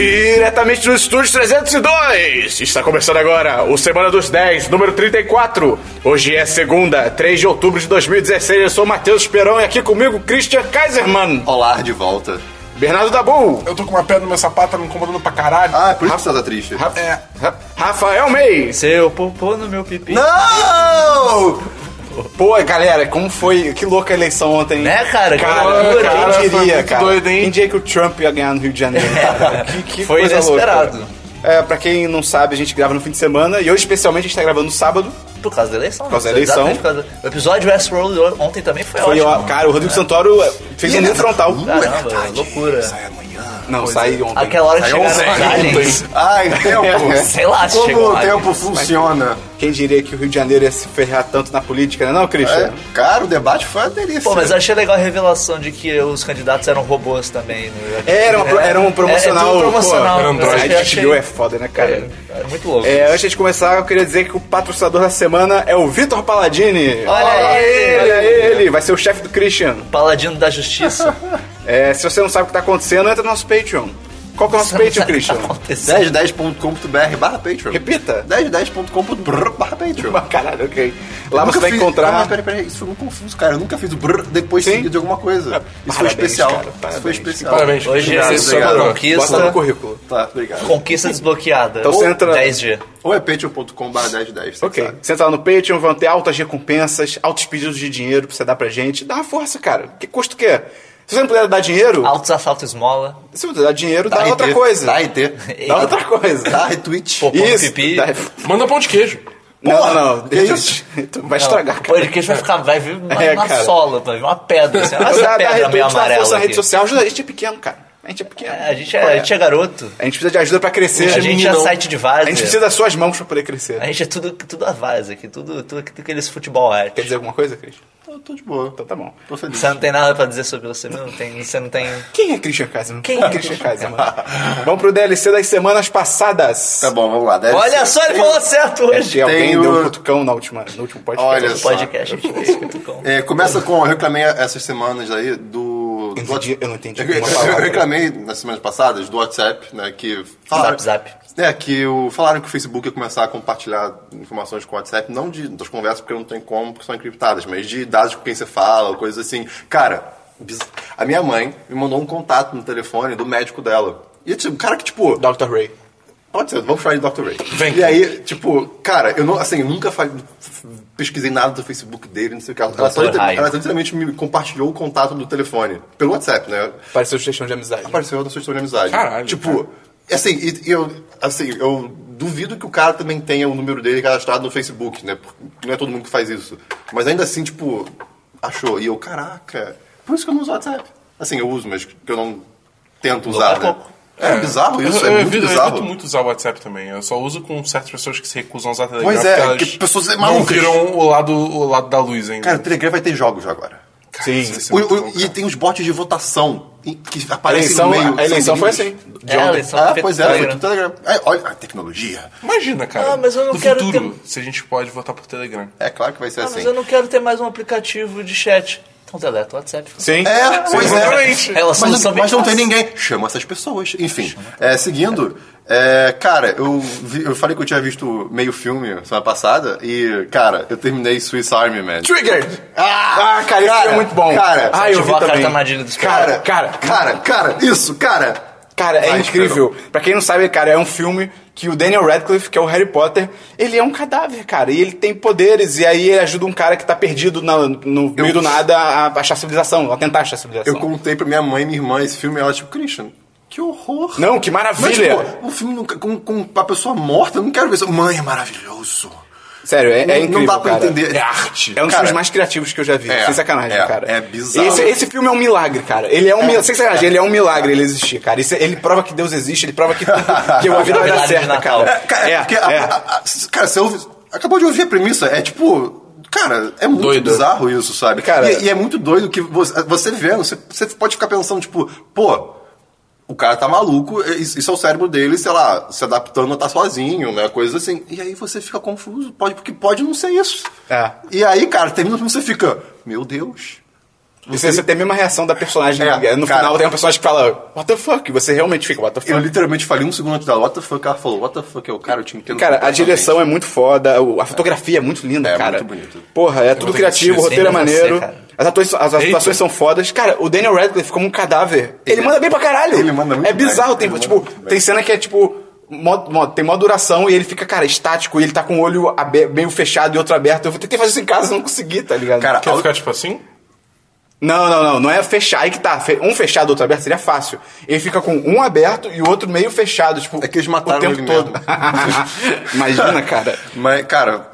diretamente dos estúdios 302. Está começando agora o Semana dos 10, número 34. Hoje é segunda, 3 de outubro de 2016. Eu sou o Matheus Perão e aqui comigo Christian Kaiserman. Olá, de volta. Bernardo Dabu. Eu tô com uma pedra no meu sapato, tá me incomodando pra caralho. Ah, é por isso que você tá triste. Ra- Ra- Rafael May. Seu popô no meu pipi. Não! Pô, galera, como foi? Que louca a eleição ontem. Né, cara? Que Cara, loucura. cara, quem foi diria, muito cara? doido, hein? Quem diria que o Trump ia ganhar no Rio de Janeiro? cara? Que, que Foi coisa louca. inesperado. É, pra quem não sabe, a gente grava no fim de semana e hoje especialmente a gente tá gravando no sábado. Por causa da eleição. né? Por causa da Exatamente eleição. por causa da- O episódio de Westworld ontem também foi, Foi, ó, ótimo. cara, o Rodrigo Santoro fez um ele linha tá- frontal. Caramba, loucura. é Não, sai ontem. Aquela hora que Saiu chegaram os ontem. aliens. Ai, tempo. Sei lá, Como chegou o lá. tempo funciona. Quem diria que o Rio de Janeiro ia se ferrar tanto na política, né não, Christian? É, cara, o debate foi uma delícia. Pô, mas eu achei legal a revelação de que os candidatos eram robôs também. né? É, era, uma pro- era um É, é promocional. tudo promocional. pô, Eu a achei- gente viu é foda, né, cara? É, é muito louco. É, antes de começar, eu queria dizer que o patrocinador da semana é o Vitor Paladini. Olha ele! Olha ele! Vai ser o chefe do Christian. Paladino da Justiça. É, se você não sabe o que tá acontecendo, entra no nosso Patreon. Qual que é o nosso tá Patreon, Christian? Aconteceu. 1010.com.br barra Patreon. Repita. 1010.com.br barra Patreon. Caralho, ok. Lá você Eu vai nunca fiz- Não, mas encontrar. peraí, peraí, isso foi muito confuso, cara. Eu nunca fiz o brrr depois Sim. Ah, seguido de alguma coisa. Isso foi Parabéns, especial. cara, isso parabéns. foi especial. Parabéns. Hoje é Obrigado, sessão obrigado. da Bota no conquista. currículo. Tá, obrigado. Conquista desbloqueada. Então você entra- 10G. Ou é patreon.com barra 1010, você Ok. sabe. Você entra lá no Patreon, vão ter altas recompensas, altos pedidos de dinheiro pra você dar pra gente. Dá uma força, cara. Que custo que é? Se você não puder dar dinheiro, Altos assalto esmola. se você não puder dar dinheiro, dá, Tá, outra RT, coisa. Tá, IT. Dá outra coisa. Tá, retweet. Pô, pô, Isso. pipi. Dá- Manda pão de queijo. Não, não, não. que Deixa- isso? Tu Vai estragar, O cara. podcast vai ficar, vai vir uma, É, uma cara. Então sola, vai vir uma pedra, assim, uma Dá, dá pedra retweet, meio dá amarela. força na rede aqui. social. Ajuda, a gente é pequeno, cara. A gente é pequeno. É, a, gente é, Qual a gente é garoto. A gente precisa de ajuda pra crescer. A gente é meninão. site de A várzea. gente precisa das suas mãos pra poder crescer. é tudo, tudo a várzea aqui, tudo, tudo, tudo aqueles futebol Quer arte. dizer alguma coisa, Christian? Eu tô de boa. Então tá bom. Tô feliz. Você não tem nada pra dizer sobre você, não tem, você não tem... Quem é Christian Kaiserman? Quem é Christian Kaiserman? Vamos pro DLC das semanas passadas. Tá bom, vamos lá. deve Olha ser. só, ele falou certo É hoje! que alguém Tem deu um o- cutucão na última, no último podcast. Olha O só. podcast, a gente fez com o Tucão. É, começa com, eu reclamei essas semanas aí do... Eu do não entendi- eu não entendi Eu, uma palavra. eu reclamei nas semanas passadas do WhatsApp, né, que... Falaram, Zap, zap. É, que o, falaram que o Facebook ia começar a compartilhar informações com o WhatsApp, não de, das conversas, porque não tem como, porque são encriptadas, mas de dados com quem você fala, ou coisas assim. Cara, biz- a minha mãe me mandou um contato no telefone do médico dela. E, tipo, cara que, tipo... Dr. Ray. Pode ser, vamos falar de Dr. Ray. Vem. E aí, tipo, cara, eu não, assim, eu nunca fa- pesquisei nada do Facebook dele, não sei o que. Ela, ela só Dr. liter- Ray. ela literalmente me compartilhou o contato do telefone. Pelo WhatsApp, né? Pareceu sugestão de amizade. Apareceu na sua história de amizade. Caralho, Tipo, assim, e- e eu, assim, eu duvido que o cara também tenha o número dele cadastrado no Facebook, né? Porque não é todo mundo que faz isso. Mas ainda assim, tipo, achou. E eu, caraca, por isso que eu não uso WhatsApp. Assim, eu uso, mas que eu não tento usar, é né? É, bizarro isso, é eu, eu muito evito, eu bizarro. evito muito usar o WhatsApp também. Eu só uso com certas pessoas que se recusam a usar Telegram. Pois é, porque elas que pessoas não malucas. viram o lado, o lado da luz ainda. Cara, o Telegram vai ter jogos agora. Cara, sim. isso vai ser O- muito o- bom, e cara. tem os bots de votação em- que A é. aparecem eleição, no meio. a eleição são foi assim. lindos. De ontem. É, a eleição Ah, foi pois feita é, no foi tudo Telegram. Telegram. É, olha a tecnologia. Imagina, cara. Ah, mas eu não no quero futuro, se a gente pode votar por Telegram. É claro que vai ser Ah, assim. mas eu não quero ter mais um aplicativo de chat. Então deleta o WhatsApp. Sim. É, Sim. pois é. Exatamente. É uma Mas, solução não- bem mas não tem fácil. ninguém. Chama essas pessoas. Enfim, é, seguindo, é, cara, eu, vi- eu falei que eu tinha visto meio filme semana passada e, cara, eu terminei Swiss Army Man. Triggered! Ah, Ah, cara, esse cara, filme é muito bom. cara, ah, eu vi ativou a carta também. armadilha dos cara, cara, cara, cara, isso, cara. Cara, é Vai, incrível. Pra quem não sabe, cara, é um filme que o Daniel Radcliffe, que é o Harry Potter, ele é um cadáver, cara. E ele tem poderes, e aí ele ajuda um cara que tá perdido na- no meio do nada a achar a civilização, a tentar achar a civilização. Eu contei pra minha mãe e minha irmã esse filme, ela, tipo, Christian, que horror. Não, que Mas, maravilha! tipo, um filme nunca- com, com uma pessoa morta, eu não quero ver isso. Mãe, é maravilhoso. Sério, é, é Não- incrível. Não dá pra cara. entender. É arte. É um dos Cara, filmes mais criativos que eu já vi, é, sem sacanagem, é, cara. é bizarro. Esse, esse filme é um milagre, cara. Ele é um milagre, sem sacanagem, ele é um milagre ele existir, cara. Isso é- ele prova que Deus existe, ele prova que, que a vida É um vai dar milagre de certo, Natal. cara. É, cara, é, porque a- a- a- cara, você ouve- acabou de ouvir a premissa, é tipo. Cara, é muito Doido. bizarro isso, sabe? Cara- e, e é muito doido que você, você vendo, você, você pode ficar pensando, tipo, pô, o cara tá maluco, e- isso é o cérebro dele, sei lá, se adaptando a estar sozinho, né? Coisas assim. E aí você fica confuso, pode, porque pode não ser isso. É. E aí, cara, termina quando você fica, meu Deus. E você, você tem a mesma reação da personagem. É, no cara. final tem uma personagem que fala, what the fuck? E você realmente fica, what the fuck? Eu literalmente falei um segundo antes da what the fuck, ela falou, what the fuck, eu, cara, eu te entendo. Cara, a completamente. direção é muito foda, o- a fotografia é muito linda, É, cara. muito bonito. Porra, é vou tudo ter que assistir criativo, o esse roteiro é filme com maneiro. você, cara. as atuações, as Eita. atuações são fodas. Cara, o Daniel Radcliffe como um cadáver. Ele, manda bem pra caralho. ele manda muito É bizarro, bem, tem, ele manda tipo, muito bem. tem cena que é tipo. mó- mó- tem mó duração e ele fica, cara, estático, e ele tá com o olho abe- meio fechado e outro aberto. Eu tentei fazer isso em casa, não consegui, tá ligado? Cara, Quer ficar tipo assim? Não, não, não. Não é fechar. Aí que tá. fe- Um fechado, outro aberto seria fácil. Ele fica com um aberto e o outro meio fechado. Tipo, É que eles mataram o tempo ele todo. mesmo. Imagina, cara. Mas, cara,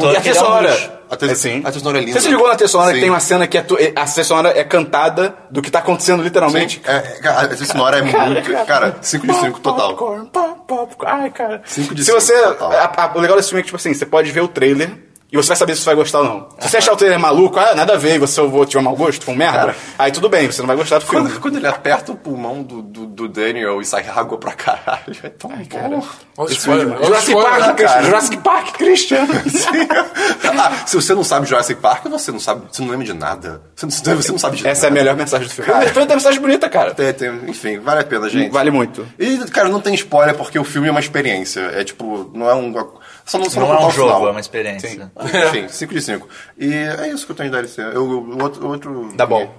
E a Gato- é trilha Aquele sonora? arroz. A trilha- a trilha sonora é linda. Você se ligou na trilha sonora que Sim. tem uma cena que é tu- a trilha sonora é cantada do que tá acontecendo literalmente? Gente, é, é, cara, a trilha sonora é muito. Cara, 5 de 5 total. Popcorn, pop, popcorn. Ai, cara. Cinco de se cinco você, total. a- a- o legal desse filme é que, tipo assim, você pode ver o trailer e você vai saber se você vai gostar ou não. Se você achar o trailer maluco, ah, nada a ver, e você eu vou tiver mau gosto, foi um merda, Cara. aí tudo bem, você não vai gostar do filme. Quando, quando ele aperta o pulmão do, do, do Daniel e sai água pra caralho, é tão bom. Olha o Esse filme é spoiler, olha o Jurassic spoiler, Park, né, Christian. cara? Jurassic Park, Christian. ah, se você não sabe Jurassic Park, você não sabe, você não lembra de nada. Você não, você não sabe de Essa é a nada. melhor mensagem do filme. Cara. Mas Foi uma mensagem bonita, cara. É, tem- enfim, vale a pena, gente. Vale muito. E, cara, não tem spoiler porque o filme é uma experiência. É tipo, não é um. Só não, só Não é contar um o jogo, final. é uma experiência. Sim. Enfim, 5 de 5. E é isso que eu tenho de DLC. Eu, o outro, o outro. Dá Tá bom.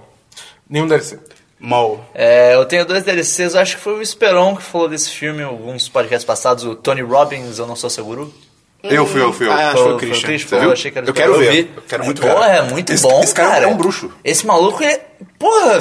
Nenhum DLC. Mal. É, eu tenho dois DLCs, eu acho que foi o Esperon que falou desse filme em alguns podcasts passados, o Tony Robbins, Eu Não Sou Seguro. Eu fui, eu fui. Eu. Ah, acho Foi- que foi foi o Christian. Christian, Você eu viu? achei que era Eu quero Esperon, ver. vi. Eu quero muito porra, ver. é muito Esse- bom, esse cara é cara. um bruxo. Esse maluco é. Porra,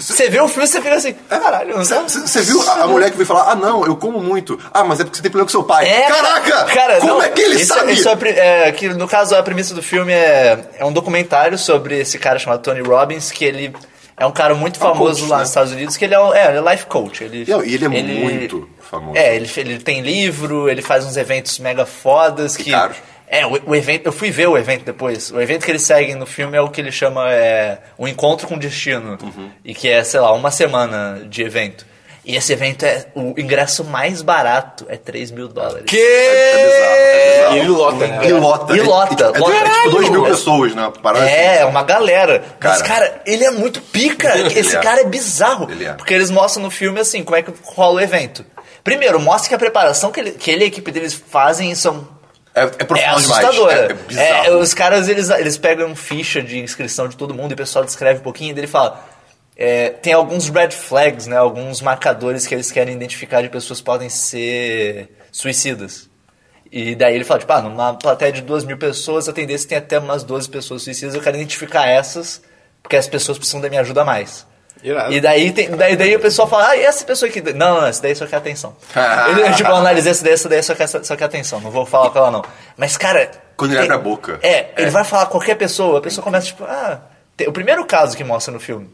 você vê o filme e você fica assim, caralho, não sabe? É, Você viu a a mulher que veio falar, ah não, eu como muito. Ah, mas é porque você tem problema com seu pai. Caraca! Cara, como não, é que ele isso- sabe? isso é, pri- é, que no caso a premissa do filme é, é um documentário sobre esse cara chamado Tony Robbins, que ele é um cara muito famoso coach, lá né? nos Estados Unidos, que ele é, um- é, ele é life coach. Ele, Não, e ele é muito famoso. É, ele, ele tem livro, ele faz uns eventos mega fodas que. caros. É, o, o evento, eu fui ver o evento depois. O evento que eles seguem no filme é o que ele chama é, o encontro com o destino. Uhum. E que é, sei lá, uma semana de evento. E esse evento é. O ingresso mais barato é 3 mil dólares. É bizarro, é bizarro. E ele lota, né? E lota. E lota, É, tipo, lota. é tipo 2 mil Caralho! pessoas, né? Parada assim. É, é uma galera. Mas, Cara. cara, ele é muito pica. Esse Ele é. cara é bizarro. Ele é. Porque eles mostram no filme, assim, como é que rola o evento. Primeiro, mostra que a preparação que ele, que ele e a equipe deles fazem são É, é é profissional demais. assustadora. É, é bizarro. É, os caras, eles, eles pegam um ficha de inscrição de todo mundo e o pessoal descreve um pouquinho e dele fala... é, tem alguns red flags, né? Alguns marcadores que eles querem identificar de pessoas que podem ser suicidas. E daí ele fala, tipo, ah, numa plateia de duas mil pessoas, a tendência tem até umas 12 pessoas suicidas, eu quero identificar essas, porque as pessoas precisam da minha ajuda mais. Irado. E daí, tem- daí, daí o pessoal fala, ah, e essa pessoa aqui? Não, não, não, essa daí só quer atenção. Ele, tipo, analisa essa daí, essa daí só quer, só quer atenção, não vou falar com ela não. Mas, cara... Quando ele tem- abre a boca. É, ele vai falar com qualquer pessoa, a pessoa começa, tipo, ah... tem- o primeiro caso que mostra no filme,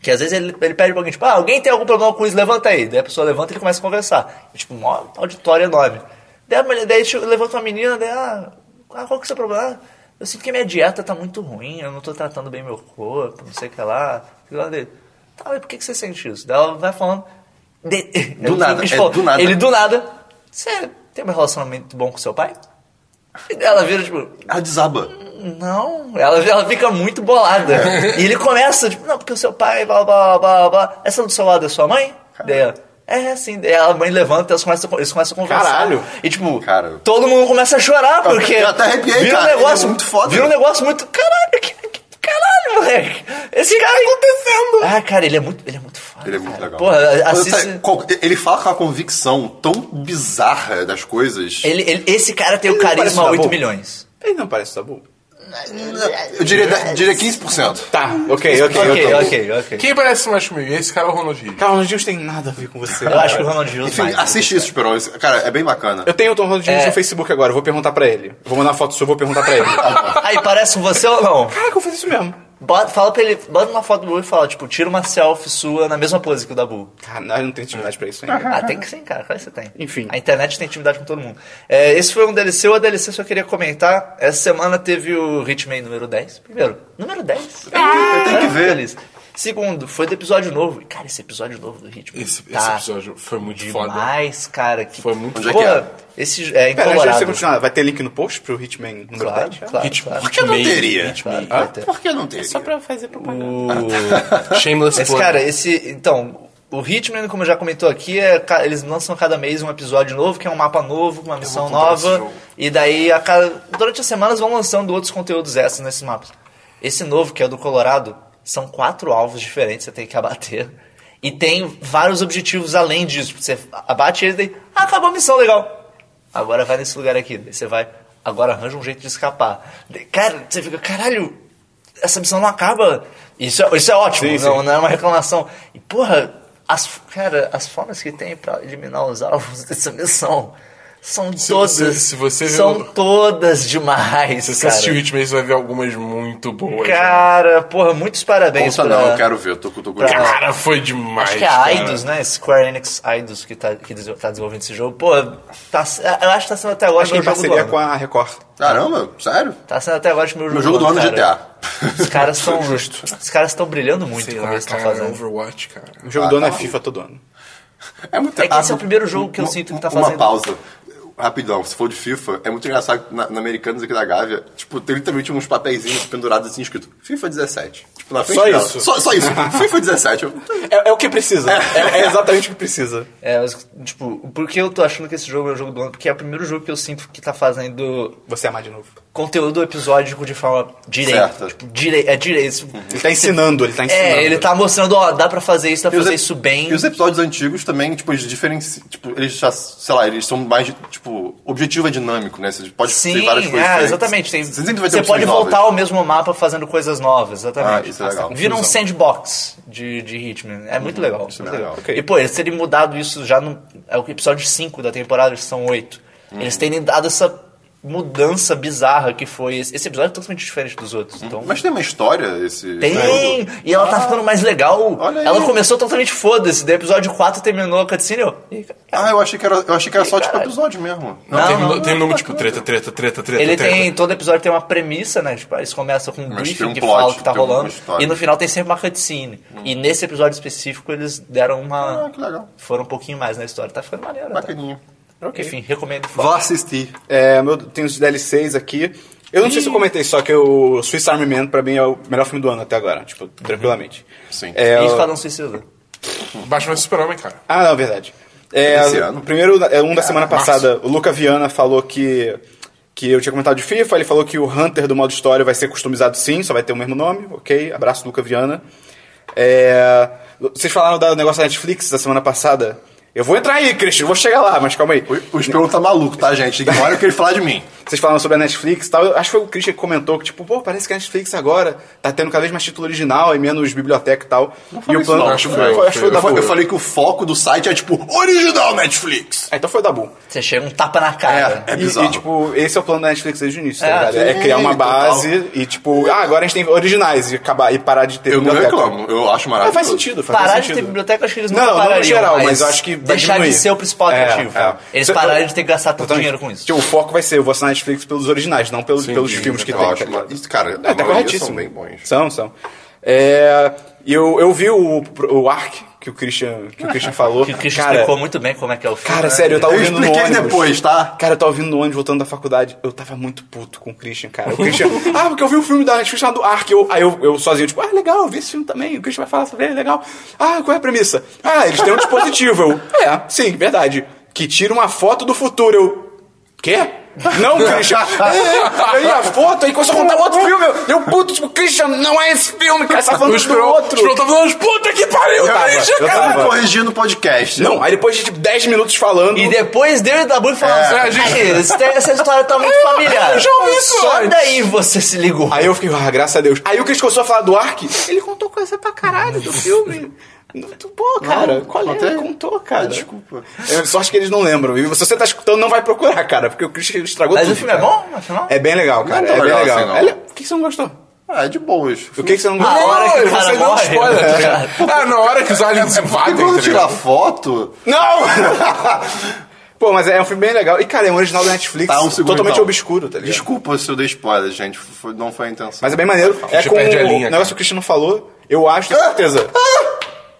que às vezes ele, ele pede pra alguém, tipo, ah, alguém tem algum problema com isso, levanta aí. Daí a pessoa levanta e ele começa a conversar. E, tipo, um auditório enorme. Daí, a mulher- daí tipo, levanta uma menina, daí, ah, ah, qual que é o seu problema? Ah, eu sinto que minha dieta tá muito ruim, eu não tô tratando bem meu corpo, não sei o que lá. Sei lá dele. Tá, mas por que, que você sente isso? Daí ela vai falando. de- é o que nada, o bicho é falou. do nada. Ele do nada. Você tem um relacionamento bom com seu pai? E daí ela vira, tipo, Ela desaba. não, ela, ela fica muito bolada. e ele começa, tipo, não, porque o seu pai, blá, blá, blá, blá, blá. Essa do seu lado é sua mãe? Daí ela, é, sim. Daí a mãe levanta, eles começam, a- eles começam a conversar. Caralho. E tipo, Cara. todo mundo começa a chorar, porque... eu até arrepiei, vira cara. um negócio Ele é muito foda. Vira um negócio muito... Caralho, que... que- Caralho, moleque! Esse cara acontecendo! Ah, cara, ele é muito, ele é muito foda. tá Ele é muito cara. legal. Porra, Mas, assiste. sabe, qual- ele fala com uma convicção tão bizarra das coisas. Ele, ele- esse cara tem o Ele não parece carisma da 8 boa. milhões. Ele não parece tabu. Eu diria, de- diria 15%. Tá, ok, ok, ok. Ok, ok, ok. Quem parece mais comigo? Esse cara é o Ronald Reagan. Cara, o Ronaldinho tem nada a ver com você. Eu acho que o Ronald Jones Enfim, assim- mais. assiste isso, Esperon. Isso- Cara, é bem bacana. Eu tenho o Tom Ronaldinho É. no Facebook agora, eu vou perguntar pra ele. Eu Vou mandar uma foto sua, eu vou perguntar pra ele. Tá Aí, parece com você ou não? Caraca, eu fiz isso mesmo. Bota, fala pra ele, bota uma foto do Dabu e fala, tipo, tira uma selfie sua na mesma pose que o Dabu. Caralho, não tem intimidade pra isso ainda. Ah, tem que sim, cara, claro que você tem. Enfim. A internet tem intimidade com todo mundo. É, esse foi um DLC, ou a DLC só queria comentar. Essa semana teve o Hitman número 10. Primeiro, número 10. Eu tenho que ver. Feliz. Segundo, foi do episódio novo. E, Cara, esse episódio novo do ritmo. Esse- esse tá episódio foi muito foda. demais, cara. Que, Foi muito Onde é que Porra, é? Esse é em Pera, antes de Colorado. você continuar, vai ter link no post pro Hitman número Claro, 10? claro, Hit- claro. Por que não Hitman, teria? Claro, Hitman. vai ter. Por que É não teria? Só pra fazer propaganda. O- Shameless Esse plug. é- cara, esse. Então, o Hitman, como já comentou aqui, é ca- eles lançam a cada mês um episódio novo, que é um mapa novo, com uma missão comprar esse nova. jogo. E daí, a cada, durante as semanas, vão lançando outros conteúdos extras nesses mapas. Esse novo, que é o do Colorado, são quatro alvos diferentes que você tem que abater. E tem vários objetivos além disso. Tipo, Você abate eles e daí, ah, acabou a missão, legal. Agora vai nesse lugar aqui. Daí você vai, agora arranja um jeito de escapar. Daí, Cara, você fica, caralho, essa missão não acaba. Isso é, isso é ótimo, Sim, Não, sim. não é uma reclamação. E, porra, as, cara, as formas que tem pra eliminar os alvos dessa missão são todas. você- se você viu- são todas demais, Se você cara. assistir o Hitman, você vai ver algumas muito boas. né? Cara, porra, muitos parabéns. Conta pra- né? não, eu quero ver, eu tô, tô curioso. Pra- Cara, foi demais. Acho que é a cara. Eidos, né? Square Enix Eidos que tá, que des- tá desenvolvendo esse jogo. Pô, tá, eu acho que tá sendo até agora Acho que meu em jogo do parceria ano. com a Record. Caramba, sério? Tá sendo até agora acho que meu jogo, Meu jogo do ano é cara. GTA. Os caras estão. Os caras estão brilhando muito Sei como lá, eles estão cara, fazendo. Overwatch, cara. O jogo Ah, do ano tá. é FIFA todo ano. É muito É que esse ah, é o primeiro jogo que eu uma- sinto que tá Uma fazendo- pausa. Rapidão, se for de FIFA, é muito engraçado que na, na Americanas aqui da Gávea, tipo, tem literalmente uns papeizinhos pendurados assim escrito FIFA 17. Tipo, na frente Só dela. isso? Só, só isso. FIFA 17. Eu- É, é o que precisa. É, é exatamente o que precisa. É, mas, tipo, por que eu tô achando que esse jogo é o jogo do ano? Porque é o primeiro jogo que eu sinto que tá fazendo Você é amar de novo. conteúdo episódico de forma direita. Certa. Tipo, direi é direito. Uhum. Ele tá ensinando, ele tá ensinando. É, ele tá mostrando, ó, dá pra fazer isso, dá pra E os fazer ep- isso bem. E os episódios antigos também, tipo, eles diferenciam. Tipo, eles já, sei lá, eles são mais, tipo, objetivo é dinâmico, né? Você pode ter Sim, várias coisas. é, diferentes. exatamente. Tem- Você você sempre vai ter pode opções novas. voltar ao mesmo mapa fazendo coisas novas, exatamente. Ah, isso é legal. Vira um sandbox de, de Hitman. É muito legal. isso é muito legal. legal. Ok. E, pô, eles terem mudado isso já no é o episódio 5 da temporada, eles são 8. Uhum. Eles terem dado essa mudança bizarra que foi. Esse esse episódio é totalmente diferente dos outros. Então, Uhum. Mas tem uma história esse. jogo? tem! E ela tá ficando mais legal. Olha aí. Ela começou totalmente foda-se. Daí, episódio 4 terminou a cutscene. eu- Ih, Ah, eu achei que era, eu achei que era só, tipo, Caralho. episódio mesmo. Não, Não, terminou, não, tá terminou tipo, treta, treta, treta, treta. Ele treta. tem. Todo episódio tem uma premissa, né? Tipo, eles começam com um Mas briefing tem um que plot, fala o que tá tem uma rolando. história. E no final tem sempre uma cutscene. Hum. E nesse episódio específico eles deram uma. Ah, que legal. Foram um pouquinho mais na história. Tá ficando maneiro. Tá? Bacaninha. Enfim, recomendo. Vou assistir. É, meu, tem os DLCs aqui. Eu não sei se eu comentei, só que o Swiss Army Man, pra mim, é o melhor filme do ano até agora, tipo, tranquilamente. Sim. É, E o- Esquadrão um Suicida. Batman vs Super-Homem, cara. Ah, não, é verdade. É, Desse ano? o Primeiro, é, um da semana março. passada, o Luca Viana falou que, que eu tinha comentado de FIFA, ele falou que o Hunter do modo história vai ser customizado sim, só vai ter o mesmo nome, ok? Abraço, Luca Viana. É, vocês falaram do negócio da Netflix da semana passada? Eu vou entrar aí, Christian, vou chegar lá, mas calma aí. O, o Esperon tá maluco, tá, gente? Ignora o que ele falar de mim. Vocês falaram sobre a Netflix e tal. Eu acho que foi o Christian que comentou que, tipo, pô, parece que a Netflix agora tá tendo cada vez mais título original e menos biblioteca e tal. e Falei o isso não, acho que cara. foi, acho que foi o eu, Dabu. fa- eu falei que o foco do site é tipo original Netflix. Ah, então foi o Dabu. Você chega um tapa na cara. É E, bizarro. e, tipo, esse é o plano da Netflix desde o início, tá É, ligado? É sim, criar uma total. base e, tipo, ah, agora a gente tem originais e acabar e parar de ter Eu não biblioteca. reclamo, eu acho Ah, maravilhoso. faz sentido, faz Parar de sentido. ter biblioteca, acho que eles Não, nunca não parariam. no geral, mas eu acho que vai Deixar diminuir. de ser o principal É, atrativo. é. Eles Cê- pararam de ter que gastar tanto Exatamente. dinheiro com isso. Tipo, o foco vai ser, eu vou assinar a Netflix pelos originais, não pelos, pelos Sim, filmes que eu tem. acho tá ligado? mar- Isso, cara, É, a tá maioria corretíssimo. são bem bons. São, são. É, e eu, eu vi o, o Ark que o Christian, que o Christian falou. Que o Christian cara, explicou muito bem como é que é o filme. Cara, né? sério, eu tava Eu ouvindo no expliquei ônibus. depois, tá? Cara, eu tava ouvindo no ônibus voltando da faculdade. Eu tava muito puto com o Christian, cara. O Christian, ah, porque eu vi um filme da Netflix chamado Ark. Eu, aí eu, eu sozinho, tipo, ah, legal, eu vi esse filme também. O Christian vai falar sobre ele, legal. Ah, qual é a premissa? Ah, eles têm um dispositivo. Eu, é, sim, verdade. Que tira uma foto do futuro. Eu, quê? Não, Christian. É, aí a foto, aí começou a contar outro filme. Eu, eu puto, tipo, Christian, não é esse filme, cara. Você tá O falando do Esperon, o outro. Esperon tá falando, puta que pariu, Eu tava, Christian, eu cara. tava. Cara, corrigindo o podcast. Não, aí depois de, tipo, 10 minutos falando... E depois deu e Dabu e falou: É, a "Cara, gente- esse- essa história tá muito familiar. eu já ouvi isso Só antes. daí você se ligou. Aí eu fiquei, ah, graças a Deus. Aí o Chris começou a falar do Ark. Ele contou coisa pra caralho do filme. Muito bom, cara. Qual é? contei. Ele contou, cara. desculpa. Eu só acho que eles não lembram. E se você tá escutando, não vai procurar, cara, porque o Chris estragou Mas tudo. o filme é cara. bom, afinal? É bem legal, cara. Não tá é bem legal legal. assim, não. É le- Por que que você não gostou? Ah, é de boas. Por que que você não Na gostou? hora que o cara Você deu um morre. spoiler, tá ligado? Ah, na hora que os É, aliens E invadem, quando tá tirar ligado? foto, Não! Pô, mas é um filme bem legal. E, cara, é um original da Netflix. tá um segundo. totalmente então. obscuro, tá ligado? Desculpa se eu dei spoiler, gente. Foi- não foi a intenção. Mas é bem maneiro. É gente com perde a o linha, negócio cara. que o Cristiano falou. Eu acho, tenho certeza.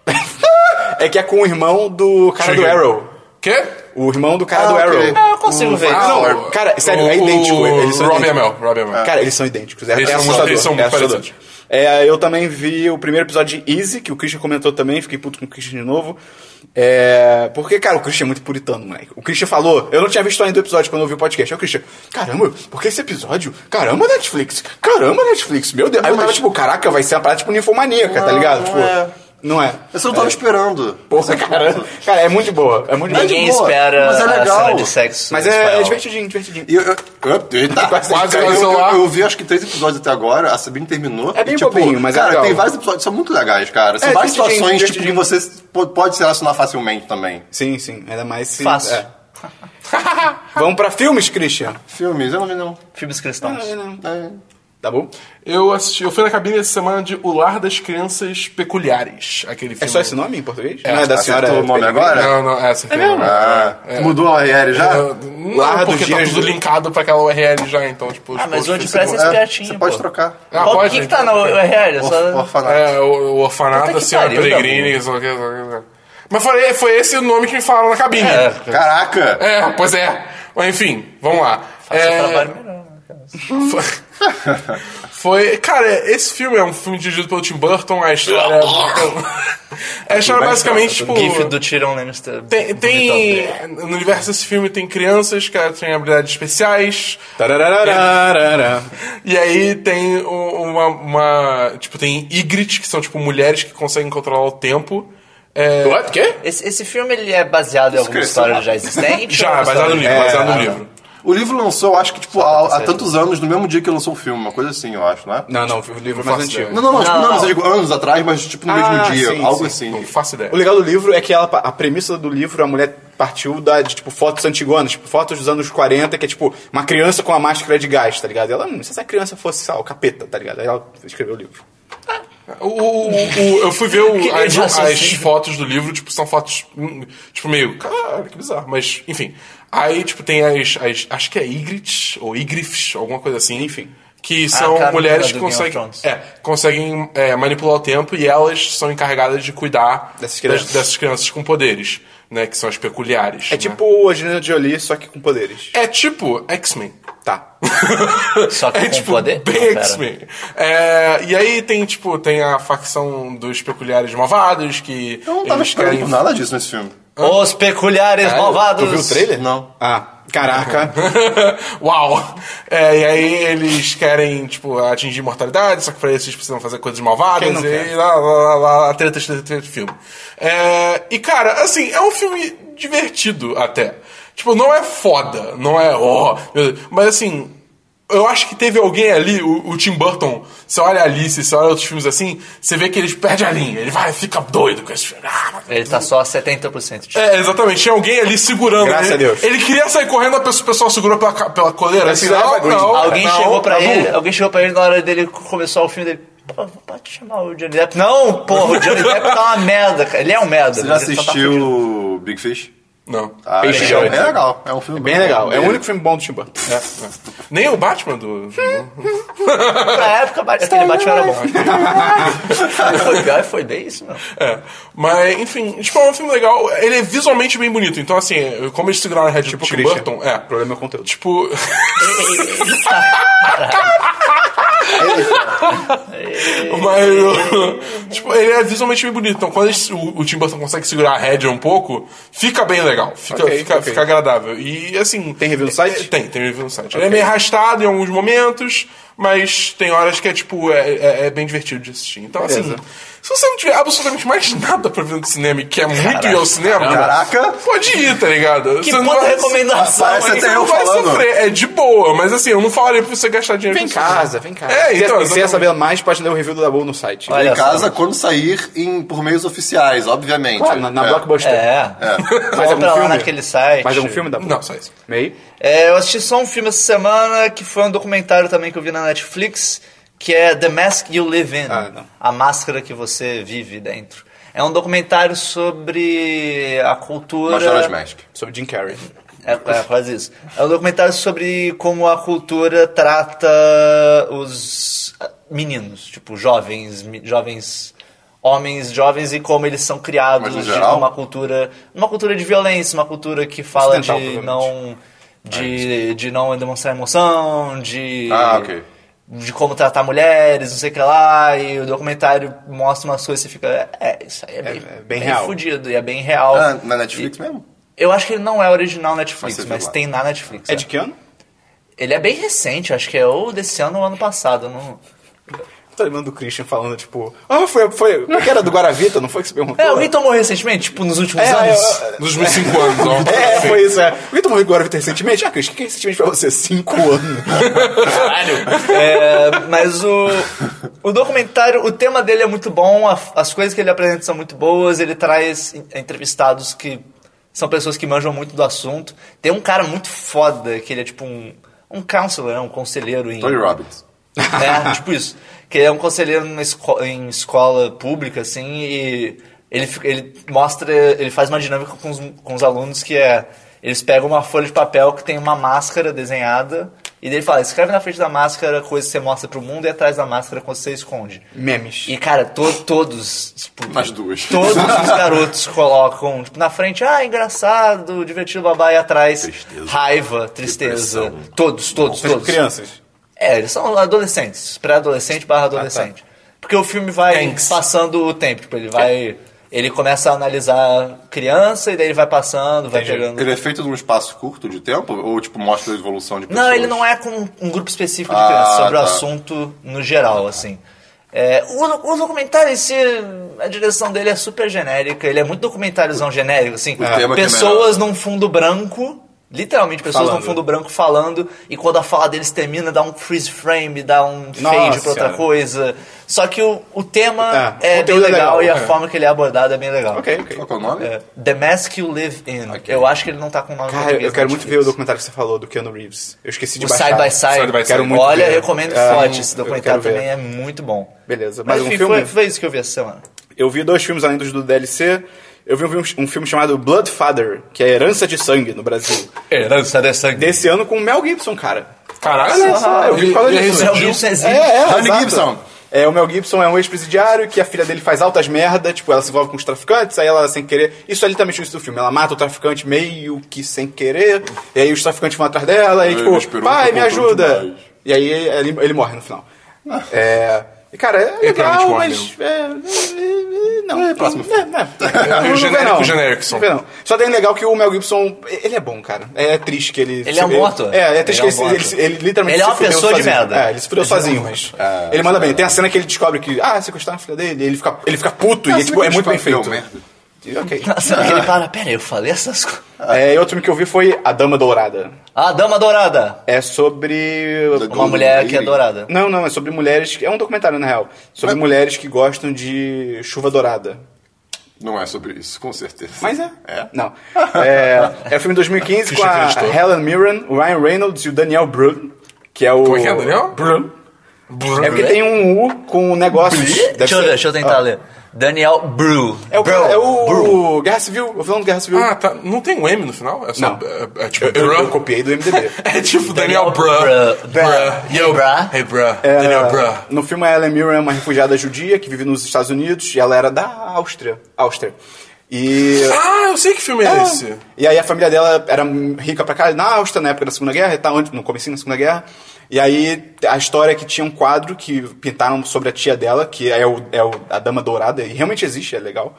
é que é com o irmão do cara Cheguei. do Arrow. Quê? O irmão do cara Ah, do ok. Arrow. Ah, eu consigo ver. Ah, não, cara, sério, é idêntico. Eles são Robbie idênticos. Amell. Robbie Amell. Cara, eles são idênticos. É, Eles é são- assustador. eles são é muito assustador. parecidos. É, eu também vi o primeiro episódio de Easy, que o Christian comentou também, fiquei puto com o Christian de novo. É, porque, cara, o Christian é muito puritano, moleque. O Christian falou, eu não tinha visto ainda o episódio quando eu vi o podcast. Aí o Christian, caramba, porque esse episódio? Caramba, Netflix! Caramba, Netflix! Meu Deus! Aí eu tava tipo, caraca, vai ser uma parada tipo ninfomaníaca, tá Não, ligado? não Tipo, é. não é. Essa eu não tava esperando. Porra, cara, cara, é muito boa. É muito boa. Ninguém de boa, espera mas é a legal. cena de sexo. Mas em é, é espanhol. divertidinho, divertidinho. E eu, eu, eu, eita, Quase quase Cara, caiu. caiu. tá eu, Mas lá- eu- eu vi acho que três episódios até agora, a Sabine terminou. É bem e, tipo, bobinho, mas é Cara, legal. tem vários episódios que são muito legais, cara. São É, várias divertidinho, situações tipo, que divertidinho. você po- pode se relacionar facilmente também. Sim, sim, ainda mais se. Fácil. é. Vamos pra filmes, Christian? Filmes, eu não vi não. Filmes cristãos. É. Tá bom? Eu assisti, eu fui na cabine essa semana de O Lar das Crianças Peculiares. Aquele É filme. só esse nome em português? Não é da acertou senhora. tá o nome Peregrina? agora? Não, não, é essa. É mesmo? Ah, Mudou a URL já? Não, Ah, Lar dos porque tá Dias tudo do- linkado pra aquela URL já, então, tipo... os Ah, mas posts onde parece do Facebook. esse É, gatinho, você pode pô. trocar. Ah, Qual- pode? O que, que tá na URL? Or, Só- orfanato. É, o, o Puta orfanato, que a senhora pariu, né, Peregrine, só que- só que- Mas foi, foi esse o nome que me falaram na cabine. É, Caraca! pois é. Mas enfim, vamos lá. Seu É, trabalho melhor, né, cara? Foi. Cara, esse filme é um filme dirigido pelo Tim Burton, a história. é a história basicamente, tipo. O GIF do Tyrion Lannister. Tem, tem- No universo desse filme tem crianças que elas têm habilidades especiais. Tarararararara. E aí tem u- uma. uma- tipo, tem Ygritte, que são tipo mulheres que conseguem controlar o tempo. É, What? Quê? Esse, esse filme ele é baseado em alguma Esqueci. história já existente? já, Ou baseado no livro, É, baseado ah, no livro. O livro lançou, acho que, tipo, há, há certo. tantos anos, no mesmo dia que lançou o filme, uma coisa assim, eu acho, né? Não, não, o livro é mais faço antigo. Não, não, não, tipo, Não, não, não. mas eu digo anos atrás, mas tipo no Ah, mesmo dia, sim, algo sim. assim. Não faço ideia. O legal do livro é que ela, a premissa do livro, a mulher partiu da, de, tipo, fotos antigonas, tipo, fotos dos anos 40, que é, tipo, uma criança com uma máscara de gás, tá ligado? Ela, hum, se essa criança fosse, sei lá, o capeta, tá ligado? Aí ela escreveu o livro. O, o- o- eu fui ver o- Que as, de raciocínio. as fotos do livro, tipo, são fotos, hum, tipo, meio, cara, que bizarro, mas, enfim. Aí, tipo, tem as, as acho que é Ygritte, ou Ygriffs, alguma coisa assim, enfim. Que são Ah, cara, mulheres do que Game of conseguem, Thrones. é, conseguem é, manipular o tempo e elas são encarregadas de cuidar Dessas das- crianças. dessas crianças com poderes, né, que são as peculiares. É né? tipo a Angelina Jolie, só que com poderes. É tipo X-Men. Tá. Só que é com tipo poder? Não, bem pera. X-Men. É, e aí tem, tipo, tem a facção dos peculiares malvados que. Eu não tava eles esperando querem- por nada disso nesse filme. Os peculiares malvados. Tu viu o trailer? Não. Ah, caraca. Uau! É, e aí eles querem, tipo, atingir imortalidade, só que pra isso eles precisam fazer coisas malvadas Quem não e quer? lá, lá, lá, lá, treta, treta, treta, filme. É, e cara, assim, é um filme divertido até. Tipo, não é foda, não é, ó, meu Deus. mas assim, eu acho que teve alguém ali, o, o Tim Burton, você olha Alice, você olha outros filmes assim, você vê que eles perdem a linha, ele vai, fica doido com esse filme. Ah, Ele tá só a 70% de é, exatamente. Tinha alguém ali segurando. Graças ele, a Deus. Ele queria sair correndo, a pessoa- o pessoal segurou pela, ca- pela coleira. Assim, precisava, não, Green. não, Alguém não, chegou pra Dabu. ele, alguém chegou pra ele na hora dele começar o filme dele. Pô, pode chamar o Johnny Depp. Não, porra, o Johnny Depp tá uma merda, cara. Ele é um merda. Você já mas ele só tá fudido. assistiu Big Fish? Não. Ah, Peixe é, Jovem. é legal. É um filme Bem bom. legal. É o Bem- único filme bom do Tim Burton. É, Nem o Batman do. do- Na época, ba- aquele Batman era bom. Ele foi pior e foi bem isso, mano. É. Mas, enfim, tipo, é um filme legal. Ele é visualmente bem bonito. Então, assim, como eles seguraram a Red do Tipo, Tim Christian. Burton, O é. problema é o conteúdo. Tipo. Mas. eu- tipo, ele é visualmente bem bonito. Então, quando eles- o, o Tim Burton consegue segurar a rédea um pouco, fica bem legal. Fica, Ok, fica, ok. fica agradável. E, assim. Tem review no site? Tem, tem review no site. Ele é meio arrastado em alguns momentos, mas tem horas que é, tipo, é, é- é bem divertido de assistir. Então, Beleza. assim. Se você não tiver absolutamente mais nada pra ver no cinema e quer muito ir ao cinema, Caraca. pode ir, tá ligado? Que Você não puta vai- recomendação, Parece hein? até você eu não vai falando. sofrer, é de boa, mas assim, eu não falaria pra você gastar dinheiro Vem em com isso. casa, vem em casa. É, Se- então, se quiser exatamente. saber mais, pode ler o review do Dabu no site. Olha Em só. casa, quando sair, em, por meios oficiais, obviamente. Claro, na, na é. Blockbuster. É. Mais algum um Compra lá filme? naquele site. Mais algum filme, Dabu? Não, só isso. Meio? É, eu assisti só um filme essa semana que foi um documentário também que eu vi na Netflix, que é The Mask You Live In Ah, não. A Máscara que Você Vive Dentro. É um documentário sobre a cultura. Majora's Mask. Sobre Jim Carrey. É, é quase isso. É um documentário sobre como a cultura trata os ah, meninos, tipo, jovens, mi- jovens homens jovens e como eles são criados Mas, no de geral? uma cultura, uma cultura de violência, uma cultura que fala Ocidental, de não provavelmente. de, de não demonstrar emoção, de É Ah, ok. de como tratar mulheres, não sei o que lá, e o documentário mostra umas coisas e você fica, é, isso aí é bem, é bem real. fudido, e é bem real. Ah, na Netflix mesmo? Eu acho que ele não é original Netflix, Mas você mas, viu lá. tem na Netflix. É é. de que ano? Ele é bem recente, acho que é ou desse ano ou ano passado. eu Não... Tô lembrando do Christian falando, tipo, ah, foi, foi, como é que era do Guaravita, não foi que você perguntou? É, o Vitor morreu recentemente, tipo, nos últimos É, anos. eu- Nos últimos cinco anos, ó. É, foi isso, é. O Vitor morreu do Guaravita recentemente? Ah, Christian, o que é recentemente pra você? Cinco anos. É, mas o, o documentário, o tema dele é muito bom, a- as coisas que ele apresenta são muito boas, ele traz en- entrevistados que são pessoas que manjam muito do assunto. Tem um cara muito foda, que ele é tipo um, um counselor, né, um conselheiro em... Tony Robbins. né? tipo isso. Que ele é um conselheiro numa esco- em escola pública, assim, e ele, fi- ele mostra, ele faz uma dinâmica com os, com os alunos que é. Eles pegam uma folha de papel que tem uma máscara desenhada, e daí ele fala: escreve na frente da máscara coisas que você mostra pro mundo e atrás da máscara coisas que você esconde. Memes. E, cara, to- todos. tipo, Nas duas. Todos os garotos colocam, tipo, na frente, ah, engraçado, divertido, babá, e atrás, Tristeza. raiva, tristeza. Depressão. Todos, todos, São todos. crianças. É, eles são adolescentes, pré-adolescente barra adolescente. Porque o filme vai Thanks. passando o tempo, tipo, ele vai. Ele começa a analisar criança e daí ele vai passando, vai pegando. Ele é feito num espaço curto de tempo? Ou, tipo, mostra a evolução de pessoas? Não, ele não é com um grupo específico de Ah, criança, sobre o tá. assunto no geral, assim. É, o, do- o documentário em si, a direção dele é super genérica, ele é muito documentáriozão genérico, assim. tema que é pessoas num fundo branco, literalmente pessoas Falando. num fundo branco falando, e quando a fala deles termina, dá um freeze frame, dá um fade Nossa pra outra senhora. coisa. Só que o, o tema É, o é, bem conteúdo é legal, legal, e a é. forma que ele é abordado é bem legal. Ok, ok. Qual que é o nome? É, The Mask You Live In. Ok. Eu acho que ele não tá com o nome Cara, português eu na quero muito ver Netflix. o documentário que você falou do Keanu Reeves. Eu esqueci de O baixar. Side by Side. Side by Side. Quero muito Olha, ver. recomendo É, forte. Esse eu documentário quero ver. também é muito bom. Beleza, Mas, mais um enfim, filme? Foi, foi isso que eu vi essa semana. Eu vi dois filmes além dos do DLC. Eu vi um, filme- um filme chamado Bloodfather, que é Herança de Sangue no Brasil. Herança de sangue. Desse ano com o Mel Gibson, cara. Caralho, Ah, eu vi por causa ele disso. Mel ressurgiu. Gibson existe. Mel é, exato. Gibson. É, o Mel Gibson é um ex-presidiário que a filha dele faz altas merda, tipo, ela se envolve com os traficantes, aí ela sem querer. Isso é literalmente o início do filme. Ela mata o traficante meio que sem querer, e aí os traficantes vão atrás dela, e Ele tipo, esperou pai, outra me cultura ajuda! demais. E aí ele, ele morre no final. É. E, cara, é Ele legal, provavelmente mas. morre É, né? é, é, não. É, próximo É, é. Não vê, genérico não. Generickson. Não vê, não. Só tem legal que o Mel Gibson, ele é bom, cara. É triste que ele. Ele é um bom ator. É, é triste Ele é que ele, um bom ele, ator. ele, literalmente Ele é se uma fudeu pessoa de sozinho. merda. É, ele se fudeu Ele é um sozinho, bom mas. Ah, ele manda bem. Tem a cena que ele descobre que, ah, sequestraram a filha dele, e ele fica, ele fica puto, e é, tipo, é muito bem feito. Merda. E, ok. Nossa, ele para. Pera, eu falei essas coisas. É, e outro filme que eu vi foi A Dama Dourada. A Dama Dourada. É sobre. The Uma Golden mulher que é Lady. dourada. Não, não, é sobre mulheres. que- É um documentário, na real. Sobre mulheres que gostam de chuva dourada. Não é sobre isso, com certeza. Mas é. É? Não. É, é um filme de 2015 com a Christian acreditou. Helen Mirren, o Ryan Reynolds e o Daniel Brühl, que é o. Como é que é, Daniel? Brühl. É porque tem um U com um negócio. Deve Deixa eu, ser- deixa eu tentar Ah. ler. Daniel Brew. É o, Brew. é o Brew. Guerra Civil, o vilão do Guerra Civil. Ah, tá. Não tem um M no final? É só. Não. É, é tipo. eu, eu, bruh. eu copiei do MDB. É tipo Daniel Daniel, Bruh. Bruh. Hey, bruh. Hey, bruh. É, Daniel Bruh. No filme, a Ellen Mirren é uma refugiada judia que vive nos Estados Unidos e ela era da Áustria. Áustria. E. Ah, eu sei que filme é, É. esse. E aí a família dela era rica pra caralho na Áustria, na época da Segunda Guerra e tal, onde- no comecinho da Segunda Guerra. E aí a história é que tinha um quadro que pintaram sobre a tia dela, que é, o, é o- a Dama Dourada, e realmente existe, é legal.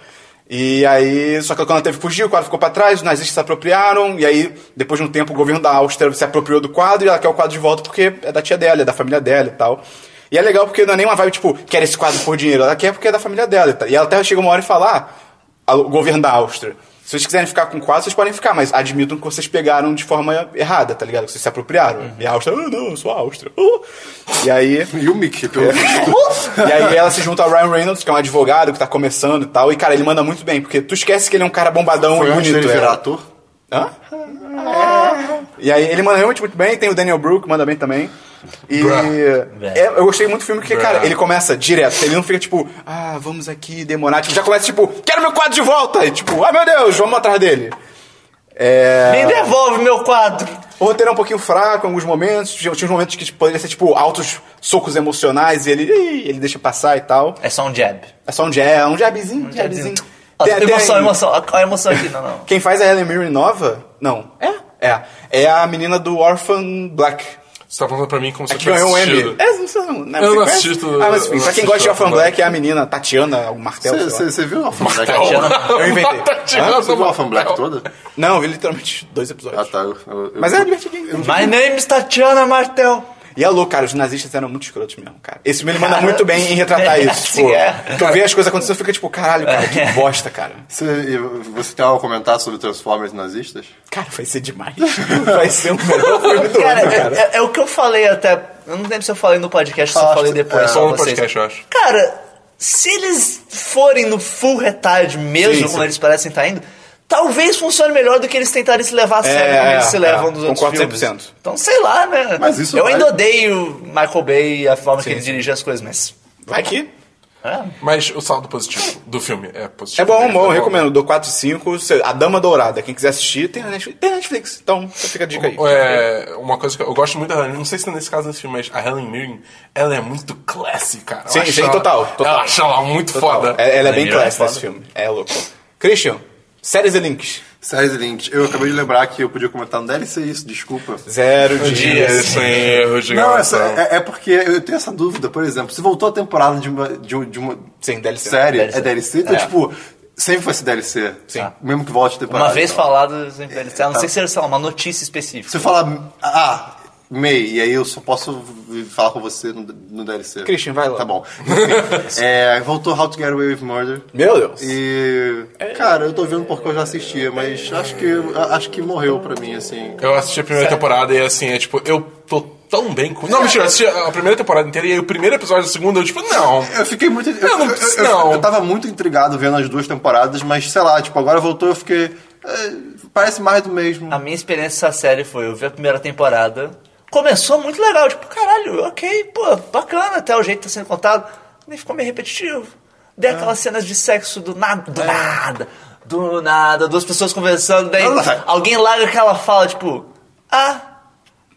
E aí, só que quando ela teve que fugir, o quadro ficou pra trás, os nazistas se apropriaram, e aí, depois de um tempo, o governo da Áustria se apropriou do quadro e ela quer o quadro de volta porque é da tia dela, é da família dela e tal. E é legal porque não é nem uma vibe, tipo, quer esse quadro por dinheiro, ela quer porque é da família dela. e tal. E ela até chega uma hora e fala, ah, a- o governo da Áustria. Se vocês quiserem ficar com quatro, vocês podem ficar, mas admitam que vocês pegaram de forma errada, tá ligado? Que vocês se apropriaram. Uhum. E a Áustria, ah, não, eu sou a Áustria. Ah. E aí. E o Mickey, pelo visto. e aí ela se junta ao Ryan Reynolds, que é um advogado que tá começando e tal. E, cara, ele manda muito bem, porque tu esquece que ele é um cara bombadão Foi e antes bonito. dele é. virar ator. Hã? E aí ele manda realmente muito bem, tem o Daniel Brook que manda bem também. E Bruh. é, eu gostei muito do filme porque, Bruh. cara, ele começa direto, ele não fica tipo, ah, vamos aqui demorar, tipo, já começa tipo, quero meu quadro de volta! E tipo, ah meu Deus, vamos atrás dele. É, Me devolve meu quadro! O roteiro é um pouquinho fraco em alguns momentos. Tinha tinha uns momentos que tipo, poderia ser tipo altos socos emocionais e ele, ih, ele deixa passar e tal. É só um jab. É só um jab, um jabzinho, um jabzinho. Ó, Tem- tem- emoção, emoção. Olha a emoção aqui, não, não. Quem faz a Helen Mirren nova? Não. É? É. É a menina do Orphan Black. Você tá falando pra mim como se A eu que ganhou um tivesse M. assistido. É, não sei, não, Eu não você conhece? assisto- Ah, mas enfim, pra eu quem assisto gosta de Orphan Orphan Black é a menina Tatiana, o martel. sei lá. Você viu a Orphan Black? Eu inventei. Tá tirando Você viu a uma- Orphan Black toda? Não, eu vi literalmente dois Ah, episódios. tá. eu- eu- eu- Mas é era divertidinho. My name is Tatiana Martel. E é louco, cara, os nazistas eram muito escrotos mesmo, cara. Esse filme ele manda Cara, muito bem em retratar é, isso. assim Tipo, é. tu vê as coisas acontecendo e fica tipo, caralho, cara, que bosta, cara. Você, eu- você tem algo a comentar sobre Transformers nazistas? Cara, vai ser demais. Vai ser o melhor filme do Cara, ano, cara. Ah, é, é- é o que eu falei até. Eu não lembro se eu falei no podcast ou se eu Falaste- falei depois. é, pra tá. Só no vocês. podcast, eu acho. Cara, se eles forem no full retard mesmo, Sim, sim. como eles parecem estar indo, talvez funcione melhor do que eles tentarem se levar a sério É, como eles é, se levam é, nos outros concordo filmes. 100%. Então, sei lá, né? Mas isso eu vai- ainda odeio Michael Bay e a forma que ele sim. dirige as coisas, mas... Vai que. É. Mas o saldo positivo do filme é positivo. É bom, bom, eu É recomendo. Dou 4 e 5. se- A Dama Dourada. Quem quiser assistir, tem na Netflix. Tem na Netflix. Então, só fica a dica aí. É, uma coisa que eu gosto muito da Helen, não sei se é nesse caso nesse filme, mas a Helen Mirren, ela é muito classy, cara. Eu Sim, acho sim, ela- total, total. Eu acho ela muito foda. É- Ela é bem Maneiro, clássica é nesse filme. É louco. Christian, séries e links. Séries e links. Eu acabei de lembrar que eu podia comentar no DLC isso, desculpa. Zero dias. Dias um sem erro de Não, essa, gravação. é, é porque eu tenho essa dúvida, por exemplo, se voltou a temporada de uma, de, um- de uma Sim, DLC. série, DLC. é DLC, então, É. tipo, sempre vai ser DLC. Sim. Mesmo que volte a Uma temporada. vez Então, falado, É, sempre, a tá. não ser que seja, sei lá, uma notícia específica. Se eu falar, ah, May, e aí eu só posso falar com você no, no DLC. Christian, vai lá. Tá bom. Enfim, é, voltou How to Get Away with Murder. Meu Deus. E. Cara, eu tô vendo porque eu já assistia, mas acho que, acho que morreu pra mim, assim. Eu assisti a primeira temporada e assim, é tipo, eu tô tão bem com. Não, mentira, eu assisti a primeira temporada inteira e aí o primeiro episódio do segundo, eu tipo, não. Eu fiquei muito. Eu, não eu- preciso, eu- eu- não. eu tava muito intrigado vendo as duas temporadas, mas sei lá, tipo, agora voltou eu fiquei. eh, parece mais do mesmo. A minha experiência com essa série foi, eu vi a primeira temporada, começou muito legal, tipo, caralho, ok, pô, bacana até o jeito que tá sendo contado, nem ficou meio repetitivo. É. Daí aquelas cenas de sexo do nada, do nada, do nada, duas pessoas conversando, daí Ah. alguém larga aquela fala, tipo, ah,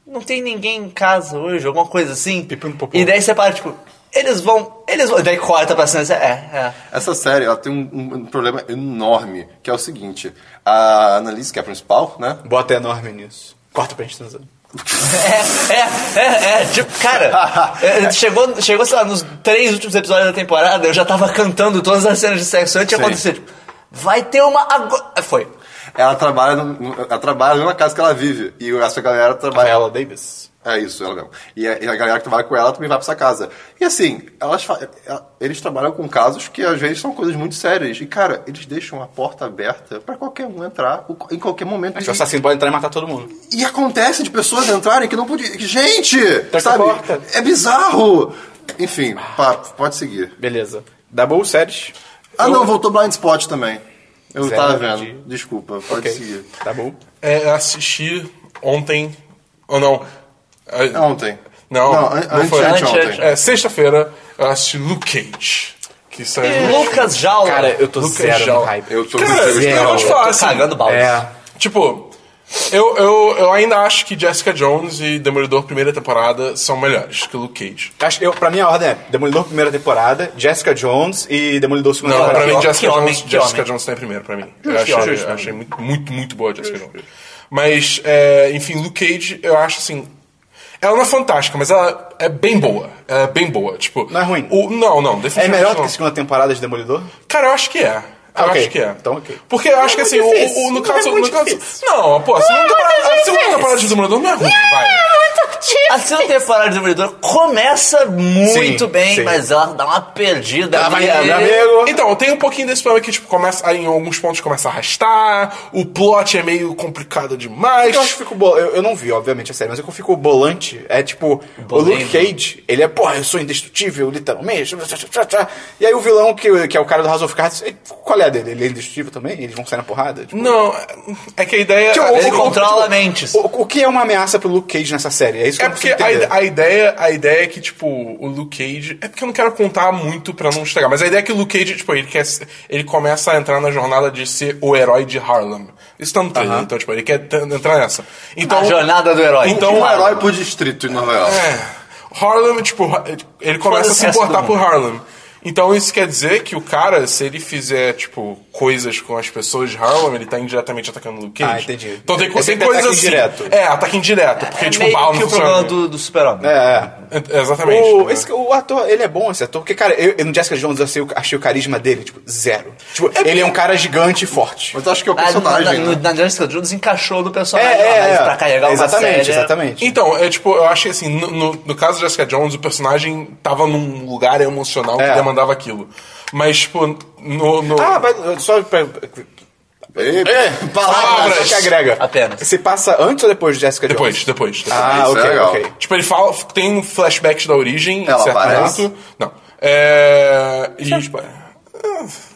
não tem ninguém em casa hoje, alguma coisa assim. Pipim, popô. E daí você para, tipo, eles vão, eles vão, daí corta pra cena, é, é. Essa série, ela tem um, um- um problema enorme, que é o seguinte: a Annalise, que é a principal, né? Bota enorme nisso. Corta pra gente transar. É, é, é, tipo, cara, é, chegou, chegou, sei lá, nos três últimos episódios da temporada, eu já tava cantando todas as cenas de sexo antes de Sim. acontecer. Tipo, vai ter uma agora. é, Foi. Ela trabalha, no- no- ela trabalha na mesma casa que ela vive. E essa galera trabalha. Viola Davis. É isso, ela mesmo. E a, e a galera que trabalha com ela também vai pra essa casa. E assim, elas fa- ela- eles trabalham com casos que às vezes são coisas muito sérias. E cara, eles deixam a porta aberta pra qualquer um entrar o- em qualquer momento. O E, assassino pode entrar e matar todo mundo. e acontece de pessoas entrarem que não podiam. que, Gente! a sabe? porta. É bizarro! Enfim, pá, pode seguir. Beleza. Double séries. Ah não, voltou Blind Spot também. Eu Zero tava vendo. de- Desculpa, pode seguir. Tá bom. É, eu assisti ontem. Ou não. É, Ontem. Não, não, an- não foi. antes, Anteante. ontem. É, sexta-feira eu assisti Luke Cage. Que saiu. É. Lucas Jaula. Cara, eu tô Lucas zero Jal. no hype. Eu tô Cara, eu- eu vou te falar tô assim. cagando balde. É. Tipo, eu, eu, eu ainda acho que Jessica Jones e Demolidor primeira temporada são melhores que Luke Cage. Acho, eu, pra mim a ordem é Demolidor primeira temporada, Jessica Jones e Demolidor segunda Não, pra temporada. mim Jessica, homem, Jones, que Jessica homem. Jones tá em primeiro, pra mim. Justo, Eu achei, justo, eu achei muito, muito, muito boa a Jessica Jones. Mas, é, enfim, Luke Cage, eu acho assim. Ela não é fantástica, mas ela é bem boa. Ela é bem boa. Tipo, Não é ruim? O, não, não, É definitivamente. melhor do que não. a segunda temporada de Demolidor? Cara, eu acho que é. Eu Ah, ok. acho que é. Então, ok. Porque eu acho que é assim, muito o- difícil. o, no Não é caso. muito no caso difícil. é não, pô, a segunda temporada, a segunda temporada de Demolidor não é ruim, vai. A segunda temporada de Demolidor começa muito Sim, bem, sim. mas ela dá uma perdida. Ela vai- ali. meu amigo. Então, tem um pouquinho desse problema que, tipo, começa, aí em alguns pontos começa a arrastar, o plot é meio complicado demais. Então, Eu acho que fico bol... eu, eu não vi, obviamente, a série, mas o que eu fico bolante é tipo, o Luke Boleiro. Cage, ele é, porra, eu sou indestrutível, literalmente. E aí o vilão, que, que é o cara do House of Cards, ele- qual é a dele? Ele é indestrutível também? Eles vão sair na porrada? Tipo, Não, é que a ideia. Tipo, a- Ele o- controla mentes. o, o que é uma ameaça pro Luke Cage nessa série? É isso que é eu não porque porque a, ide- a ideia, a ideia é que, tipo, o Luke Cage. É porque eu não quero contar muito pra não estragar, mas a ideia é que o Luke Cage, tipo, ele, quer, ser- ele começa a entrar na jornada de ser o herói de Harlem. Isso tá no trailer, então, tipo, ele quer t- entrar nessa. Então, A jornada do herói. Tipo, é Então, Um herói por distrito em Nova York. é, Harlem, tipo, ele começa a Foda-se o se resto importar do por mundo. Harlem. Então isso quer dizer que o cara, se ele fizer, tipo, coisas com as pessoas de Harlem, ele tá indiretamente atacando o Luke Cage. Ah, entendi. Então tem, Esse tem é coisas ataque assim. indireto. É, ataque indireto. Porque, é tipo, meio bala que não o problema funciona. do, do super-homem. É. É, Exatamente. O, né? esse- o ator, ele é bom, esse ator, porque, cara, eu, eu no Jessica Jones eu achei, o- achei o carisma dele, tipo, zero. Tipo, ele é um cara gigante e forte. Mas eu acho que é o Na, na, na, personagem. né? na Jessica Jones encaixou no É, personagem. lá, é, mas é. Pra carregar uma Exatamente, série, né? exatamente. Então, é tipo, eu achei assim, no, no, no caso de Jessica Jones, o personagem tava num lugar emocional que É. demandava aquilo. Mas, tipo, no. no- Ah, mas só pra... Ei, É, palavras. só que agrega. Apenas. Se passa antes ou depois de Jessica Jones? depois, depois, depois. Ah, Isso é ok, legal. ok. Tipo, ele fala, tem um flashbacks da origem, Ela em certo aparece? ponto. Não. É. E,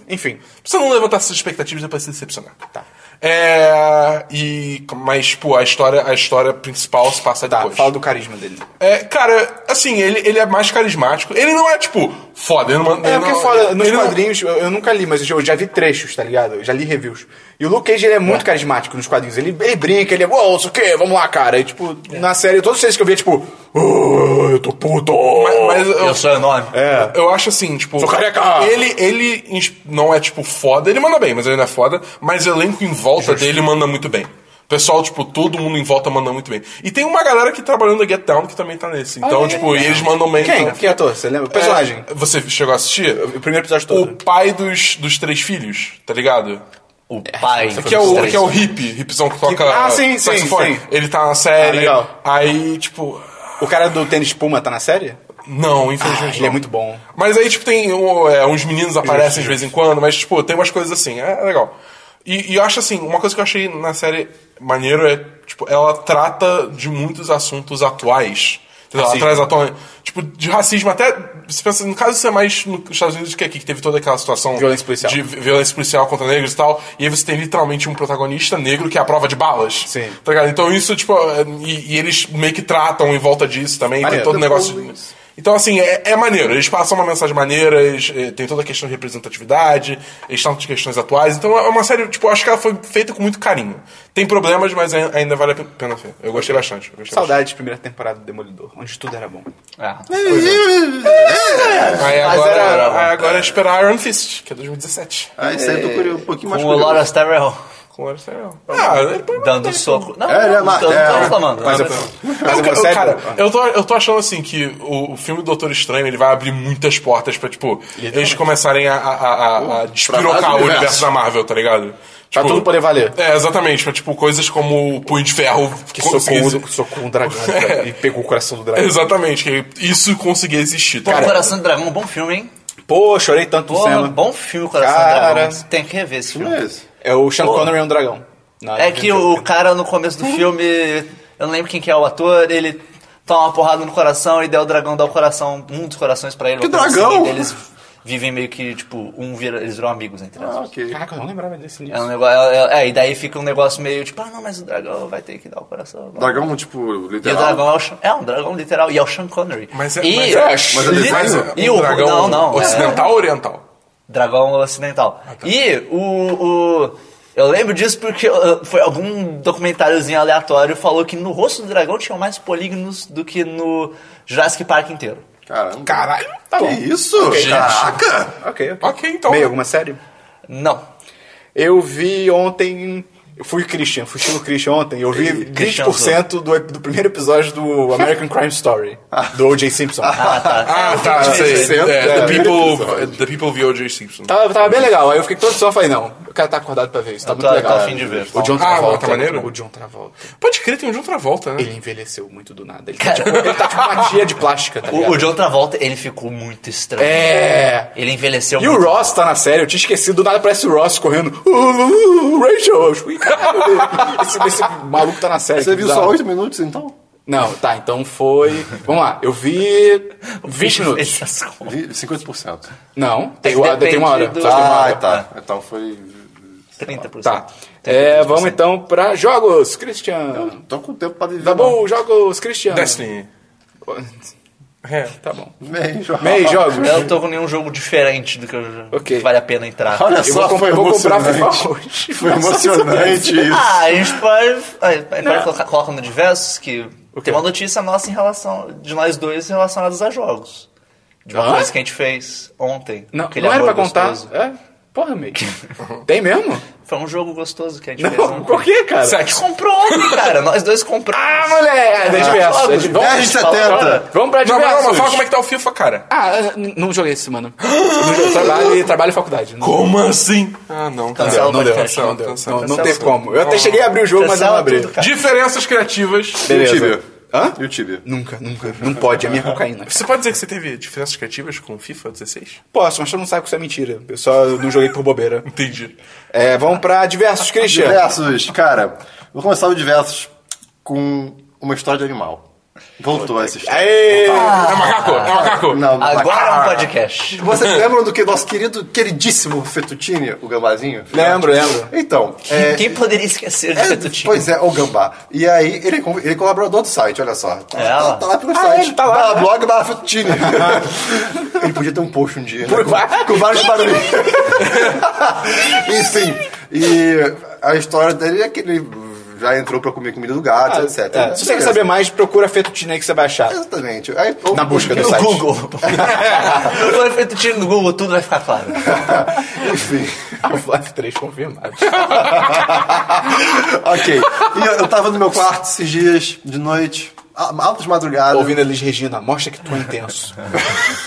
Enfim. Precisa não levantar suas expectativas depois de se decepcionar. Tá. É. E. Mas, pô, a história, a história principal se passa Tá, depois. fala do carisma dele. É, cara, assim, ele, ele é mais carismático. Ele não é, tipo, foda. Ele não, É, ele porque não, foda, nos ele não- quadrinhos, eu, eu nunca li, mas eu já vi trechos, tá ligado? Eu já li reviews. E o Luke Cage, ele é muito carismático nos quadrinhos. Ele, ele brinca, ele é, uou, isso o quê? Vamos lá, cara. E, tipo, na série, todos vocês que eu via, tipo, "Ah, eu tô puto. Mas, mas Eu, eu, sou enorme. É. eu acho assim, tipo. Sou careca! Ele, ele ins- não é, tipo, foda. Ele manda bem, mas ele não é foda. Mas o elenco em volta dele manda muito bem. O pessoal, tipo, todo mundo em volta manda muito bem. E tem uma galera que trabalhando no Get Down que também tá nesse. Então, Ah, é? tipo, e eles mandam bem. Quem? então- Que ator? Você lembra? Personagem. É, você chegou a assistir? O primeiro episódio O todo. pai dos, dos três filhos, tá ligado? O pai. Que é dos o, três. que é o hip, hipzão que toca Ah, sim, sim, saxofone. sim. Ele tá na série. Ah, legal. Aí, tipo, O cara do tênis espuma tá na série? não, Ah, infelizmente. ele é não. muito bom. Mas aí, tipo, tem um, é, uns meninos aparecem de vez em quando, mas, tipo, tem umas coisas assim, é legal. E, e eu acho assim, uma coisa que eu achei na série maneiro é, tipo, ela trata de muitos assuntos atuais. Entendeu? Racismo. Ela traz à tona, tipo, de racismo até. Você pensa, no caso, isso é mais nos Estados Unidos que é aqui, que teve toda aquela situação Violência policial. de vi- violência policial contra negros e tal. E aí você tem literalmente um protagonista negro que é a prova de balas. Sim. Tá ligado? Então isso, tipo, é, e, e eles meio que tratam em volta disso também. Tem Maneiro. todo o negócio. Depois- Então, assim, é, é maneiro. Eles passam uma mensagem maneira, eles, eh, tem toda a questão de representatividade, eles estão de questões atuais. Então, é uma série, tipo, eu acho que ela foi feita com muito carinho. Tem problemas, mas ai- ainda vale a pena ver. Eu gostei bastante. Eu gostei Saudades de primeira temporada do Demolidor, onde tudo era bom. É. bastante. Aí Mas agora, era- aí agora é esperar Iron Fist, que é 2017. Ah, isso aí eu tô curioso, um pouquinho mais é Com o Laura Terrell Com o Iron Fist. Tá Ah, ele põe uma dando soco. Não, É, ele é não, não, tô- não tô martelo. reclamando. Mas eu, mas eu, Cara, sério, cara, eu tô, eu tô achando assim que o, o filme Doutor Estranho ele vai abrir muitas portas pra, tipo, eles começarem a, a, a- a- a pra despirocar mais o universo universo. da Marvel, tá ligado? pra Tipo, tudo poder valer. É, exatamente. Pra, tipo, coisas como o Punho de Ferro Que conseguir socou, exi- o- socou um dragão cara, e pegou o coração do dragão. Exatamente, que isso conseguia existir. Tá? Pô, ligado? Coração do Dragão, bom filme, hein? Pô, chorei tanto no Porra, cinema. bom filme, Coração do Cara. Dragão. Você tem que rever esse filme. Mas, É o Sean Porra. Connery é um dragão. Não, É não que entendi. o cara no começo do filme, eu não lembro quem que é o ator, ele toma uma porrada no coração e daí o dragão dá o coração, um dos corações pra ele. Que uma coisa assim, dragão? e eles vivem meio que, tipo, um vira, eles viram amigos entre eles. ah, ok. Caraca, eu não lembrava desse É livro. um negócio, é, é, e daí fica um negócio meio tipo, ah não, mas o dragão vai ter que dar o coração. Dragão, tipo, E o literal. dragão é, o Sean- é um dragão literal, e é o Sean Connery. Mas é, e, mas é, mas é desenho? mas é E um o- não, dragão não, é. ocidental Ah, tá. ou oriental? Dragão Ocidental. E o, o- Eu lembro disso porque uh, foi algum documentáriozinho aleatório falou que no rosto do dragão tinham mais polígonos do que no Jurassic Park inteiro. Caramba. Caralho, tá Que bom. isso? Gente. Caraca! Ok, ok. Ok, então. Meio alguma série? Não. Eu vi ontem. Eu fui Christian, fui estilo Christian ontem. Eu vi Christian 20% do, ep- do primeiro episódio do American Crime Story, do O.J. Simpson. Ah, tá. Ah, tá, eu sei. sei. É, É. the, people, the People via O.J. Simpson. Tava, tava bem legal. Aí eu fiquei todo só e falei, não, o cara tá acordado pra ver isso, tá Eu tô- muito eu tô legal. a fim de ver. O John Ah, Travolta. tá maneiro? O John Travolta. Pode crer, tem um de outra volta, né? Ele envelheceu muito do nada. Ele tá, tipo, ele tá tipo uma tia de plástica, tá O, ligado? o John Travolta, ele ficou muito estranho. É. Ele envelheceu E o muito. Ross tá na série, eu tinha esquecido, do nada parece o Ross correndo. "Uh, uh, uh, Rachel! Eu, tipo, "Ih, caralho, esse, esse maluco tá na série. Você que viu bizarro." só 8 minutos, então? Não, tá, então foi. Vamos lá, eu vi. 20 minutos. Essas coisas. Vi 50%. Não, tem, Depende uma- tem uma hora. do- só tem uma hora. tá. Então foi... 30%. Ah, Tá. É, vamos então tá pra jogos, Christian. Tô com tempo pra viver. Dabu, jogos, Christian. Destiny. É. Tá bom. Bem, João. Meio jogos. Eu não tô com nenhum jogo diferente do que eu Ok. que vale a pena entrar. Olha Eu só, vou, foi eu vou comprar emocionante. FIFA hoje. Foi emocionante isso. Ah, a gente pode. A gente pode colocar, coloca no diversos que tem uma notícia nossa em relação. De nós dois relacionados a jogos. De uma Hã? coisa que a gente fez ontem. Não, aquele não era pra amor contar. gostoso. É? Porra, meio. Tem mesmo? Foi um jogo gostoso que a gente fez Não, ontem. por quê, cara? A gente comprou ontem, cara. Nós dois compramos. Ah, moleque! É diverso. É de- vamos- 10 de 70. Vamos pra Não, mas diversos. não, mas fala como é que tá o FIFA, cara. Ah, é, n- não joguei essa semana. Não joguei. trabalho, e- trabalho e faculdade. Não, Como assim? Ah, não. cara. Cancela o não deu, podcast. não deu. Cancela, Não, não cancela teve tudo. como. Eu até cheguei a abrir o jogo, mas eu não Cancela abri. tudo, cara. Diferenças criativas. E o Beleza. Tibia? Hã? E o Tibia? Nunca, nunca. Não pode, é minha cocaína. Você pode dizer que você teve diferenças criativas com o FIFA 16? Posso, mas tu não sabe que isso é mentira. Eu só não joguei por bobeira. Entendi. É, vamos pra diversos, Christian. Diversos, cara. Vou começar o diversos com uma história de animal. Voltou essa história. Aê! É macaco, é macaco. Não, mas- Agora é um podcast. Vocês lembram do que nosso querido, queridíssimo Fettuccine, o gambazinho? Lembro, lembro. Então, é, Quem poderia esquecer de é- Fettuccine? pois é, o gambá. E aí, ele é, con- ele é colaborador do site, olha só. Tá, É, tá, lá. tá lá pelo Ah, site. ele tá lá. Barra blog barra Fettuccine. ele podia ter um post um dia, né? Por- Com, com vários barulhos. Enfim, e a história dele é que ele já entrou pra comer comida do gato, Ah, etc. é, se você quer saber mais, procura Fettuccine aí que você vai achar. Exatamente. Aí, ou- Na busca do ou- site. Google. Quando é feito tiro no Google, tudo vai ficar claro. Enfim. Half-Life 3 confirmado. ok. E eu, eu tava no meu quarto esses dias, de noite, a- altas madrugadas. Ouvindo a Liz Regina, mostra que tu é intenso.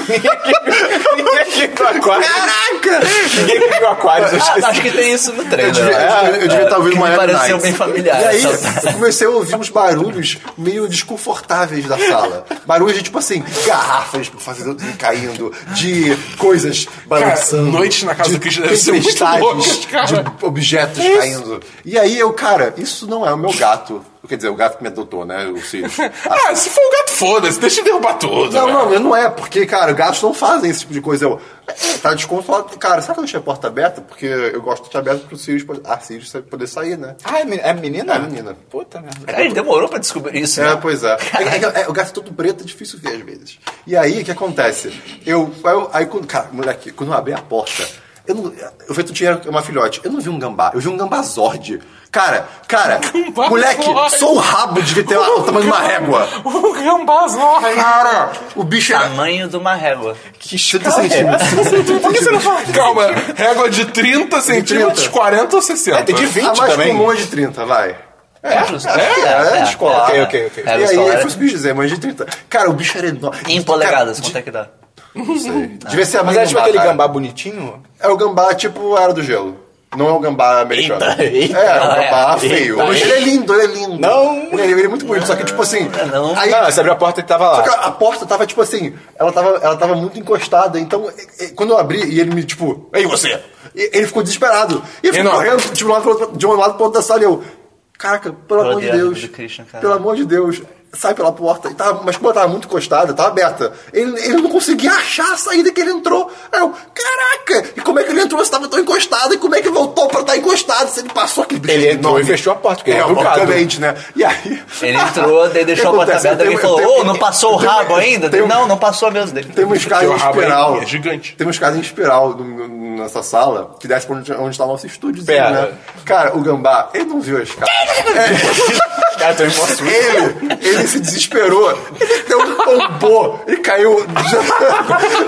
ninguém aqui- ninguém aqui viu Aquarius. Caraca! Ninguém aqui viu Aquarius, eu Ah, esqueci. acho que tem isso no Eu trailer. né? devia, eu devia- eu devia estar ouvindo que me Miami pareceu Nights. bem familiar, E aí, essa- comecei a ouvir uns barulhos meio desconfortáveis da sala. Barulhos de, tipo assim, garrafas fazendo, caindo, de coisas balançando. noites na casa de do Christian devem ser muito tempestades, loucas, cara. De objetos caindo. E aí eu, cara, isso não é o meu gato. Quer dizer, o gato que me adotou, né? O Sirius. Ah, se for o gato, foda-se. Deixa eu derrubar tudo. Não, né? não, mas não é, porque, cara, gatos não fazem esse tipo de coisa. Eu, é, tá descontrolado. Cara, será que eu deixei a porta aberta? Porque eu gosto de deixar aberta pro Sirius, poder- ah, Sirius poder sair, né? Ah, é meni- é menina? É menina. Puta merda. Cara, ele demorou pra descobrir isso, É, né? pois é. É que- é que- é, o gato todo preto é difícil ver às vezes. E aí, o que acontece? Eu, eu- aí, quando, cara, moleque, quando eu abri a porta, eu não. Eu vi que tu tinha uma filhote. Eu não vi um gambá, eu vi um gambazorde. Cara, cara, Gambazorde. moleque, só o rabo devia ter o tamanho de uma régua. O gambazorra. Cara, o bicho era. Tamanho de uma régua. Que tá 30 é centímetros. Por que você não fala? Calma, régua de 30 centímetros, 40 ou 60? É, tem de 20 A mais também. comum é de 30, vai. É, justo. É, é, escolar. Ok, ok, ok. É, e aí, escolar, eu é. fui subir dizer, mas de 30. Cara, o bicho era enorme. Em Cara, polegadas, de- quanto é que dá? Não sei. Devia ser a Mas mãe é do tipo aquele cara. gambá bonitinho? É o gambá tipo a Era do Gelo. Não é o gambá americano. Eita, eita. é, é um Ah, é. gambá feio. Eita, Mas ele é lindo, ele é lindo. Não. Ele é, ele é muito bonito, só que tipo assim. não. Aí, Não, você abriu a porta e ele tava só que lá. a a porta tava tipo assim, ela tava, ela tava muito encostada, então e- e- quando eu abri e ele me tipo, ei você! E- ele ficou desesperado. E eu fui Enorme. correndo tipo, de um lado pro outro, de um lado pro outro da sala e eu, caraca, pelo Eu amor de odeio a vida Deus. do Christian, cara. pelo amor de Deus. Sai pela porta. E tava, mas como ela tava muito encostada, tava aberta. Ele, ele não conseguia achar a saída que ele entrou. Aí eu, caraca! E como é que ele entrou se tava tão encostado? E como é que voltou pra estar encostado? Se ele passou aquele bicho Ele entrou enorme? e fechou a porta, porque ele é, é educado. obviamente, né? E aí... Ele entrou, daí deixou a porta Acontece, um aberta eu e tenho- eu falou: tenho- Ô, não passou o eu tenho- rabo ainda? tenho- Não, não passou mesmo dele. um- Tem uma escada em Teu rabo é espiral. gigante. Tem uma escada em espiral no- no- nessa sala que desce pra onde, onde tá o nosso estúdio. Pera. Né? Cara, o gambá, ele não viu a escada. Cara, tô emocionado. Ele, ele se desesperou. Ele deu um tombou. Ele caiu.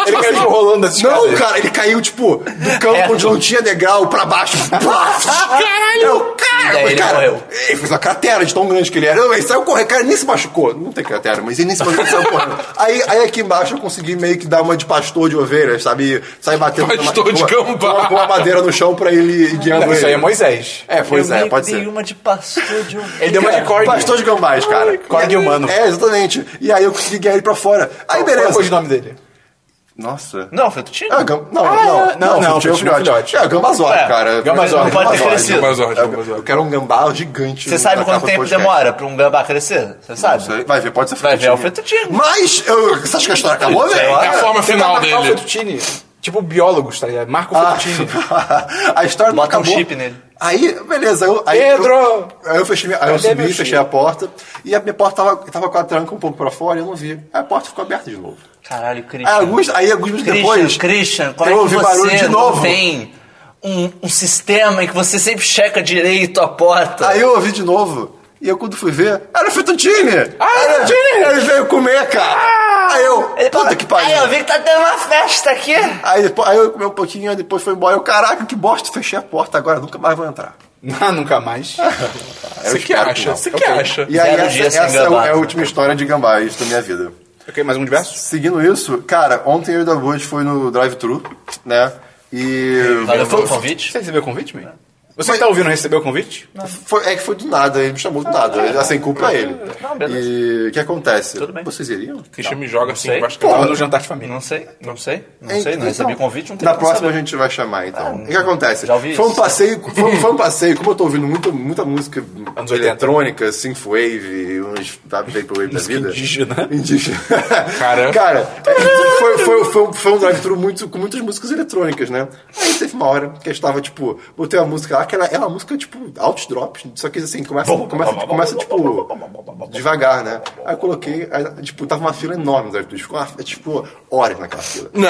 Ele caiu rolando assim. Não, cara, ele caiu, tipo, do campo É. Reto. onde não tinha degrau pra baixo. Caralho! Eu, cara, Daí mas, ele cara, morreu. Ele fez uma cratera de tão grande que ele era. Não, Ele saiu correndo, cara, ele nem se machucou. Não tem cratera, mas ele nem se machucou, ele saiu correndo. Aí, aí aqui embaixo eu consegui meio que dar uma de pastor de ovelhas, sabe? E Sair batendo com uma- Pastor com uma- de gambá. com uma, com uma madeira no chão pra ele ir guiando Não, ele. isso aí é Moisés. É, pois eu é, meio pode que dei um ser. uma de pastor de um. Ele deu uma de corda. Pastor de gambás, cara. Corda de humano. É, exatamente. E aí eu consegui guiar ele pra fora. Qual Aí, foi beleza. o nome dele? Nossa. Não, é um Fettuccine? Ah, gam... Não, Ah, não, é. Não, não, filhote, filhote, filhote. É, gambazorde, É, cara. gambazorde, Não pode ter crescido. Gambazorde, Eu- gambazorde. Eu quero um gambá gigante. Você na sabe capa quanto do tempo tá podcast. demora pra um gambá crescer? Você sabe? Isso aí. Vai ver, pode ser Vai ver, é o fettuccine. Fettuccine. Mas, eu... você acha que a história acabou, velho? É a forma final Marco dele. Fettuccine. Tipo biólogos, tá ligado? Marco Ah, Fettuccine. a história não Bota um acabou. chip nele. Aí, beleza. Eu, aí Pedro! Eu, aí eu, fechei, minha- aí eu Cadê meu subi, filho? fechei a porta. E a minha porta tava, tava com a tranca um pouco pra fora e eu não vi. Aí a porta ficou aberta de novo. Caralho, Christian. Aí alguns, aí, alguns minutos Christian, Ah, depois. Christian, como eu é que ouvi você barulho de não novo. tem um, um sistema em que você sempre checa direito a porta? Aí eu ouvi de novo. E eu, quando fui ver, era o Fettuccine! Ah, era Fettuccine! Ele veio comer, cara! aí eu, Ah! Ele puta fala, que pariu! Aí eu vi que tá tendo uma festa aqui. Aí, depois- aí eu comi um pouquinho, aí depois foi embora. Eu, caraca, que bosta, fechei a porta agora, nunca mais vou entrar. Ah, nunca mais. Eu Você que espero acha? não. Você que acha? E aí, Zero essa, dias sem essa é, o- gambá, é a né? última história de gambás da minha vida. ok, mais um diverso? Seguindo isso, cara, ontem eu e o Dabu foi no drive-thru, né? E. Valeu pelo convite. Você recebeu o convite, meio? Você que tá ouvindo recebeu o convite? Foi, é que foi do nada, ele me chamou do nada, assim, culpa é ele. Ah, Não, beleza. E o que acontece? Tudo bem. Vocês iriam? Christian me joga assim sei. embaixo da Tava cama. no jantar de família. Não sei, não sei, não Hein? sei, não recebi convite, não tem Na como É Então, próxima saber. Ah, a gente vai chamar, então. o que acontece? já ouvi foi um isso. passeio, foi, um- foi um passeio, como eu tô ouvindo muita, muita música Anos 80. eletrônica, synthwave, uns tá, vaporwave da vida. indígena. Indígena. Caramba. Cara, é, foi, foi, foi, um- foi um drive-thru muito, com muitas músicas eletrônicas, né? Aí teve uma hora que a gente tava, tipo, botei uma música lá, que era, era uma música, tipo, altos drops, só que assim, começa, começa, começa tipo, devagar, né? Aí eu coloquei, aí, tipo, tava uma fila enorme no drive-thru, ficou, uma- tipo, horas naquela fila. Não.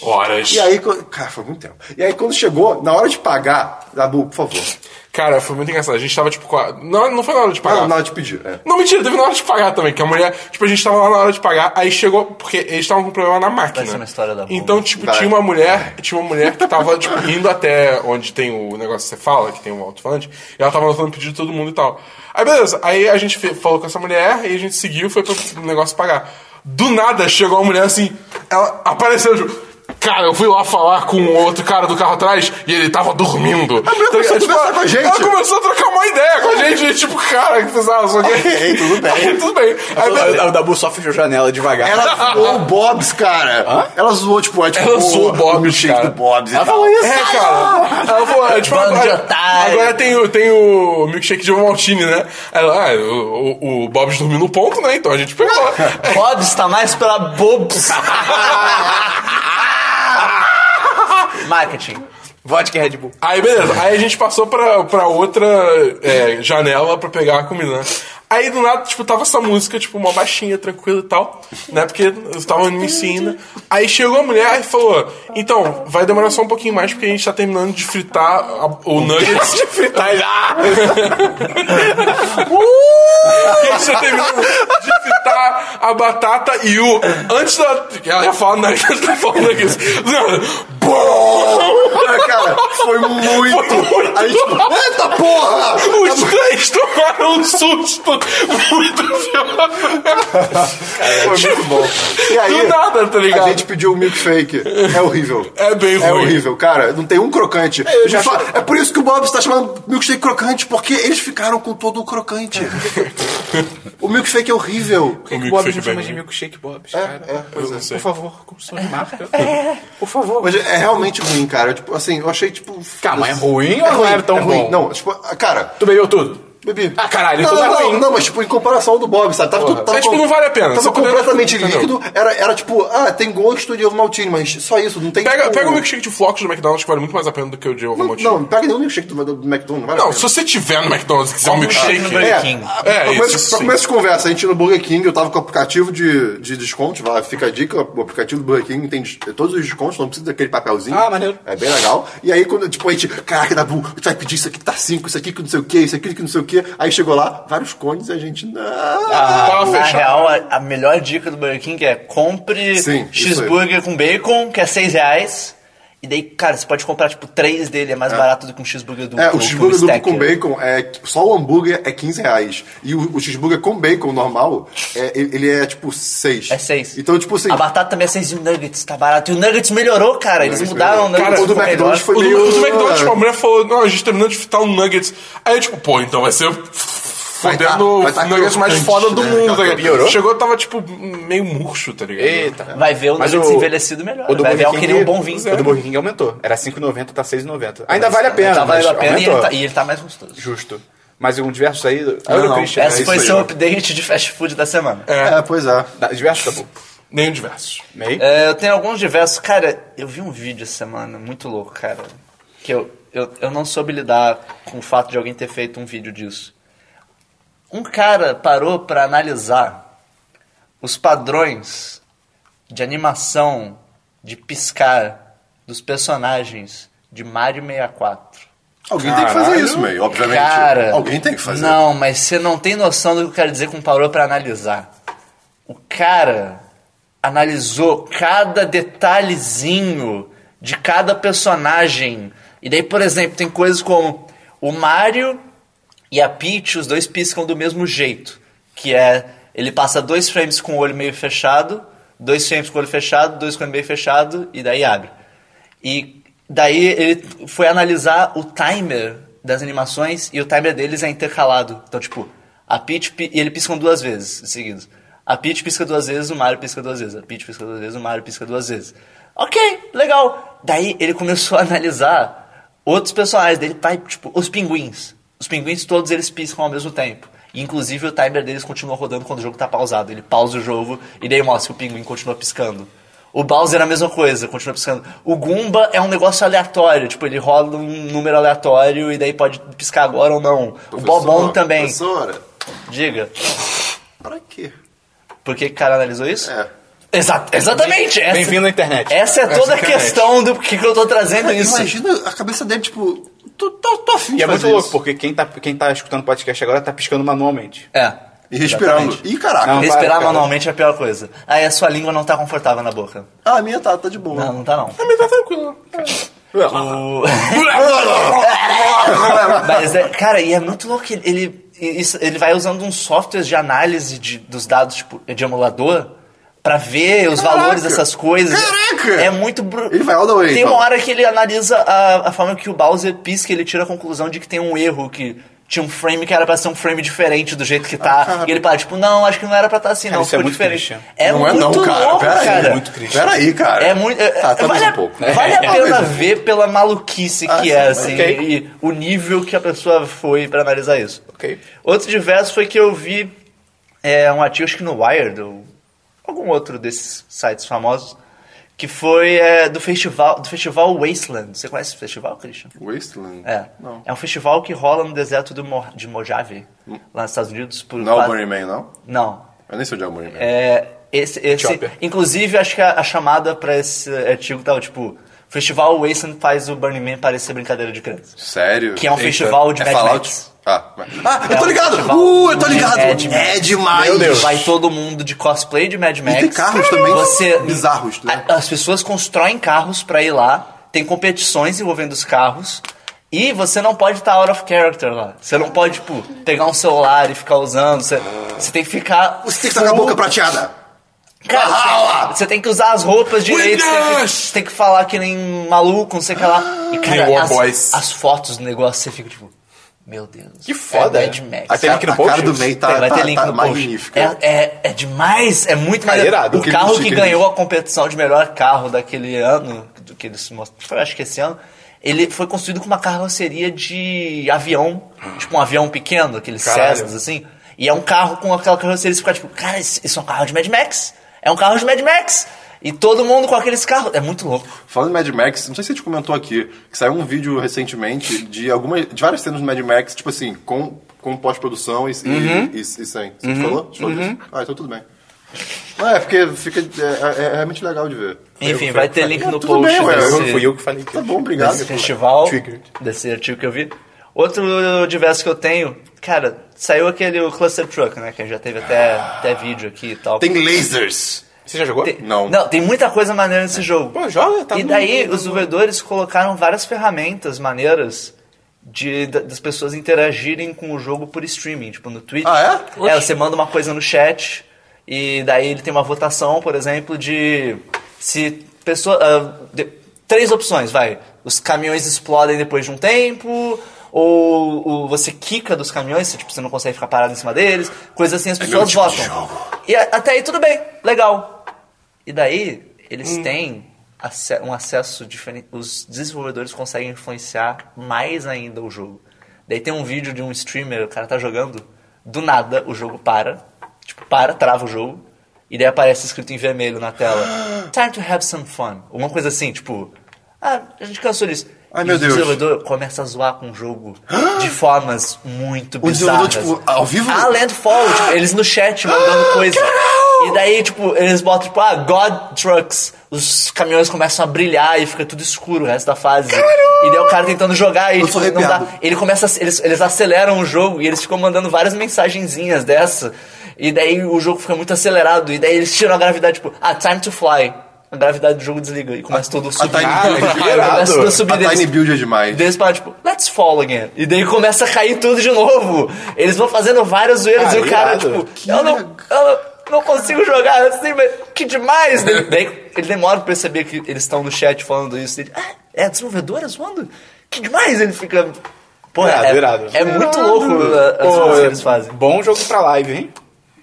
Horas. E aí, quando- cara, foi muito tempo. E aí, quando chegou, na hora de pagar, Dabu, por favor. Cara, foi muito engraçado. A gente tava tipo. com a- Não, não foi na hora de pagar. Ah, na hora de pedir. É. Não, mentira, teve na hora de pagar também, que a mulher, tipo, a gente tava lá na hora de pagar, aí chegou, porque eles estavam com problema na máquina. Vai ser uma história da bomba. Então, tipo, Vai. tinha uma mulher, tinha uma mulher que tava, tipo, indo até onde tem o negócio que você fala, que tem o alto-falante, e ela tava anotando o pedido de todo mundo e tal. Aí, beleza, aí a gente fe- falou com essa mulher, e a gente seguiu, foi pro negócio pagar. Do nada, chegou a mulher assim, ela apareceu, tipo, cara, eu fui lá falar com o outro cara do carro atrás, e ele tava dormindo. A mulher começou a conversar tá com a gente. Ela começou a trocar uma ideia com a gente, e, tipo, cara, que pesado, só que... Ei, tudo bem. Tudo bem. Aí, beleza. O Dabu só fechou a janela devagar. Ela zoou o Bobs, cara. Ela zoou, tipo, é, tipo Ela zoou o Bob's, milkshake cara. do Bobs e Ela tal. falou isso. É, cara. Ela falou, é, tipo, Bando de agora, otário. agora tem, o, tem o milkshake de Maltini, né? Aí Ela, ah, o, o, o Bob's dormiu no ponto, né? Então a gente pegou. Bob está mais pela Bobs. Marketing. Vodka e Red Bull. Aí, beleza. Aí a gente passou pra, pra outra é, janela pra pegar a comida, né? Aí do nada, tipo, tava essa música, tipo, uma baixinha, tranquila e tal, né? Porque eu tava no início ainda. Aí chegou a mulher e falou: Então, vai demorar só um pouquinho mais porque a gente tá terminando de fritar a- o nuggets. de fritar Porque a gente tá terminando de fritar a batata e o. Antes da. Ela ia falar nuggets, ela tá falando nuggets. Bom! É, Cara, foi muito. Foi muito. Aí, tipo, eita porra! Os três tomaram um susto muito pior. É, Foi muito bom. E aí, Do nada, tá ligado? a gente pediu o milkshake. É horrível. É bem É ruim. horrível, cara. Não tem um crocante. eu já Me fala- É por isso que o Bob's tá chamando milkshake crocante, porque eles ficaram com todo o crocante. o milkshake é horrível. Por que, que o milkshake é Bob não bem chama de ruim. milkshake Bob's, É, cara? é, pois é. Por favor, construção de marca. Por favor. Mas é realmente ruim, cara. Tipo, assim, eu achei, tipo. Calma, é foda-se. ruim ou não ruim, era tão bom? Não, tipo, cara, Tu bebeu tudo? bebi. Ah, caralho, não, então não, é não, ruim. não, mas tipo, em comparação ao do Bob, sabe? Tava tudo. Tava, É, tipo, não vale a pena. Só Tava pra- completamente entendeu? líquido. Era, era tipo, ah, tem gosto de ovo maltine, mas só isso, não tem. é Pega, tipo, pega o milkshake de flocos do McDonald's que vale muito mais a pena do que o de ovo Não, maltinho. não, pega nenhum milkshake do, do McDonald's, não vale a Não, pena. se você tiver no McDonald's e quiser um no milkshake. Burger É, King. É, pra, isso, começo, pra sim. começo de conversa, a gente ia no Burger King, eu tava com o aplicativo de, de desconto, vai, fica a dica, o aplicativo do Burger King tem des- todos os descontos, não precisa daquele papelzinho. Ah, maneiro. É bem legal. E aí, quando, tipo, a gente, caraca, Dabu, a gente vai pedir isso aqui que tá 5, isso aqui que não sei o que, isso aqui que não sei o que. Aí chegou lá, vários cones e a gente, não. Ah, Ah, Tava Na fechado. real, a, a melhor dica do Burger King é compre Sim, isso cheeseburger com bacon, que é 6 reais. E daí, cara, você pode comprar, tipo, três dele, é mais barato do que um cheeseburger duplo. É, com o cheeseburger duplo stack. com bacon, é, só o hambúrguer é 15 reais. E o, o cheeseburger com bacon normal, é, ele ele é tipo 6. É 6. Então, tipo assim, A batata também é 6 e o nuggets tá barato. E o nuggets melhorou, cara. Eles Nuggets mudaram melhorou. o nuggets. Cara, o do ficou melhor. McDonald's foi O do, o do meio- McDonald's, tipo, a mulher falou, não, a gente terminou de fritar um nuggets. Aí, tipo, pô, então vai ser Vai tá- fodendo vai tá o nuggets mais crocante, foda do né? mundo. Aquela tá ligado? piorou? Chegou, tava, tipo, meio murcho, tá ligado? Eita. Vai ver o Mas nuggets o- envelhecido melhor. O do Vai ver Burger ao que King, nem um bom vinho. O do Burger King aumentou. Era 5,90, tá 6,90. Ainda vale a pena. Tá valendo a mas pena e ele, aumentou. tá, e ele tá mais gostoso. Justo. Mas um diverso aí... Ah, não. Christian, É né? Esse isso foi aí, seu ó. update de fast food da semana. é, pois é. Dá- Diverso, Dabu? Nenhum diverso. Meio? É, eu tenho alguns diversos. Cara, eu vi um vídeo essa semana, muito louco, cara. Que eu, eu, eu não soube lidar com o fato de alguém ter feito um vídeo disso. Um cara parou pra analisar os padrões de animação de piscar dos personagens de Mario 64. Alguém tem que fazer isso, meio, obviamente. Cara, Alguém tem que fazer. Não, mas você não tem noção do que eu quero dizer com parou pra analisar. O cara analisou cada detalhezinho de cada personagem. E daí, por exemplo, tem coisas como o Mario e a Peach, os dois piscam do mesmo jeito, que é ele passa dois frames com o olho meio fechado, dois frames com o olho fechado, dois com o olho meio fechado e daí abre. E daí ele foi analisar o timer das animações e o timer deles é intercalado. Então, tipo, a Peach pi- e ele piscam duas vezes seguidos. A Peach pisca duas vezes, o Mario pisca duas vezes. A Peach pisca duas vezes, o Mario pisca duas vezes. Ok, legal. Daí ele começou a analisar outros personagens dele, tá, tipo, os pinguins. Os pinguins todos eles piscam ao mesmo tempo. E, Inclusive o timer deles continua rodando quando o jogo tá pausado. Ele pausa o jogo e daí mostra que o pinguim continua piscando. O Bowser é a mesma coisa, continua piscando. O Goomba é um negócio aleatório, tipo, ele rola um número aleatório e daí pode piscar agora ou não. o Bobão também. Professora, Diga. pra quê? Por que que o cara analisou isso? É. Exa- exatamente! Essa, Bem-vindo à internet. essa é toda a internet. questão do que, que eu tô trazendo É isso. Imagina a cabeça dele, tipo, tô, tô, tô afim E de é fazer muito louco, isso. porque quem tá, quem tá escutando podcast agora tá piscando manualmente. É. E respirando. Exatamente. Ih, caraca. Não. para, Respirar cara. manualmente é a pior coisa. Aí a sua língua não tá confortável na boca. Ah, a minha tá, tá de boa. Não, não tá não. Mas tá tranquilo. Tipo, O- Mas, é, cara, e é muito louco que ele, ele, isso- ele vai usando uns softwares de análise de- dos dados, tipo, de emulador, pra ver os valores dessas coisas. Caraca! É muito... bru- Ele vai all the way, Tem então. uma hora que ele analisa a, a forma que o Bowser pisca, ele tira a conclusão de que tem um erro, que tinha um frame que era pra ser um frame diferente do jeito que Ah, tá. e ele para, tipo, não, acho que não era pra estar assim, não, isso é ficou muito diferente. Christian. É Não é muito não, cara. louco, Pera aí, cara. é muito Peraí, cara. É muito. é- Tá, talvez vale, a- um pouco. vale a Talvez pena um ver pela maluquice que Ah, é, sim, assim, ok. e o nível que a pessoa foi pra analisar isso. Ok. Outro diverso foi que eu vi é, um artigo, acho que no Wired, ou algum outro desses sites famosos, que foi é, do festival do festival Wasteland. Você conhece esse festival, Christian? Wasteland? É. Não. É um festival que rola no deserto do Mo- de Mojave, lá nos Estados Unidos. Por Não é o quatro- Burning Man, não? Não, Eu nem sei onde é o Burning Man. é, esse, esse- Chopper. inclusive, acho que a, a chamada pra esse artigo tava tipo: Festival Wasteland faz o Burning Man parecer brincadeira de criança. Sério? Que é um festival de é Mad Fallout? Max. Ah, mas- ah, É eu tô um ligado! festival Uh, eu tô de ligado! Mad Max. É demais! Vai todo mundo de cosplay de Mad Max. tem carros também Você, bizarros, né? a- As pessoas constroem carros pra ir lá. Tem competições envolvendo os carros. E você não pode estar out of character lá. Você não pode, tipo, pegar um celular e ficar usando. Você, você tem que ficar. Você tem que estar com a boca prateada! Cara, Valhalla! você- você tem que usar as roupas direito, você tem, que, Witness! você tem que falar que nem um maluco, não sei o que lá. Ah. E Nem cara, War as, Boys. as fotos do negócio, você fica tipo, meu Deus. Que foda, É é. Mad Max. Até Tem a, link no a cara post? do May tá, Tem, vai tá, ter link tá no post. magnífica. É, é, é demais, é muito mais. irado, o aquele carro que sticker. ganhou a competição de melhor carro daquele ano, do que eles mostraram, foi, acho que esse ano, ele foi construído com uma carroceria de avião, tipo um avião pequeno, aqueles Caralho. Cessnas assim. E é um carro com aquela carroceria, você fica tipo, cara, isso isso é um carro de Mad Max. É um carro de Mad Max. E todo mundo com aqueles carros. É muito louco. Falando em Mad Max, não sei se a gente comentou aqui, que saiu um vídeo recentemente de algumas, de várias cenas do Mad Max, tipo assim, com, com pós-produção e, e- Uhum. e, e sem. Você falou? Você falou disso? Ah, então tudo bem. Não, é porque fica, é, é- é realmente legal de ver. Enfim, vai ter link Ah, no tudo post. bem, ué, eu- desse- Eu, fui eu que falei que Tá bom, obrigado. desse festival, Triggered. desse artigo que eu vi. Outro diverso que eu tenho, cara, saiu aquele o Cluster Truck, né? Que já teve até, até vídeo aqui e tal. Tem lasers! Você já jogou? Tem- Não. Não, tem muita coisa maneira nesse jogo. Pô, joga, tá E no- daí os desenvolvedores colocaram várias ferramentas maneiras de, da- das pessoas interagirem com o jogo por streaming, tipo no Twitch. Ah, é? você manda uma coisa no chat e daí ele tem uma votação, por exemplo, de se pessoa ah, de- três opções, vai. Os caminhões explodem depois de um tempo, ou, ou você quica dos caminhões, você, tipo, você não consegue ficar parado em cima deles, coisas assim, as pessoas tipo de votam. E a- até aí tudo bem, legal. E daí, Hum. eles têm ace- um acesso diferente. Os desenvolvedores conseguem influenciar mais ainda o jogo. Daí tem um vídeo de um streamer, o cara tá jogando, do nada o jogo para. Tipo, para, trava o jogo. E daí aparece escrito em vermelho na tela: Time to have some fun. Uma coisa assim, tipo. Ah, a gente cansou disso. Ai, e meu o Deus. desenvolvedor começa a zoar com o jogo de formas muito O desenvolvedor, bizarras. tipo, ao vivo? Ah, Landfall, tipo, eles no chat mandando coisa. E daí, tipo, eles botam, tipo, ah, God Trucks. Os caminhões começam a brilhar e fica tudo escuro o resto da fase. E daí o cara tentando jogar e, Eu tipo, tô não dá. arrepiado. Ele começa, a- eles, eles aceleram o jogo e eles ficam mandando várias mensagenzinhas dessa. E daí o jogo fica muito acelerado. E daí eles tiram a gravidade, tipo, ah, time to fly. A gravidade do jogo desliga e começa todo o subir. Tiny Build é começa tudo a irado. subir A deles- Tiny Build é e demais. daí eles falam, tipo, let's fall again. E daí começa a cair tudo de novo. Eles vão fazendo várias zoeiras Ah, e o cara, irado. tipo, eu não, eu não- não consigo jogar assim, mas que demais. daí, daí ele demora pra perceber que eles estão no chat falando isso. Ele, ah, é desenvolvedora zoando? Que demais. Ele fica... Pô, Irado, é, irado. é muito louco uh, as coisas que eles fazem. é Bom jogo pra live, hein?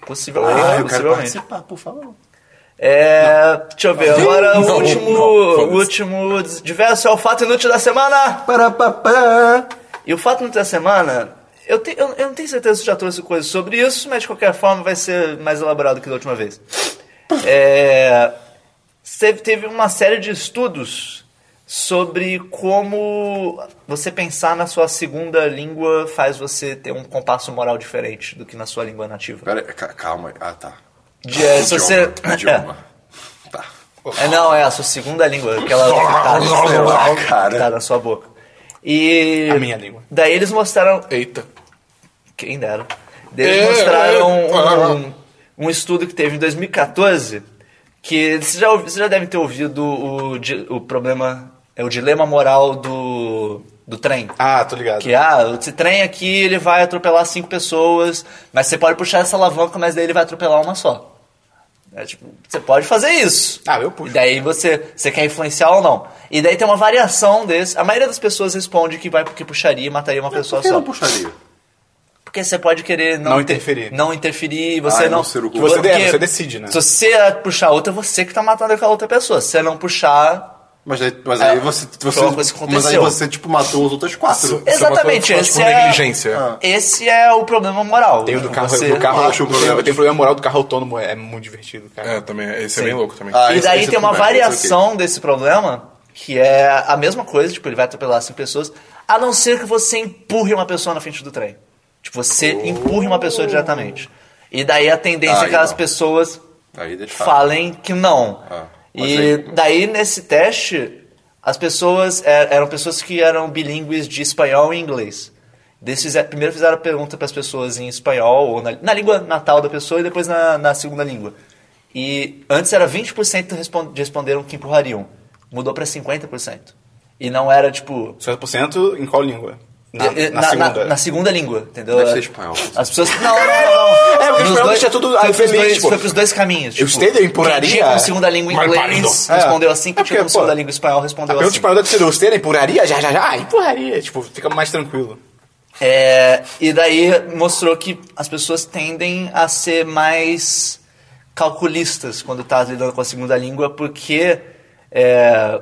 Possivelmente, Ah, eu quero possivelmente. participar, por favor. É, deixa eu ver, agora o Não, último, não, o último diverso é o fato inútil da semana. Parapapá. E o fato da semana, eu, te- eu- eu não tenho certeza se eu já trouxe coisa sobre isso, mas de qualquer forma vai ser mais elaborado que da última vez. É, teve, teve uma série de estudos sobre como você pensar na sua segunda língua faz você ter um compasso moral diferente do que na sua língua nativa. Pera, aí, ca- calma. aí. Ah, tá. De, é, se você, Idioma. Idioma. Tá. É, não, é a sua segunda língua, aquela que tá, Cara. tá na sua boca. E A minha língua. daí eles mostraram Eita. Quem dera. Eles É, mostraram é, um, um estudo que teve em 2014 que você já, ouvi- você já deve ter ouvido o, di- o problema, é o dilema moral do, do trem. Ah, tô ligado. Que, ah, esse trem aqui ele vai atropelar cinco pessoas, mas você pode puxar essa alavanca, mas daí ele vai atropelar uma só. É, tipo, você pode fazer isso. Ah, eu puxo. E daí você, você quer influenciar ou não. E daí tem uma variação desse. A maioria das pessoas responde que vai porque puxaria e mataria uma pessoa Por que só. eu não puxaria? Porque você pode querer não, Não inter- interferir. Não interferir, você Ah, não. não ser o porque culpado. Você- é, você decide, né? Se você puxar outra, é você que tá matando aquela outra pessoa. Se você não puxar. Mas aí, mas aí você, você, uma É, coisa que mas aí aconteceu. você, tipo, matou as outras quatro. Isso é uma Exatamente, coisa que esse faz, é- tipo, negligência. Ah. Esse é o problema moral. Tem o do carro, Você- do carro Eu acho um problema Tem o problema moral do carro autônomo, é muito divertido, cara. É, também. Esse é bem louco também. Ah, e esse- daí esse tem é uma tudo bem, esse é variação desse problema, que é a mesma coisa, tipo, ele vai atropelar cinco pessoas, a não ser que você empurre uma pessoa na frente do trem. Tipo, você empurre uma pessoa diretamente. E daí a tendência é Oh. Aí que as não. pessoas Aí deixa eu falar. falem que não. Ah, mas e aí- daí, nesse teste, as pessoas é, eram pessoas que eram bilíngues de espanhol e inglês. Eles fizeram- primeiro fizeram a pergunta para as pessoas em espanhol, ou na, na língua natal da pessoa, e depois na, na segunda língua. E antes era 20% respon- responderam que empurrariam. Mudou para 50%. E não era, tipo, 50% em qual língua? Na, eh, eh, na segunda. na segunda língua, entendeu? Deve ser espanhol. As pessoas. Não, não, não. não. É, porque Nos espanhol dois- deixa tudo foi pros feliz, dois, tipo, foi pros dois caminhos. eu tipo, gostei da Quem empurraria. tinha como segunda língua Mal inglês parido. respondeu É. assim, É quem porque, tinha como pô, segunda língua espanhol A respondeu pergunta assim. espanhola deve ser, você né? empurraria? Já, já, já, empurraria. Tipo, fica mais tranquilo. É, e daí mostrou que as pessoas tendem a ser mais calculistas quando tá lidando com a segunda língua, porque é,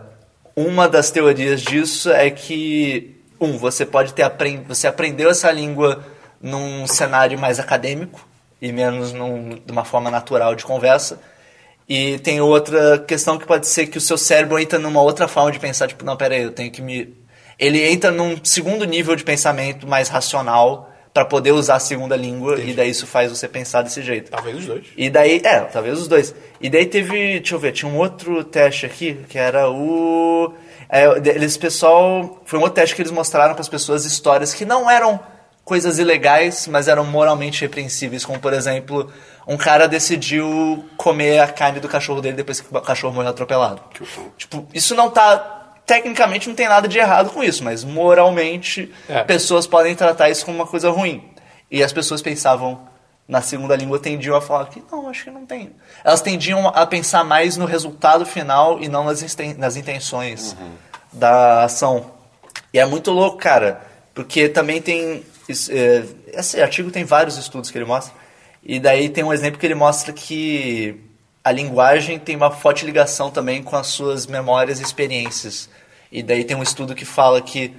uma das teorias disso é que, um, você pode ter aprendido, você aprendeu essa língua num cenário mais acadêmico e menos num, de uma forma natural de conversa. E tem outra questão que pode ser que o seu cérebro entra numa outra forma de pensar, tipo, não, peraí, eu tenho que me. Ele entra num segundo nível de pensamento mais racional pra poder usar a segunda língua, e daí isso faz você pensar desse jeito. Talvez os dois. E daí, é, talvez os dois. E daí teve, deixa eu ver, tinha um outro teste aqui, que era o. É, de- eles, pessoal. Foi um outro teste que eles mostraram para as pessoas histórias que não eram coisas ilegais, mas eram moralmente repreensíveis, como por exemplo, um cara decidiu comer a carne do cachorro dele depois que o cachorro morreu atropelado. Tipo, isso não tá. Tecnicamente não tem nada de errado com isso, mas moralmente É. pessoas podem tratar isso como uma coisa ruim. E as pessoas pensavam na segunda língua tendiam a falar que não, acho que não tem. Elas tendiam a pensar mais no resultado final e não nas, insten- nas intenções da ação. E é muito louco, cara, porque também tem. isso, é, Esse artigo tem vários estudos que ele mostra, e daí tem um exemplo que ele mostra que a linguagem tem uma forte ligação também com as suas memórias e experiências. E daí tem um estudo que fala que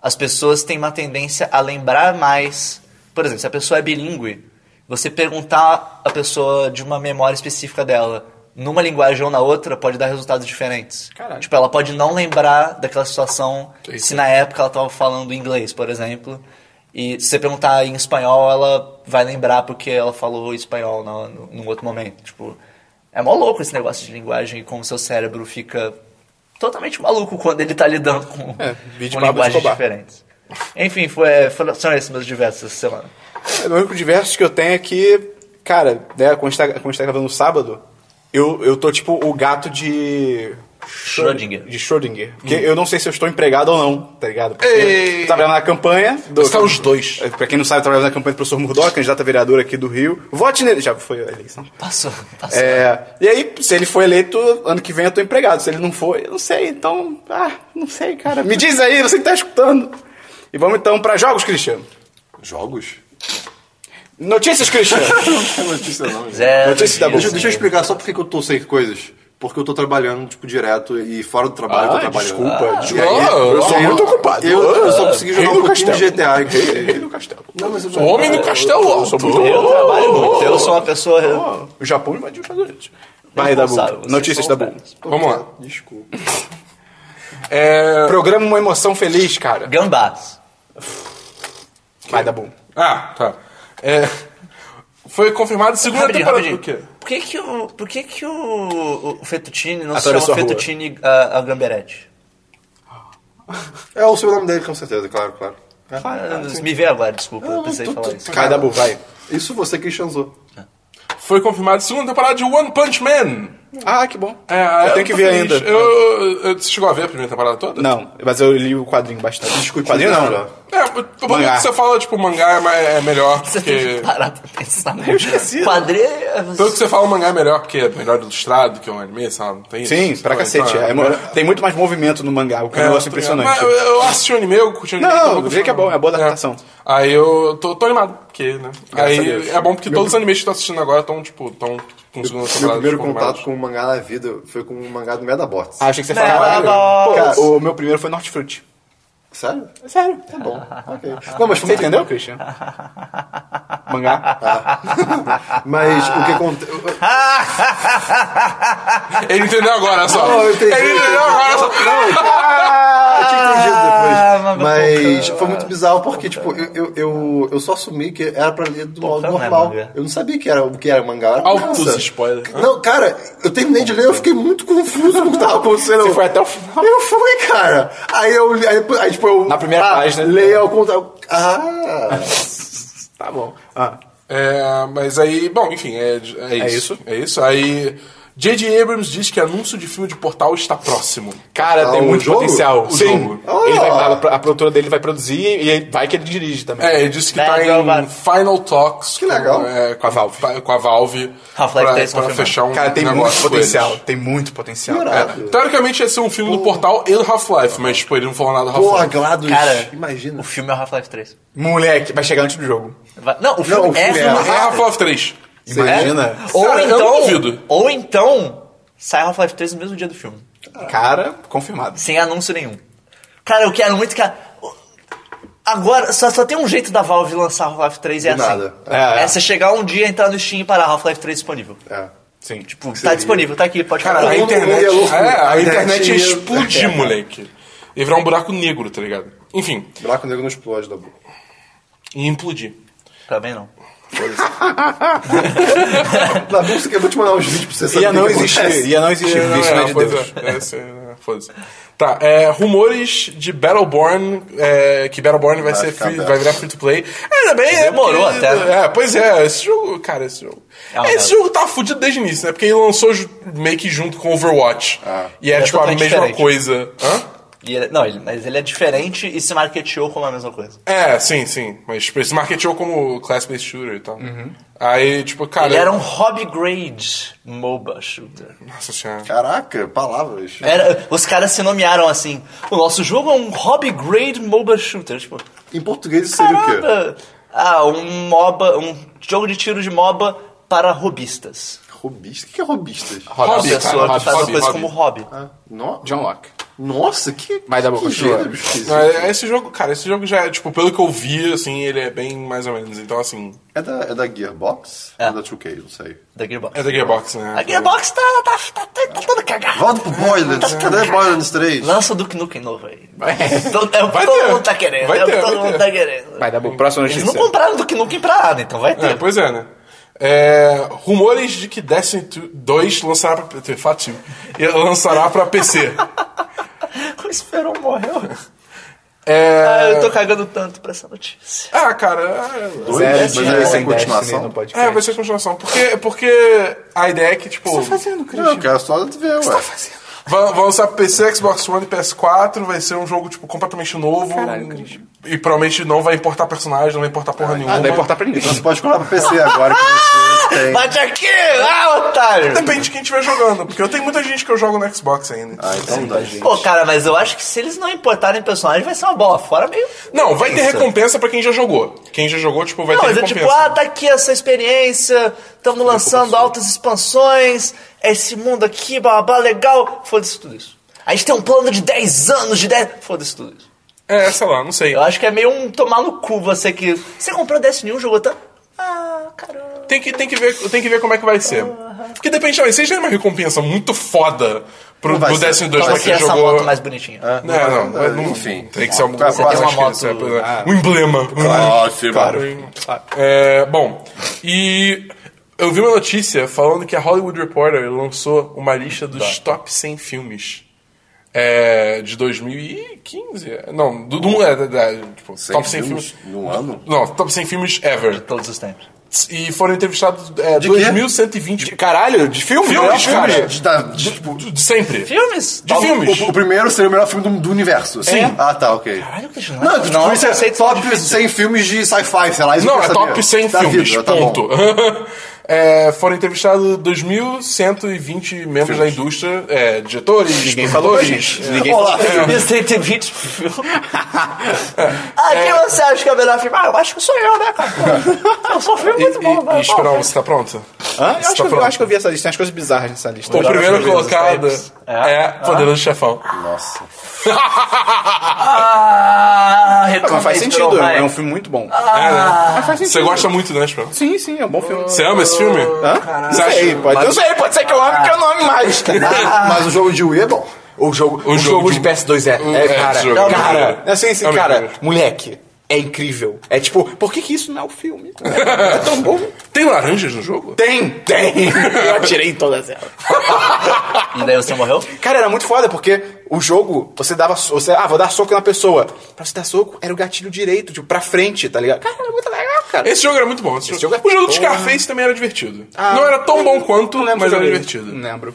as pessoas têm uma tendência a lembrar mais. Por exemplo, se a pessoa é bilíngue, você perguntar a pessoa de uma memória específica dela, numa linguagem ou na outra pode dar resultados diferentes. Caralho. Tipo, ela pode não lembrar daquela situação Sim, se sim. na época ela tava falando inglês, por exemplo. E se você perguntar em espanhol, ela vai lembrar porque ela falou espanhol na, no- num outro momento. Tipo, é mó louco esse negócio de linguagem e como seu cérebro fica totalmente maluco quando ele tá lidando com, É, vídeo com Pablo linguagens Escobar. diferentes. Enfim, foi, foram- são esses meus diversos essa semana. É, O único diverso que eu tenho é que, cara, né, quando a gente tá, quando a gente tá gravando no sábado, eu, eu tô tipo o gato de. Schrödinger. De Schrödinger. Porque eu não sei se eu estou empregado ou não, tá ligado? Porque Ei. eu trabalhava na campanha. Do, É, Você tá os dois. Pra quem não sabe, eu trabalhava na campanha do professor Murdoch, candidato a vereador aqui do Rio. Vote nele. Já foi a eleição. Passou, passou. É, e aí, se ele for eleito, ano que vem eu tô empregado. Se ele não for, eu não sei. Então, ah, não sei, cara. Me diz aí, você que tá escutando. E vamos então pra jogos, Cristiano. Jogos? Notícias, Cristiano. Não tem notícia não, gente. Zero notícia da dias. Deixa, deixa É, eu explicar só por que que eu tô sem coisas. Porque eu tô trabalhando, tipo, direto e fora do trabalho eu tô Ah, trabalhando. desculpa. E aí, Não, eu sou muito ocupado. Eu, eu só consegui jogar Rei um do pouquinho de Castelo. GTA. Rei, rei inclusive. do castelo. Não, mas eu O homem do castelo alto. sou muito- Eu trabalho muito, eu sou uma pessoa Ó, O Japão invadiu os Estados Unidos. Vai, Dabu. Responsável, vocês Notícias, são Dabu. os Vamos lá. Desculpa. É... Programa uma emoção feliz, cara. gambás. Vai, Dabu. Ah, tá. É... Foi confirmado segunda Rapidinho, temporada. rapidinho. O quê? Por que que o, por que que o, o fettuccine não Atravessou se a chama rua. fettuccine ah, a, a gamberete? É o sobrenome dele, com certeza, claro, claro. É. Ah, Me vê agora, desculpa, eu pensei tu- em falar tu- isso. Vai, Dabu, vai. Isso você que chanzou. Foi confirmado segunda temporada de One Punch Man. Ah, que bom. É, eu tenho que tô ver feliz. ainda. Eu, eu- você chegou a ver a primeira temporada toda? Não, mas eu li o quadrinho bastante. Discutiu quadrinho não. já. É, o momento Mangá. que você fala, tipo, mangá é, ma- é melhor, Você tem porque... que parar pra pensar. Eu esqueci. Quadril... Pelo que você fala, o mangá é melhor, porque é melhor ilustrado que um anime, sabe? Não tem isso? Sim, pra Então, cacete. então, é mo- tem muito mais movimento no mangá, o que é um negócio tô ligado. impressionante. Mas eu, eu assisti o anime, eu curti o anime. Não, então eu vou do jeito continuar. que é bom, é boa adaptação. Aí eu tô, tô animado, porque, né? Graças a Deus. aí é bom porque todos os animes que eu tô assistindo agora estão, tipo, estão com segunda Meu temporada. primeiro tipo, contato animados. com o mangá na vida foi com o mangá do Medabots. Ah, achei que você Não, falava. não. Pô, cara, o meu primeiro foi Nortfruit. Sério? Sério, tá Bom, bom. ok. Não, mas foi Você muito entendeu, Christian? Mangá? Mas o que acontece... Ele entendeu agora só. Não, eu entendi. Ele entendeu agora só. Eu tinha entendido Ah, depois. mas Mas foi muito bizarro porque, tipo, eu, eu, eu, eu só assumi que era pra ler do modo tá não é normal. né? mangá. eu não sabia que era, o que era mangá. Era Altos criança. spoilers. né? Não, cara, eu terminei de ler, eu fiquei muito confuso no que tava acontecendo. Você foi até o final. Eu fui, cara. Aí eu li- aí, depois- aí, tipo, eu. Na primeira ah, página. né? Leia ao contrário. Ah! Tá bom. Ah, É, mas aí, bom, enfim, é, é isso. É isso? É isso. Aí, J.J. Abrams diz que anúncio de filme de Portal está próximo. cara, Ah, tem o muito jogo? potencial. O Sim. jogo. Ele vai, Ah. ela- a produtora dele vai produzir e ele- vai que ele dirige também. É, ele disse que Bad tá Girl Bad. em Final Talks. Que legal. Com, é, com a Valve. Com a Valve. Half-Life pra- 3 pra confirmado. fechar um Cara, tem negócio muito com potencial. eles. É. Tem muito potencial. Irado. Então, Teoricamente ia ser um filme do Portal e do Half-Life, mas tipo, ele não falou nada do Pô, Half-Life. Glados. Cara, imagina. o filme é o Half-Life 3. Moleque, vai chegar antes do jogo. Vai- Não, o filme o é... filme É é. Half-Life 3. Imagina. Ou Cara, eu não duvido. então... Ou então... Sai Half-Life 3 no mesmo dia do filme. Cara, confirmado. Sem anúncio nenhum. Cara, eu quero muito que. a- Agora, só, só tem um jeito da Valve lançar Half-Life 3 e é Do assim. nada. É, É, é. você chegar um dia, entrar no Steam e parar Half-Life 3 disponível. É. Sim. Tipo, Tipo, seria? tá disponível, tá aqui, pode Cara, comprar. a mundo- internet, o mundo é louco. é, a A internet internet- ia explodir, moleque. Ia virar um buraco negro, tá ligado? Enfim, Buraco negro não explode da boca. ia implodir. Também não. Na música, eu vou te mandar uns vídeos pra você saber. ia, o que não que existir, acontece. ia não existir. Não, Isso é, não é de pois Deus. é, é, sim, é, foda-se. Tá, é, rumores de Battleborn, é, que Battleborn vai, Vai ser ficar free- aberto. vai virar free to play. Ainda bem, né? Demorou porque- até. É, pois é, esse jogo, cara, esse jogo. É uma esse merda. jogo tá fudido desde o início, né? Porque ele lançou ju- meio que junto com Overwatch. E é, É tipo a totalmente mesma diferente. coisa. Hã? E ele- não, ele- mas ele é diferente e se marketeou como a mesma coisa. É, sim, sim. Mas tipo, ele se marketeou como class-based shooter e tal. Aí, tipo, cara. Ele era um hobby grade MOBA shooter. Nossa senhora. Caraca, palavras. É. Era, os caras se nomearam assim. O nosso jogo é um hobby grade MOBA shooter. Tipo, Em português isso seria o quê? caramba! Ah, um MOBA, um jogo de tiro de MOBA para robistas. Robista? O que é robistas? a Hobby, pessoa cara, que faz uma hobby, coisa hobby. como hobby. Ah, não? John Locke. Nossa, que. Vai dar que boca cheia. gênero esquisito. Não, é- é Esse jogo, cara, esse jogo já, é, tipo, pelo que eu vi, assim, ele é bem mais ou menos. Então, assim, É da, é da Gearbox? É. É. Ou da 2K, não sei. Da Gearbox. é da Gearbox, né? A Gearbox tá, tá, tá, tá, tá toda cagada. Volta pro Borderlands. Cadê Borderlands 3? Lança o Duke Nukem novo aí. Todo- é o que Vai todo ter. mundo tá querendo. Vai é o que ter, todo vai mundo ter. tá querendo. Vai dar bom. Próxima Eles notícia. não compraram o Duke Nukem pra nada, então vai É, ter. pois é, né? É, rumores de que Destiny 2 lançará pra PC. Fátima. E Lançará pra PC. O Esperon morreu. É, Ah, eu tô cagando tanto pra essa notícia. ah, cara. é- Zero Mas de aí Destiny sem continuação? no podcast. É, vai ser continuação. Porque, porque a ideia é que, tipo. fazendo, Não, eu Christian? quero só ver, tá ué. Vão, vão lançar pra PC, Xbox One e PS4, vai ser um jogo, tipo, completamente novo. Caralho, Christian. e provavelmente não vai importar personagem, não vai importar porra Ah, nenhuma. Não vai importar pra ninguém. Então você pode colar pro PC agora que você tem. Bate aqui! Ah, otário! Depende de quem estiver jogando, porque eu tenho muita gente que eu jogo no Xbox ainda. Ah, então dá. Pô, cara, mas eu acho que se eles não importarem personagem, vai ser uma bola fora meio. Não, vai ter recompensa pra quem já jogou. Quem já jogou, tipo, vai é. Não, ter mas é recompensa. tipo, ah, tá aqui essa experiência, estamos lançando altas expansões, é esse mundo aqui, babá, legal. Foda-se tudo isso. A gente tem um plano de 10 anos, de 10. Foda-se tudo isso. É, sei lá, não sei. Eu acho que é meio um tomar no cu você que. Você comprou Destiny 1, jogou tanto. Ah, caramba. Tem que, tem, que ver, tem que ver como é que vai ser. Porque depende também, vocês têm uma recompensa muito foda pro Não vai do ser. Destiny 2 Toma pra aqui quem essa jogou. moto mais bonitinha. É, não, tá não, não, enfim. Tem que ser alguma Você coisa. tem uma acho que moto- isso é coisa- um emblema. Claro, claro. É, bom, e eu vi uma notícia falando que a Hollywood Reporter lançou uma lista dos Tá. top 100 filmes é, de 2015. Não, do, do é, da- da- tipo, top 100 filmes. Num ano? Não, top 100 filmes ever. Todos os tempos. E foram entrevistados é, quê? 2.120 Caralho, de filme? Filmes, Melhor filme. cara. De- da- de- tipo, de- de sempre. Filmes? De filmes. O, o primeiro seria o melhor filme do, do universo. Sim. Ah, tá, ok. Caralho, Christian, não, Não, é- tipo, isso é conceito top difícil. 100 filmes de sci-fi, sei lá. isso Não, eu é quero top saber. 100 Da filmes, vida, tá bom. ponto. É, foram entrevistados 2.120 membros da indústria, é, diretores, Ninguém falou pra produtores. é. gente. Ninguém Olá, falou. filmes tem 120 filmes. Ah, quem você acha que é o melhor filme? Ah, eu acho que sou eu, né, cara? Eu sou um filme muito bom, E, e mas. Esperão, você tá Hã? pronto? Eu acho, que Você tá eu, vi- eu pronto? acho que eu vi essa lista. Tem umas coisas bizarras nessa lista. O primeiro colocado é, Poderoso Chefão. Nossa. Ah, Mas faz recomendo, sentido, vai. é um filme muito bom. Ah. É, né? Mas faz Você sentido. gosta muito, né, Esperão? Sim, sim, é um bom filme. Você ama esse filme? Hã? Não Você acha- sei, pode, não sei, pode ser que eu ame porque eu não ame mais. Mas o jogo de Wii é bom. O jogo, o jogo O jogo de de- PS2 é, O- é, é, cara, esse jogo é cara, incrível. assim, assim, É cara, incrível. moleque, é incrível. É tipo, por que que isso não é o filme? É tão bom. Tem laranjas no jogo? Tem, tem. Eu atirei em todas elas. E daí você morreu? Cara, era muito foda porque o jogo, você dava, so- você, ah, vou dar soco na pessoa. Pra você dar soco, era o gatilho direito, tipo, pra frente, tá ligado? Cara, era muito legal, cara. Esse jogo era muito bom. Esse jogo- jogo é O jogo do porra. Scarface também era divertido. não era tão bom quanto, Ah, Não lembro Hum. mas se eu era joguei. divertido. Não lembro.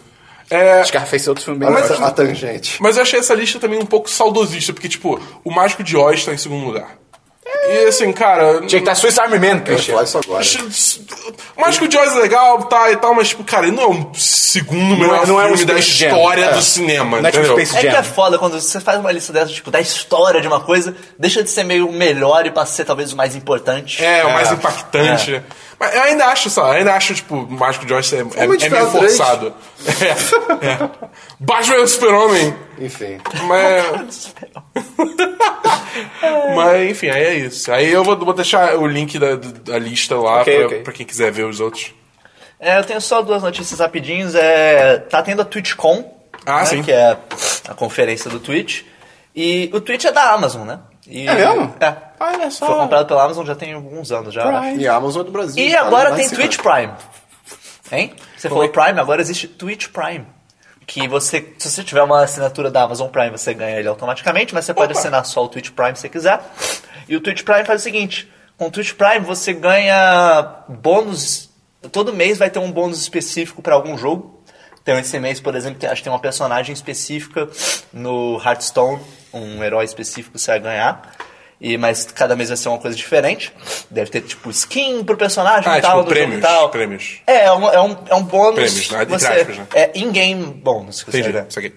É, Scarface é outro filme bem Mas legal. a tangente. Mas eu achei essa lista também um pouco saudosista, porque, tipo, o Mágico de Oz tá em segundo lugar. E assim, cara. Tinha que estar Swiss Army Man, Christian. Falar isso agora. O Mágico de Oz é legal, tá e tal, mas, tipo, cara, ele não é um segundo melhor não é um filme da Space Jam. história É. do cinema. Não é tipo entendeu? Space É que Jam. é foda quando você faz uma lista dessa, tipo, da história de uma coisa, deixa de ser meio o melhor e passa a ser talvez o mais importante. É, o mais impactante. É. Mas eu ainda acho, sei lá, eu ainda acho, tipo, o Mágico de Oz é, é, é Homem de meio Ferro três. forçado. É, é. Batman é o super-homem. Enfim. Mas. é. Mas enfim, aí é isso. Aí eu vou, vou deixar o link da, da lista lá Ok, pra, ok. pra quem quiser ver os outros. É, eu tenho só duas notícias rapidinhas. É, tá tendo a TwitchCon, Ah, né, sim. que é a conferência do Twitch. E o Twitch é da Amazon, né? E- É mesmo? É. Olha Foi só. comprado pela Amazon já tem alguns anos já. né? Prime. E a Amazon do Brasil. E cara, agora lá em tem cima. Twitch Prime. Hein? Você falou Prime, agora existe Twitch Prime. Que você, se você tiver uma assinatura da Amazon Prime, você ganha ele automaticamente, mas você pode assinar só o Twitch Prime se quiser. E o Twitch Prime faz o seguinte: com o Twitch Prime você ganha bônus. Todo mês vai ter um bônus específico para algum jogo. Então, esse mês, por exemplo, tem- acho que tem uma personagem específica no Hearthstone, um herói específico que você vai ganhar. E, mas cada mês vai ser uma coisa diferente. Deve ter, tipo, skin pro personagem Ah, e tal, tipo, do prêmios, jogo e tal. prêmios. É, é um, é um, é um bônus. Prêmios, né? que Entre você- aspas, né? É in-game bônus que você Entendi, né? ganha. isso aqui.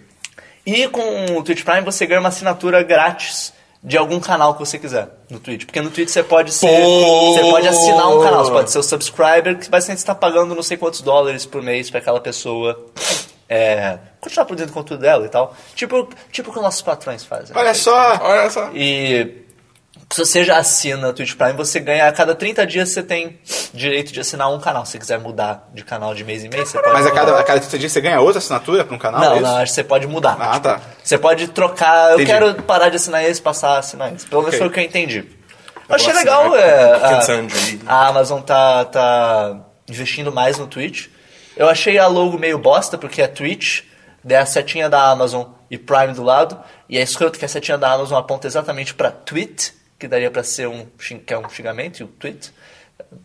E com o Twitch Prime você ganha uma assinatura grátis de algum canal que você quiser no Twitch. Porque no Twitch você pode ser. Pô! Você pode assinar um tá canal, você pode ser o subscriber, que basicamente você está pagando não sei quantos dólares por mês pra aquela pessoa é, continuar produzindo conteúdo dela e tal. Tipo, tipo o que nossos patrões fazem. Olha só. Olha só. E se você já assina Twitch Prime, você ganha a cada 30 dias você tem direito de assinar um canal. Se você quiser mudar de canal de mês em mês, você pode. Mas a mudar. cada, a cada 30 dias você ganha outra assinatura pra um canal? é Não, isso? não, acho que você pode mudar. Tipo, Ah, tá. Você pode trocar. Entendi. Eu quero parar de assinar esse, passar a assinar esse. Pelo menos Ok. foi o que eu entendi. Eu achei vou legal. assinar é, aqui, a- Kid Sandy. a Amazon tá, tá investindo mais no Twitch. Eu achei a logo meio bosta, porque é Twitch, daí a setinha da Amazon e Prime do lado, e é escroto que a setinha da Amazon aponta exatamente pra tweet, que daria pra ser um, xin- que é um xingamento, e o tweet.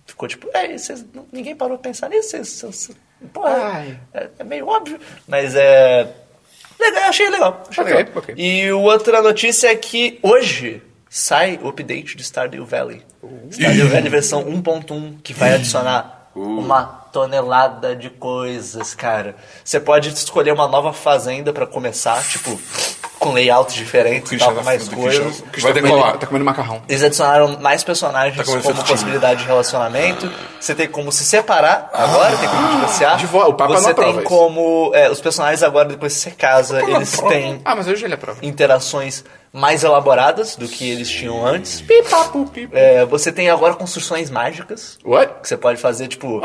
Ficou tipo, é, vocês- não- ninguém parou pra pensar nisso, vocês- vocês- vocês- porra, Ai. é, é meio óbvio, mas é... Legal, achei legal. Achei Ok, legal. ok. E outra notícia é que hoje sai o update do Stardew Valley. Uh. Stardew Valley versão 1.1 que vai adicionar uma tonelada de coisas, cara. Você pode escolher uma nova fazenda pra começar, tipo, com layouts diferentes, e Christian tal, tá com mais fudido, coisas. Christian. Cristian Vai tá comendo- decolar. Tá comendo macarrão. Eles adicionaram mais personagens Tá começando como a time. possibilidade de relacionamento. Você tem como se separar agora, tem como divorciar. Ah. de vo- o Papa Você não aprova tem isso. como. é, os personagens agora, depois que você casa, não eles aprova. têm Ah, mas hoje ele aprova. interações mais elaboradas do que eles tinham antes. Pipapu, pipa. É, você tem agora construções mágicas. What? Que você pode fazer, tipo.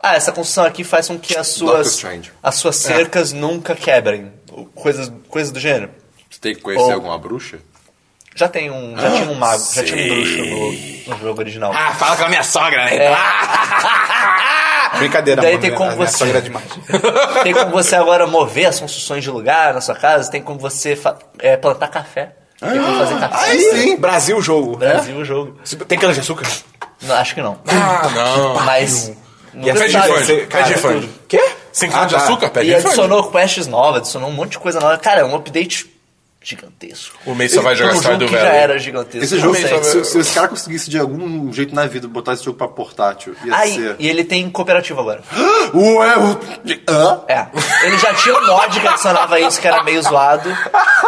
Ah, essa construção aqui faz com que as Doctor suas, Strange. as suas É. cercas nunca quebrem. ou Coisas, coisas do gênero. Você tem que conhecer Oh. alguma bruxa? Já tem um. Já tinha um mago, já tinha um bruxo no, no jogo original. Ah, fala com a minha sogra, né? Brincadeira, É. Daí mano. tem minha- como minha você- sogra é demais. Tem como você agora mover as construções de lugar na sua casa, tem como você fa- é, plantar café. Tem como fazer café. Ah, Aí sim. Brasil jogo. Brasil, o jogo. É? Tem cana de açúcar? Não, acho que não. Ah, não. Mas. E é no a Pede Cara, Stardew- refund. cara, Pede refund. tudo. Quê? Sem cana Ah, de tá. açúcar, pede E refund. adicionou quests novas, adicionou um monte de coisa nova. Cara, é um update gigantesco. O mês só vai jogar um jogo Stardew que já Valley. era gigantesco. Esse não jogo, sei. também, se, se esse cara conseguisse de algum jeito na vida botar esse jogo pra portátil, ia Ah, e, ser. e ele tem cooperativo agora. Ué, o- Hã? É. Ele já tinha um mod que adicionava isso, que era meio zoado.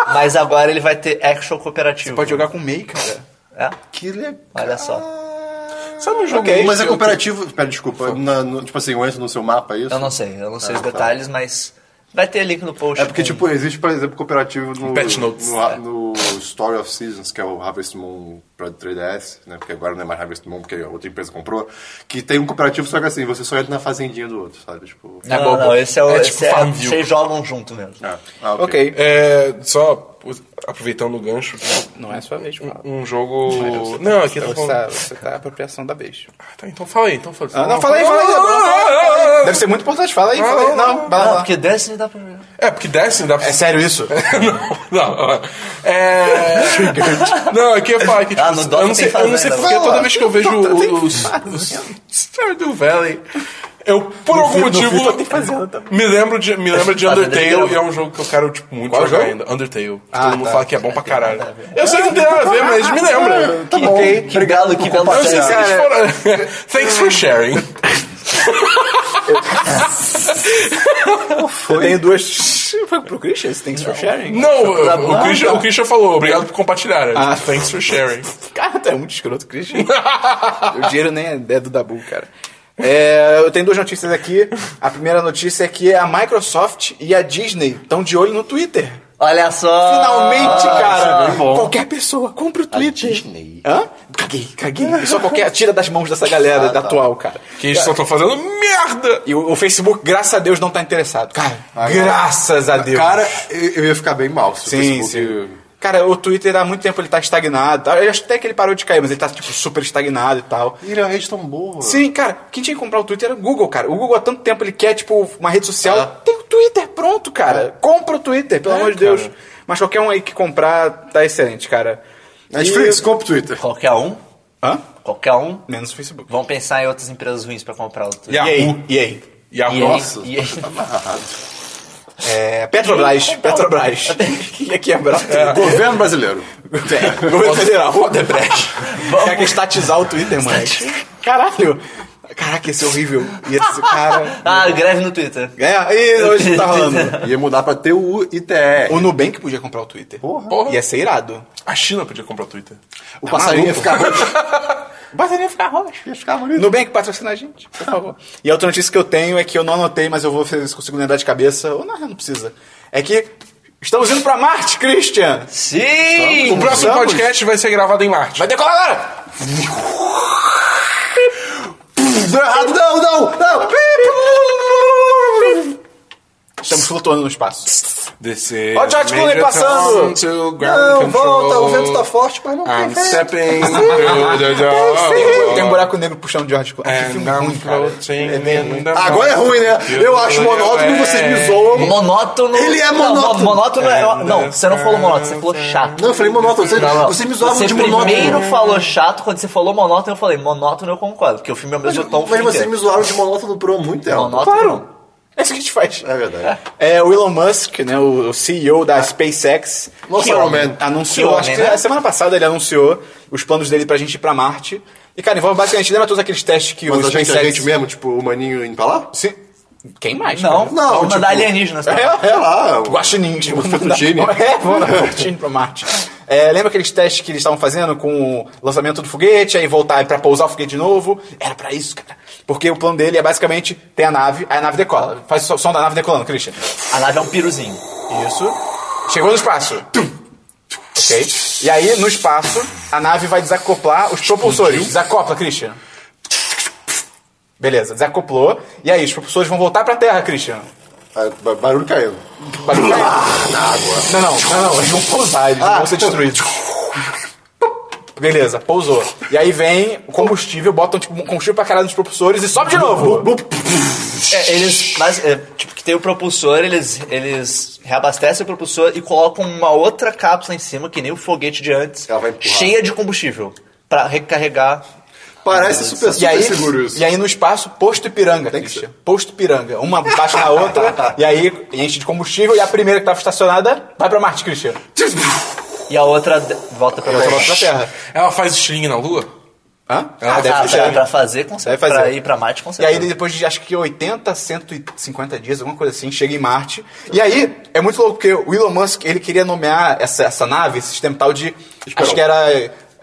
Mas agora ele vai ter action cooperativo. Pode jogar com MEI, cara. É, Que legal. olha só. Sabe um jogo okay, Mas é cooperativo. Pera, desculpa. na- no- tipo assim, eu entro no seu mapa, é isso? Eu não sei, eu não sei Ah, os tá. detalhes, mas vai ter link no post. É porque, com- tipo, existe, por exemplo, cooperativo no, Patch Notes. no, é. a- no Story of Seasons, que é o Harvest Moon pra 3DS, né? Porque agora não é mais Harvest Moon, porque a outra empresa comprou. Que tem um cooperativo, só que assim, você só entra na fazendinha do outro, sabe? Tipo. Não, É não, bobo. não, esse é o. É esse tipo é- Farmville. vocês jogam junto mesmo. Ah, ah, Ok. É, só us- aproveitando o gancho, Não é sua vez, fala. um jogo. Não, aqui tá Você tá, falando. você tá apropriação da beijo. Ah, tá, então fala aí, então fala Ah, não, fala aí, fala aí. fala aí. Deve ser muito importante. Fala aí, fala aí. Não, tá. vai Não, lá. porque Destiny dá pra. É, porque Destiny dá pra. É sério isso? Não, não, é. Não, eu queria falar que, tipo, Ah, no Dota eu não tem sei, eu não sei fazenda. porque toda vez que eu vejo Dota tem os, os Stardew Valley, eu, por algum no motivo, FIFA tem fazenda também. Ah, me lembro de, me lembro de Fazenda de grama. Undertale e é um jogo que eu quero, tipo, muito Qual jogar jogo? ainda. Undertale. Ah, Todo mundo tá. fala que é bom pra caralho. Eu sei que não tem nada a ver, mas me lembra. Tá bom. Que belo, que belo Eu sei que Destiny. eles foram... é- Thanks for sharing. Eu tenho duas... Foi pro Christian? Você tem que for sharing? Não, Tá o, o, Christian, o Christian falou, obrigado por compartilhar. né? Ah. Thanks for sharing. Cara, tu é muito escroto, Christian. o dinheiro nem é é do Dabu, cara. É, eu tenho duas notícias aqui. A primeira notícia é que a Microsoft e a Disney estão de olho no Twitter. Olha só! Finalmente, isso é cara! bem bom. Qualquer pessoa, compra o Twitter. Disney. Hã? Caguei, caguei. Só qualquer. Tira das mãos dessa Ah, galera da tá. atual, cara. Que eles só estão fazendo merda. E o, o Facebook, graças a Deus, não tá interessado. Cara, graças a Deus. Ah, Cara, eu eu ia ficar bem mal se o sim, Facebook- sim. Cara, o Twitter há muito tempo ele tá estagnado. tá? Eu acho até que ele parou de cair, mas ele tá, tipo, super estagnado e tal. Ele é uma rede tão boa. Sim, cara, quem tinha que comprar o Twitter era o Google, cara. O Google há tanto tempo ele quer, tipo, uma rede social. Ah. Tem o Twitter pronto, cara. Compra o Twitter, pelo amor de Deus. Mas qualquer um aí que comprar, tá excelente, cara. É Netflix, E- compra o Twitter. Qualquer um, Hã? qualquer um, Menos o Facebook. vão pensar em outras empresas ruins pra comprar o Twitter. Yahoo. E aí? Yahoo. E aí? Nossa, E aí? você tá amarrado. É, Petrobras, Petrobras. é Ia quebrar tudo. Governo brasileiro. É, Governo Federal, Odebrecht. Quer que estatizar o Twitter, mano. Caralho. Caraca, ia ser horrível. Ia ser, cara... Ah, greve no Twitter. É, e hoje tá rolando. Ia mudar pra ter o ITR. O Nubank podia comprar o Twitter. Porra. Porra. Ia ser irado. A China podia comprar o Twitter. O passarinho ia Tá maluco? ficar roxo. Bota ele ficar roxo. Ia ficar bonito. Nubank patrocina a gente, por favor. e a outra notícia que eu tenho é que eu não anotei, mas eu vou ver se consigo lembrar de cabeça. Ou não, não precisa. É que estamos indo pra Marte, Christian! Sim! O próximo Vamos. podcast vai ser gravado em Marte. Vai decolar agora! Deu errado, não, não, não. Estamos flutuando no espaço. Descer. Ó o George Clooney Major passando. Tom to Tá, ground Não, control. volta, o vento tá forte, mas não Ah, I'm tem é vento. stepping through the door. Tem um buraco negro puxando de George Clooney. Que And filme I'm ruim, cara. Ah, floating in the Agora é ruim, né? Eu acho monótono, vocês me zoam. Monótono. Ele é Não, monótono. mo- monótono é- Não, você não falou monótono, você falou chato. Não, eu falei monótono. Vocês, Não, não. vocês me zoavam você de monótono. primeiro falou chato, quando você falou monótono, eu falei monótono, eu concordo, porque o filme é o mesmo tom. o Mas filme vocês inteiro. me zoaram de monótono por um muito tempo. Monótono. Claro! É isso que a gente faz. É verdade. É, o Elon Musk, né, o o CEO da SpaceX, Nossa, que Iron homem, Man. anunciou, Que acho homem, que né? a semana passada ele anunciou os planos dele pra gente ir pra Marte. E, cara, envolve basicamente, lembra todos aqueles testes que Mas o a gente, SpaceX... a gente mesmo, tipo, o maninho indo pra lá? Sim. Quem mais? Não, cara? não. Vamos tipo- mandar assim. alienígenas. pra É, lá. é Sei lá. o- Guaxinim, tipo, Fettuccine. É, vamos dar Guaxinim pra Marte. É, lembra aqueles testes que eles estavam fazendo com o lançamento do foguete, aí voltar pra pousar o foguete de novo? Era pra isso, cara. Porque o plano dele é basicamente ter a nave, aí a nave decola. Faz o som da nave decolando, Christian. A nave é um piruzinho. Isso. Chegou no espaço. Tum. Ok. E aí, no espaço, a nave vai desacoplar os propulsores. Desacopla, Christian. Beleza, desacoplou. E aí, os propulsores vão voltar pra Terra, Christian. Ah, ba- Barulho caindo. Bagulho caiu. Não, não, não, não. Eles vão pousar, eles não vão ser destruídos. Beleza, pousou. E aí vem o combustível, botam tipo, um combustível pra caralho nos propulsores e sobe de novo. É, eles, mas, é, tipo, que tem o propulsor, eles, eles reabastecem o propulsor e colocam uma outra cápsula em cima, que nem o foguete de antes, Ela vai empurrar. cheia de combustível, pra recarregar. Parece super, E super aí, seguro isso. e aí no espaço, posto Ipiranga, Tem que Christian. Posto Ipiranga. Uma baixa na outra, e aí enche de combustível, e a primeira que tava estacionada vai pra Marte, Christian. E a outra de- volta pra Vai voltar Terra. pra Terra. Ela faz estilingue na lua? Hã? Ah, Ah, Ah, deve pra, pra fechar. fazer, com Deve certeza. fazer. Pra ir pra Marte, com E aí certeza. depois de acho que 80, 150 dias, alguma coisa assim, chega em Marte. E aí, é muito louco, porque o Elon Musk, ele queria nomear essa, essa nave, esse sistema tal de... Acho que era...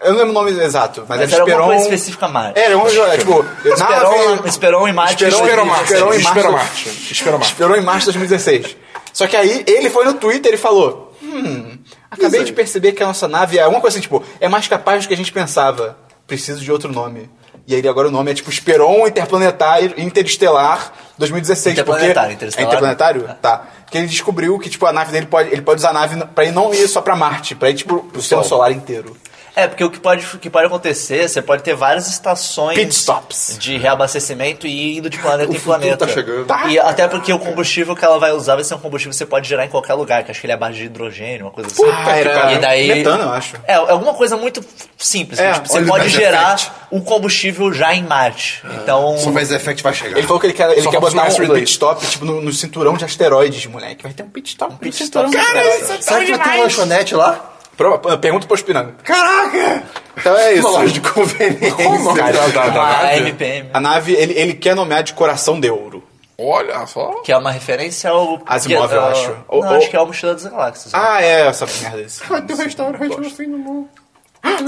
Eu não lembro o nome exato, mas, Mas era era alguma Esperon... coisa específica a Marte. É, era uma, tipo... Esperon, nave- um Esperon e Marte. Esperon dois e Espero mil e dezesseis. Marte. Esperon e Espero Marte. Marte. Espero Marte. Esperou em março de 2016. Só que aí ele foi no Twitter e falou: Hum, acabei de perceber que a nossa nave é uma coisa assim, tipo, é mais capaz do que a gente pensava. Preciso de outro nome. E aí agora o nome é tipo Esperon Interplanetário Interestelar 2016. Interplanetário, porque... interestelar. É interplanetário? Tá. Porque ele descobriu que, tipo, a nave dele pode. Ele pode usar a nave pra ir não ir só pra Marte, pra ir, tipo, pro sistema solar inteiro. É, porque o que pode, o que pode acontecer, você pode ter várias estações Pit stops. de reabastecimento e indo de planeta em futuro planeta. tá chegando. E até porque o combustível que ela vai usar vai ser um combustível que você pode gerar em qualquer lugar, que acho que ele é a base de hidrogênio, uma coisa assim. Puta que pariu. E daí, Ah, Metano, eu acho. É, é alguma coisa muito simples. É, tipo, você olha o pode Mass gerar Effect. um combustível já em Marte. Ah. Então. Só Mass Effect vai chegar. um- Ele falou que ele quer, ele Só quer falta botar o um Master pit stop, tipo, no, no cinturão de asteroides, moleque. Vai ter um pit stop, um pit cinturão de asteroides. é Será que vai ter uma lanchonete lá? Pro- Pergunta pro Espiranga. Caraca! Então é isso. Uma loja de conveniência. Qual o nome da, Tá, da, da a nave? MPM. A nave, ele, ele quer nomear de coração de ouro. Olha só. Que é uma referência ao. Asimov, que- eu ao- acho. Não, Ou- acho ou- que é o Mochila das Galáxias. Ah, é, essa merda. Esse. Vai ter um restaurante no fim do mundo.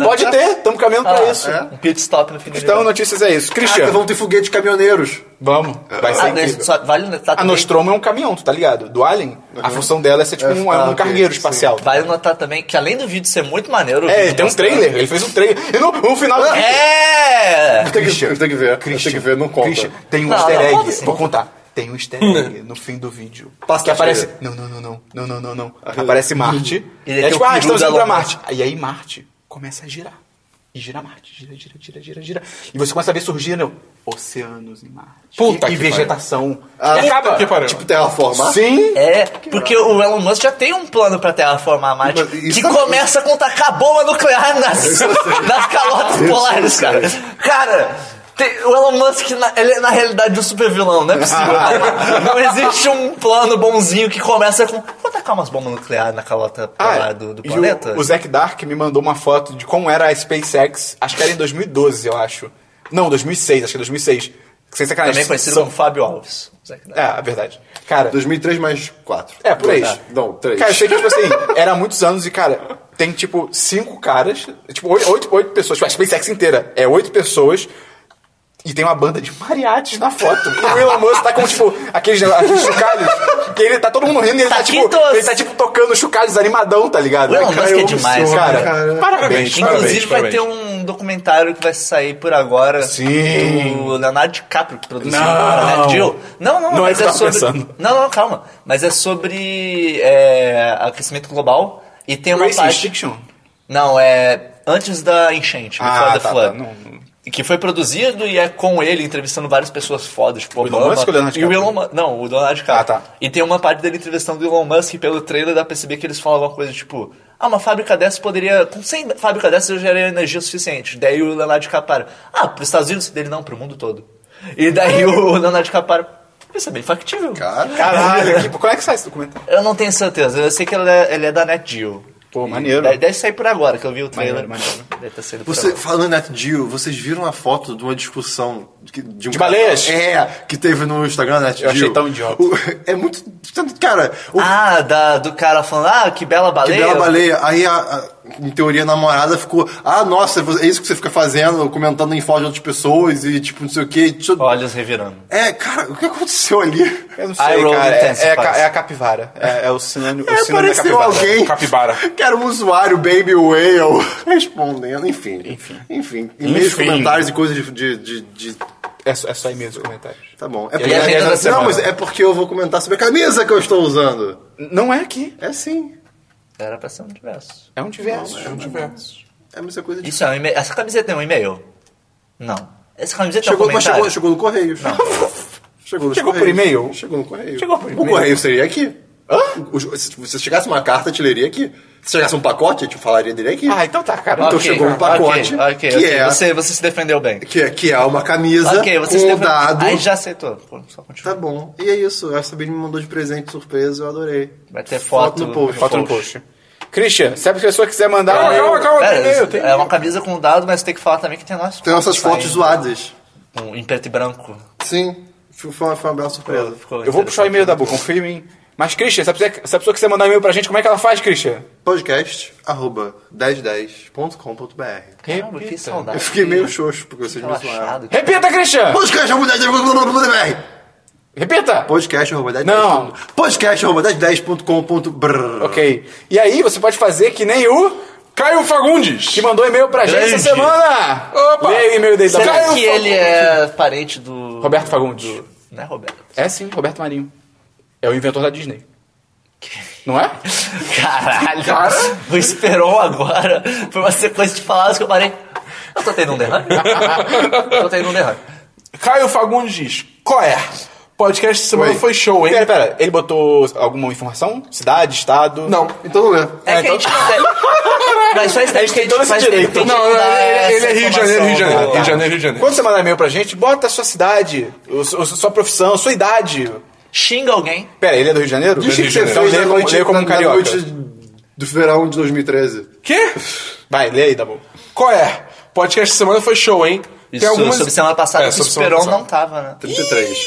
Pode ter, estamos caminhando Ah, pra é isso. Um pit stop no fim do Então, universo. notícias é isso. Caraca, Cristiano, Ah, vão ter foguete de caminhoneiros. vamos. Vai ser Ah, né, é incrível. só vale notar A também, Nostromo é um caminhão, tu tá ligado? Do Alien, a função dela é ser tipo um, ah, é um Uhum. ok, cargueiro sim. espacial. vale notar também que além do vídeo ser muito maneiro. o É, vídeo ele tem um mostrando- trailer, ele fez um trailer. E no, no final. É! Tem que, eu tenho que ver, tem que ver, não conta. Christian, tem um Não, easter não, Hum. egg. conta sim. Vou contar. Tem um easter egg no fim do vídeo. Passa que a aparece. tira. Não, não, não, não. Não, não, não, não. Aparece Marte. E daí é tem tipo, o ah, peru estamos da indo pra Elon Marte. E aí Marte começa a girar. E gira Marte. Gira, gira, gira, gira, gira. E você começa a ver surgindo oceanos em Marte. Puta e, que e vegetação. pariu. e acaba. que pariu. Tipo terraformar? Sim. É, porque o Elon Musk já tem um plano pra terraformar a Marte Mas isso é que tá- começa com tacar bomba nuclear nas, nas calotas polares, cara. Cara, tem- o Elon Musk, na, ele é na realidade um super vilão, não é possível. cara. Não existe um plano bonzinho que começa com. Vou tacar umas bombas nucleares na calota polar do, do Ah, e planeta? O, o Zack Dark me mandou uma foto de como era a SpaceX, acho que era em 2012, eu acho. Não, 2006, acho que é 2006. Sem sacanagem. Também conhecido são- como Fábio Alves. É, é verdade. Cara, 2003 mais 4. é, por aí. Não, 3. Cara, eu sei que, tipo assim, era há muitos anos e, cara, tem, tipo, cinco caras, tipo, oi- oito, oito pessoas, tipo, a SpaceX inteira é oito pessoas. E tem uma banda de mariachis na foto. E o Elon Musk tá com, tipo, aqueles, aqueles chocalhos. Que ele tá todo mundo rindo e ele tá, tipo. Taquitos. Ele tá, tipo, tocando chocalhos animadão, tá ligado? O Elon Aí, cara, Musk é eu- demais, cara. cara. Parabéns, parabéns. Inclusive vai parabéns. ter um documentário que vai sair por agora Sim. do Leonardo DiCaprio que produziu Não. Net Geo. Não, não, Não é o mas que eu é tava sobre. pensando. Não, não, calma. Mas é sobre é, aquecimento global e tem uma Race parte. Fiction? Não, é antes da enchente, before Ah, the tá, flood. tá, não, não. Que foi produzido e é com ele entrevistando várias pessoas fodas, tipo O Elon Obama. Musk ou o Leonardo e o DiCaprio? Elon Mu- Não, o Leonardo DiCaprio. Ah, tá. E tem uma parte dele entrevistando o Elon Musk e pelo trailer dá pra perceber que eles falam alguma coisa tipo. Ah, uma fábrica dessa poderia. Com 100 fábrica dessa eu geraria energia suficiente. Daí o Leonardo DiCaprio. Ah, pros Estados Unidos? Dele não, pro mundo todo. E daí o Leonardo DiCaprio. Isso é bem factível. Cara, Caralho, que, como é que sai esse documentário? Eu não tenho certeza, eu sei que ele é, ele é da NetGeo. Pô, E maneiro. Deve, deve sair por agora, que eu vi o trailer. Maneiro, maneiro. Deve ter saído por Você, agora. falando em Nat Geo, vocês viram a foto de uma discussão de, que- de um De baleias? É, que teve no Instagram Nat Geo. Eu achei tão idiota. O- é muito. tanto- Cara, o Ah, da, do cara falando, ah, que bela que baleia. bela baleia. Aí, a, a- em teoria, a namorada ficou. Ah, nossa, é isso que você fica fazendo, comentando em foto de outras pessoas e tipo, não sei o quê. Deixa eu- Olhos revirando. É, cara, o que aconteceu ali? Eu não I sei, roll cara. É, intensifies. é a ca- é a capivara. É, é o sinônimo, o É, sinônimo da pareceu capivara. alguém. Capibara. Que era um usuário Baby Whale respondendo, enfim. Enfim. Enfim. E meus Enfim. comentários e coisas de- de- de- de É, só- é só aí mesmo os comentários. Tá bom. É E a agenda da porque, não, semana? mas é porque eu vou comentar sobre a camisa que eu estou usando. Não é aqui. É sim. Era pra ser um diverso. É um diverso. é um Diversos. É a mesma coisa de. Isso é um e-mail. Essa camiseta é um e-mail? Não. Essa camiseta é um Chegou, mas comentário? chegou, chegou no correio. Chegou, no Chegou por e-mail? Chegou no correio. Chegou por O e-mail. correio seria aqui. O- o- Se se chegasse uma carta, te leria aqui. Se chegasse um pacote, eu te falaria direito aqui. Ah, então tá, cara. Então Ok, chegou um pacote, Ok, ok, que ok. é- Você, você se defendeu bem. Que, é- que é uma camisa ok, você se com um defendeu. dado. Aí já aceitou. Pô, só continua. Tá bom. E é isso. A Sabine me mandou de presente surpresa, eu adorei. Vai ter foto no post. Foto no post. Christian, se a pessoa quiser mandar um Tá Calma, e-mail- calma, calma. Pera, Tem e-mail, tem é uma camisa com dado, mas tem que falar também que tem nossas Tem nossas fotos saindo. zoadas. Um, em preto e branco. Sim. Foi foi uma, foi uma bela surpresa. é, Eu vou puxar o e-mail da Bu, confia em mim. Mas, Christian, se a pessoa, se a pessoa quiser mandar um e-mail pra gente, como é que ela faz, Christian? podcast arroba 1010.com.br. Caramba, que saudade. Eu fiquei meio xoxo porque vocês me zoaram. relaxado. Repita, Christian! Podcast arroba 1010.com.br. Repita! Podcast arroba 1010. Não. Podcast arroba 1010.com.br. Ok. E aí, você pode fazer que nem o Caio Fagundes. que mandou e-mail pra gente Grande. essa semana! Opa! Lê aí o e-mail dele da Será Bu. que ele é parente do. Roberto Fagundes. Não é Roberto. É sim, Roberto Marinho. É o inventor da Disney. Não é? Caralho. Cara? O Esperon agora foi uma sequência de palavras que eu parei. Eu tô tendo um derrame. Eu tô tendo um derrame. Caio Fagundes diz, qual é? Podcast essa semana Oi. foi show, hein? Pera, pera, ele botou alguma informação? Cidade, estado? Não. Então não é. É que a gente não tem. Mas só isso daí A gente tem que todo esse faz- direito. tem que Não, não, dar ele, ele essa é Rio de Janeiro, Rio de informação Janeiro, do- Rio de Janeiro, Rio de Janeiro. Ah, tá. Quando você mandar e-mail pra gente, bota a sua cidade, o- o- sua profissão, a sua idade. Xinga alguém. Pera, ele é do Rio de Janeiro? Diz o que Rio de você Janeiro. fez Então, na lê como- noite, lê como um na carioca. noite do verão de 2013. Quê? Vai, lê aí, tá bom. Qual é? Podcast essa semana foi show, hein? Isso, sobre semana passada É, que o sobre semana Esperon passada. não tava, né? 33.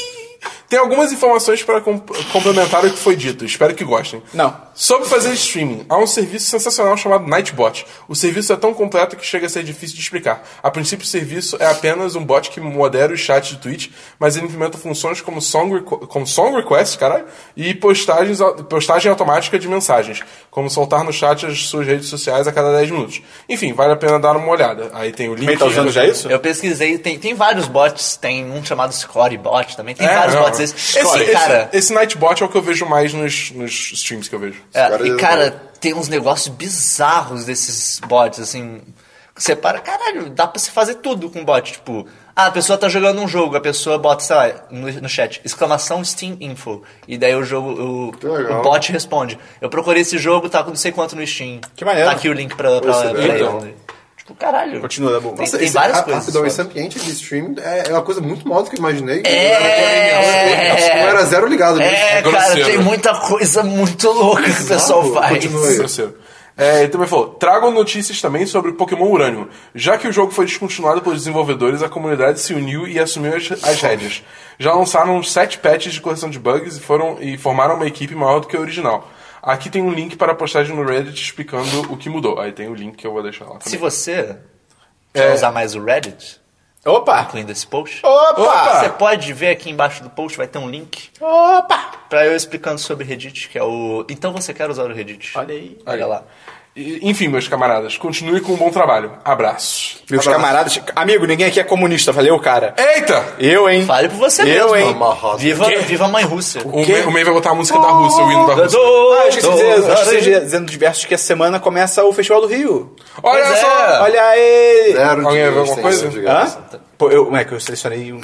Tem algumas informações para com- complementar o que foi dito. Espero que gostem. Não. Sobre fazer streaming, há um serviço sensacional chamado Nightbot. O serviço é tão completo que chega a ser difícil de explicar. A princípio, o serviço é apenas um bot que modera o chat de Twitch, mas ele implementa funções como song, requ- como song request caralho, e postagens, au- postagem automática de mensagens, como soltar no chat as suas redes sociais a cada 10 minutos. Enfim, vale a pena dar uma olhada. Aí tem o link... Ele tá usando já isso? Eu pesquisei, tem, tem vários bots, tem um chamado Scorebot também, tem É, vários não. bots desses. Esse, cara, esse Nightbot é o que eu vejo mais nos, nos streams que eu vejo. É, Agora e, eu- cara, tem uns negócios bizarros desses bots, assim. que Você para, caralho, dá pra você fazer tudo com bot. Tipo, ah, a pessoa tá jogando um jogo, a pessoa bota, sei lá, no, no chat, exclamação Steam Info. E daí o jogo, o, legal. o bot responde. Eu procurei esse jogo, tá com não sei quanto no Steam. Que maneiro. Tá aqui o link pra, pra, Esse pra é ele. legal. tá Tipo, caralho. Continua, Dabu. Tem, Nossa, tem Esse- várias ra- coisas. Rapidão, esse é foda. ambiente de streaming é é uma coisa muito maior do que eu imaginei. É. Eu era zero ligado. nisso. É, cara, grosseiro. tem muita coisa muito louca que o pessoal faz. continua aí. Grosseiro. É, ele também falou, tragam notícias também sobre Pokémon Urânio. Já que o jogo foi descontinuado pelos desenvolvedores, a comunidade se uniu e assumiu as, as rédeas. Já lançaram sete patches de correção de bugs e, foram, e formaram uma equipe maior do que a original. Aqui tem um link para a postagem no Reddit explicando o que mudou. Aí tem o link que eu vou deixar lá. Se Também. É. você quer usar mais o Reddit, Opa! incluindo esse post, Opa! você pode ver aqui embaixo do post, vai ter um link Opa! pra eu explicando sobre Reddit, que é o... Então você quer usar o Reddit. Olha aí. Olha lá. E- Enfim, meus camaradas, continue com um bom trabalho. Abraços. Meus camaradas. Amigo, ninguém aqui é comunista. Falei, eu, cara. Eita! Eu, hein? Fale por você Eu, mesmo. hein? Amarrado. Viva, Quê? viva a mãe Rússia. O, May, o May vai botar a música da Rússia, o hino da Rússia. Ah, eu esqueci de dizer, eu esqueci de dizer- dizendo diversos que a semana começa o Festival do Rio. Olha Pois só! é. Olha aí! Zero Alguém de tá viu alguma coisa? de graça. Hã? Pô, eu, como é que eu selecionei um-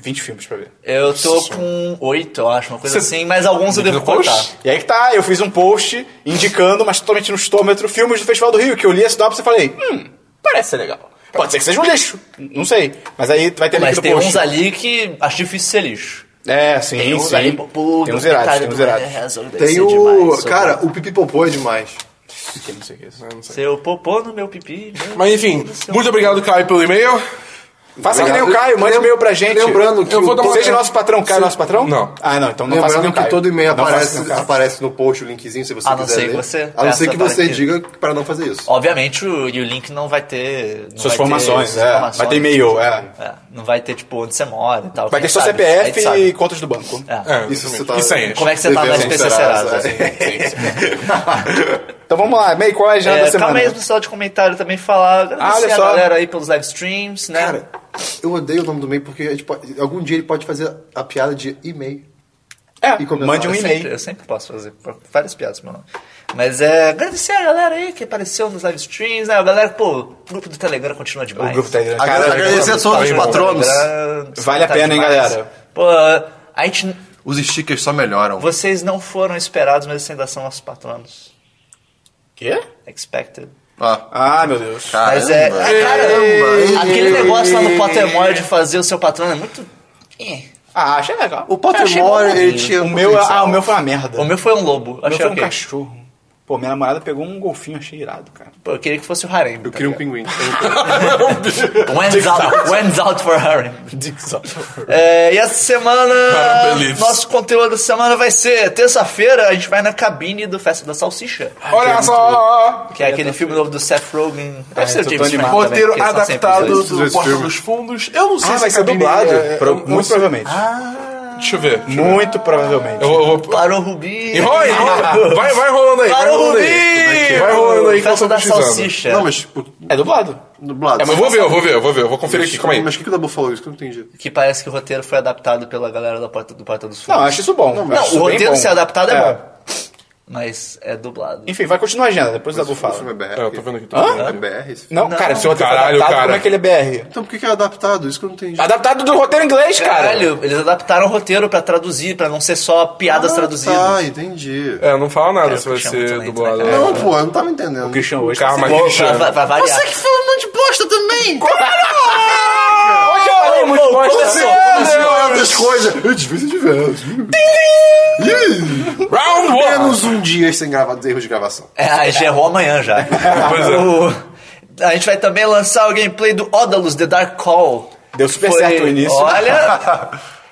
20 filmes pra ver. Eu tô com oito, eu acho, uma coisa Você- assim, mas alguns eu devo Poxa. cortar. E aí que tá, eu fiz um post indicando, mas totalmente no estômetro, filmes do Festival do Rio, que eu li a sinopse e falei, hum, parece ser legal. Pode ser que seja um lixo, não sei. Mas aí vai ter link Mas no tem post. uns ali que acho difícil ser lixo. É, sim, Tem uns sim. ali, pô, tem uns documentário irados, tem do uns irados. Manhattan, deve Tem ser o. demais, sou- cara, o Pipi Popô é demais. Que não sei o que é isso. Seu popô no meu pipi. meu- Mas enfim, muito obrigado, Caio, pelo e-mail. Faça que nem o Caio, mande Lem- e-mail pra gente. Lembrando que Eu vou dar uma- Seja nosso patrão, Caio é nosso patrão? Não. Ah, não, então não faça que nem Lembrando o Caio. que todo e-mail Não faça aparece, que nem o Caio. aparece no post o linkzinho se você A não quiser ser que ler. você a não ser peça que você para que- diga para não fazer isso. Obviamente, o, e o link não vai ter. não vai Suas ter formações, suas é. informações. Vai ter e-mail, é. É, Não vai ter, tipo, onde você mora e tal. Vai quem ter só sabe? Aí CPF tu sabe. e contas do banco. É. É, Isso você exatamente. tá- E senhas. Como é que você tá no Devemos SPC encerrar, Serasa? é. assim? Então vamos lá, May, qual é a agenda da É, semana? Ah, calma aí, no pessoal de comentário também falar. Agradecer olha a só. galera aí pelos live streams, né? Cara, eu odeio o nome do e-mail porque a gente pode- algum dia ele pode fazer a piada de e-mail. É, E começar. mande um eu, sempre, e-mail. eu sempre posso fazer várias piadas, meu nome. Mas é, agradecer a galera aí que apareceu nos live streams, né? A galera, pô, o grupo do Telegram continua demais. O grupo tá aí. Agra- Cara, agradecer a todos os patronos. Telegram, Vale a tá pena, hein, demais. galera? Pô, a gente, Os stickers só melhoram. vocês não foram esperados, mas vocês ainda são nossos patronos. Quê? Expected. Ah, Ah, meu Deus. Mas é, caramba. cara, aquele negócio lá no Pottermore de fazer o seu patrão é muito... Ih. Ah, achei legal. O Pottermore, ele tinha O é meu, potencial. ah, o meu foi uma merda. O meu foi um lobo, O meu achei foi um ok. cachorro. Pô, minha namorada pegou um golfinho, achei irado, cara. Pô, eu queria que fosse o harem. Eu queria um pinguim. When's out, when's out for harem. É, e essa semana, Cara, beleza. nosso conteúdo da semana vai ser terça-feira, a gente vai na cabine do Festa da Salsicha, Olha só! que é aquele filme novo do Seth Rogen. Ah, Deve ser eu o tô James animado Franco também, Roteiro porque são sempre adaptado dois. do dois Porta filmes. dos Fundos. Eu não sei Ah, se vai essa ser dublado, menina- pro- eu não é, muito sei. provavelmente. Ah, Deixa eu tá. ver. deixa eu ver. Muito provavelmente. Eu, vou- eu vou... Parou Rubi. Enrola, enrola. Vai, vai rolando aí. Vai Parou rolando Rubi. aí. Vai rolando aí é que eu Festa tô da precisando. Salsicha. Não, mas tipo, É dublado. dublado. É, mas eu vou ver, eu vou ver, eu vou ver. Eu vou conferir aqui, calma aí. Mas o que, que o Dabu falou isso que eu não entendi? Que parece que o roteiro foi adaptado pela galera da Porta, do Porta dos Fundos. Não, eu acho isso bom. Não, o roteiro ser adaptado é, bom. bom. Mas é dublado. Enfim, vai continuar a agenda, depois o Dabu O filme é fala. BR. É, eu tô vendo aqui. Tô Hã? vendo É aqui. BR esse filme? Não, cara, se o roteiro Caralho, é adaptado, cara. como é que ele é BR? Então por que, que é adaptado? Isso que eu não entendi. Adaptado do roteiro inglês, cara. Caralho, eles adaptaram o roteiro pra traduzir, pra não ser só piadas traduzidas. Ah, entendi. É, não fala nada É, se vai chama também, ser também, dublado. cara. Não, pô, eu não tava entendendo. Christian hoje. Calma, Pô, Vai, vai, Christian. vai variar. falou um monte de bosta também! é Hoje eu falei muito bosta. outras coisas. É Eu devia ser diverso. Round one! Menos um dia sem gravar, erro de gravação. É, já errou amanhã já. Pois é. O- A gente vai também lançar o gameplay do Odalus The Dark Call. Deu super certo o início. Olha.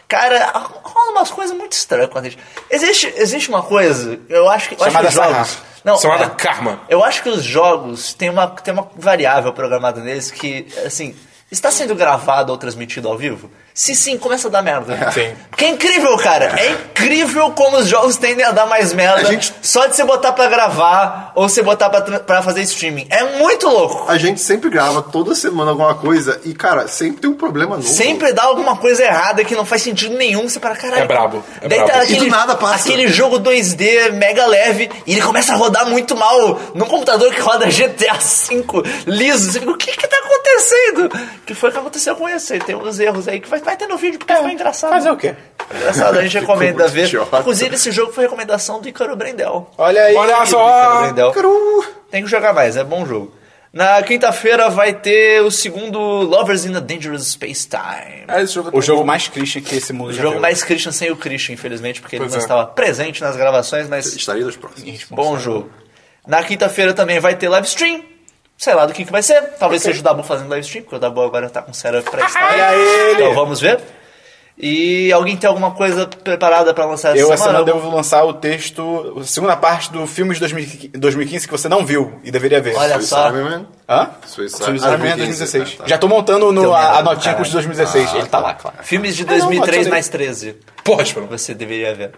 Cara, rola umas coisas muito estranhas quando a gente. Existe, existe uma coisa, eu acho que. eu acho Chamada que os jogos. sarrar. Não, Chamada é, karma. Eu acho que os jogos têm uma, têm uma variável programada neles que, assim, está sendo gravado ou transmitido ao vivo? Se sim, começa a dar merda. Sim. Porque é incrível, cara. É incrível como os jogos tendem a dar mais merda A gente- só de você botar pra gravar ou você botar pra, tra- pra fazer streaming. É muito louco. A gente sempre grava toda semana alguma coisa e, cara, sempre tem um problema novo. Sempre dá alguma coisa errada que não faz sentido nenhum, você para caralho. É brabo, é Daí tá brabo. Aquele, E do nada passa. Aquele jogo 2D mega leve e ele começa a rodar muito mal num computador que roda GTA V liso. Você fica, o que que tá acontecendo? Que foi o que aconteceu com esse? Tem uns erros aí que vai, vai ter no vídeo porque É, foi engraçado. Fazer o quê? Engraçado, a gente recomenda muito ver. idiota. Inclusive, esse jogo foi recomendação do Icaro Brendel. Olha aí. Olha Icaro só! Brendel. Cru. Tem que jogar mais, é bom jogo. Na quinta-feira vai ter o segundo Lovers in a Dangerous Space Time. Ah, esse jogo é tão O jogo bom. mais Christian que esse mundo O já jogo viu. mais Christian sem o Christian, infelizmente, porque Pois ele não é. estava presente nas gravações, mas Estaria nos próximos. bom jogo. Na quinta-feira também vai ter live stream. Sei lá do que, que vai ser. Talvez seja o Dabu fazendo live stream, porque o Dabu agora tá com setup pra estar. Olha ele! Então vamos ver. E alguém tem alguma coisa preparada pra lançar essa Eu, essa semana? semana, devo lançar o texto, a segunda parte do filme de 2015 2015 que você não viu e deveria ver. Olha só. Sabe, man? Hã? Suicide Suicide Squad é 2016. 2016. Já tô montando no, Teu a, a merda do notinha com os caralho. 2016. Ele tá lá, claro. Filmes de não, 2003 adicionei. mais 13. Porra, Esperão. Você deveria ver.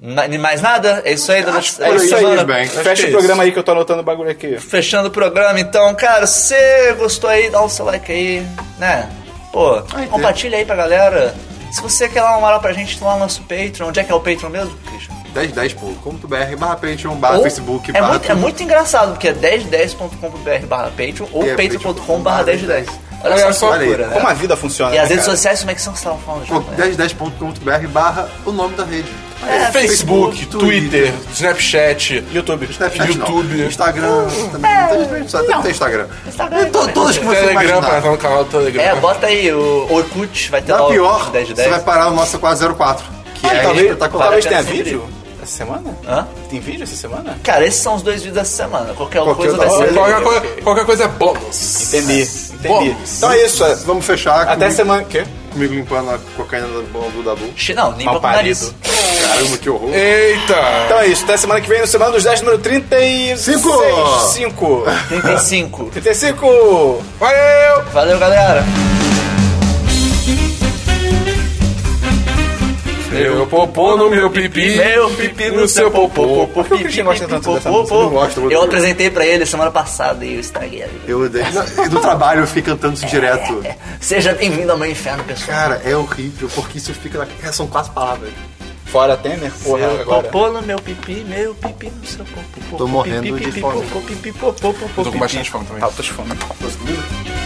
Na- mais nada? É isso aí, dona É isso aí, semana. bem. Acho Fecha que o é programa aí que eu tô anotando o bagulho aqui. Fechando o programa, então, cara, se você gostou aí, dá o seu like aí, né? Pô, compartilha aí pra galera. Se você quer dar uma moral pra gente, tá lá no nosso Patreon. Onde é que é o Patreon mesmo, Christian? 1010.com.br barra Patreon, barra Ou- Ah, Facebook, é barra muito, é muito engraçado, porque é 1010.com.br barra Patreon ou É, patreon.com barra 1010. Olha, Olha só só, que loucura, né? Como a vida funciona. E as né, redes cara? sociais, como é que são? Você tava falando já, né? 1010.com.br barra o nome da rede. É, Facebook, Facebook, Twitter, Snapchat, YouTube. né? Snapchat não. tá YouTube. Instagram também. Infelizmente, só tem Instagram. Instagram To- também. Todas que você Telegram, pra imaginar. entrar no canal do Telegram. É, bota aí, o Orkut vai ter lá Na o pior, 1010. você vai parar no nosso 404, que Ah, é talvez espetacular. talvez Cara, tenha sempre- vídeo essa semana? Hã? Tem vídeo essa semana? Cara, esses são os dois vídeos dessa semana. Qualquer, um Qualquer coisa vai outra ser. Qualquer, coisa, qualquer coisa é bônus. Entendi, Bom, entendi. Então é isso. é. Vamos fechar Até comigo, semana. Quê? comigo limpando a cocaína do bom do Dabu. Che- Não, nem Mal pra nariz. parido. Caramba, que horror. Eita! Então é isso. Até semana que vem, no Semana dos 10, número 35. Cinco. 5. 35. 35. Valeu! Valeu, galera. Meu popô no meu pipi. Meu pipi no seu popô. Por que o Cristian gosta tanto dessa música? Eu gosto, eu Eu odeio. apresentei pra ele semana passada e eu estraguei a vida. Eu odeio. Não, E do trabalho eu fico cantando isso direto. Seja bem-vindo ao meu inferno, pessoal. Cara, é horrível, porque isso fica na... São quatro palavras. Fora Temer, porra, Meu É, agora. popô no meu pipi, meu pipi no seu popô. Tô morrendo de fome. Tô com bastante fome também. Altas fome. Posso comigo?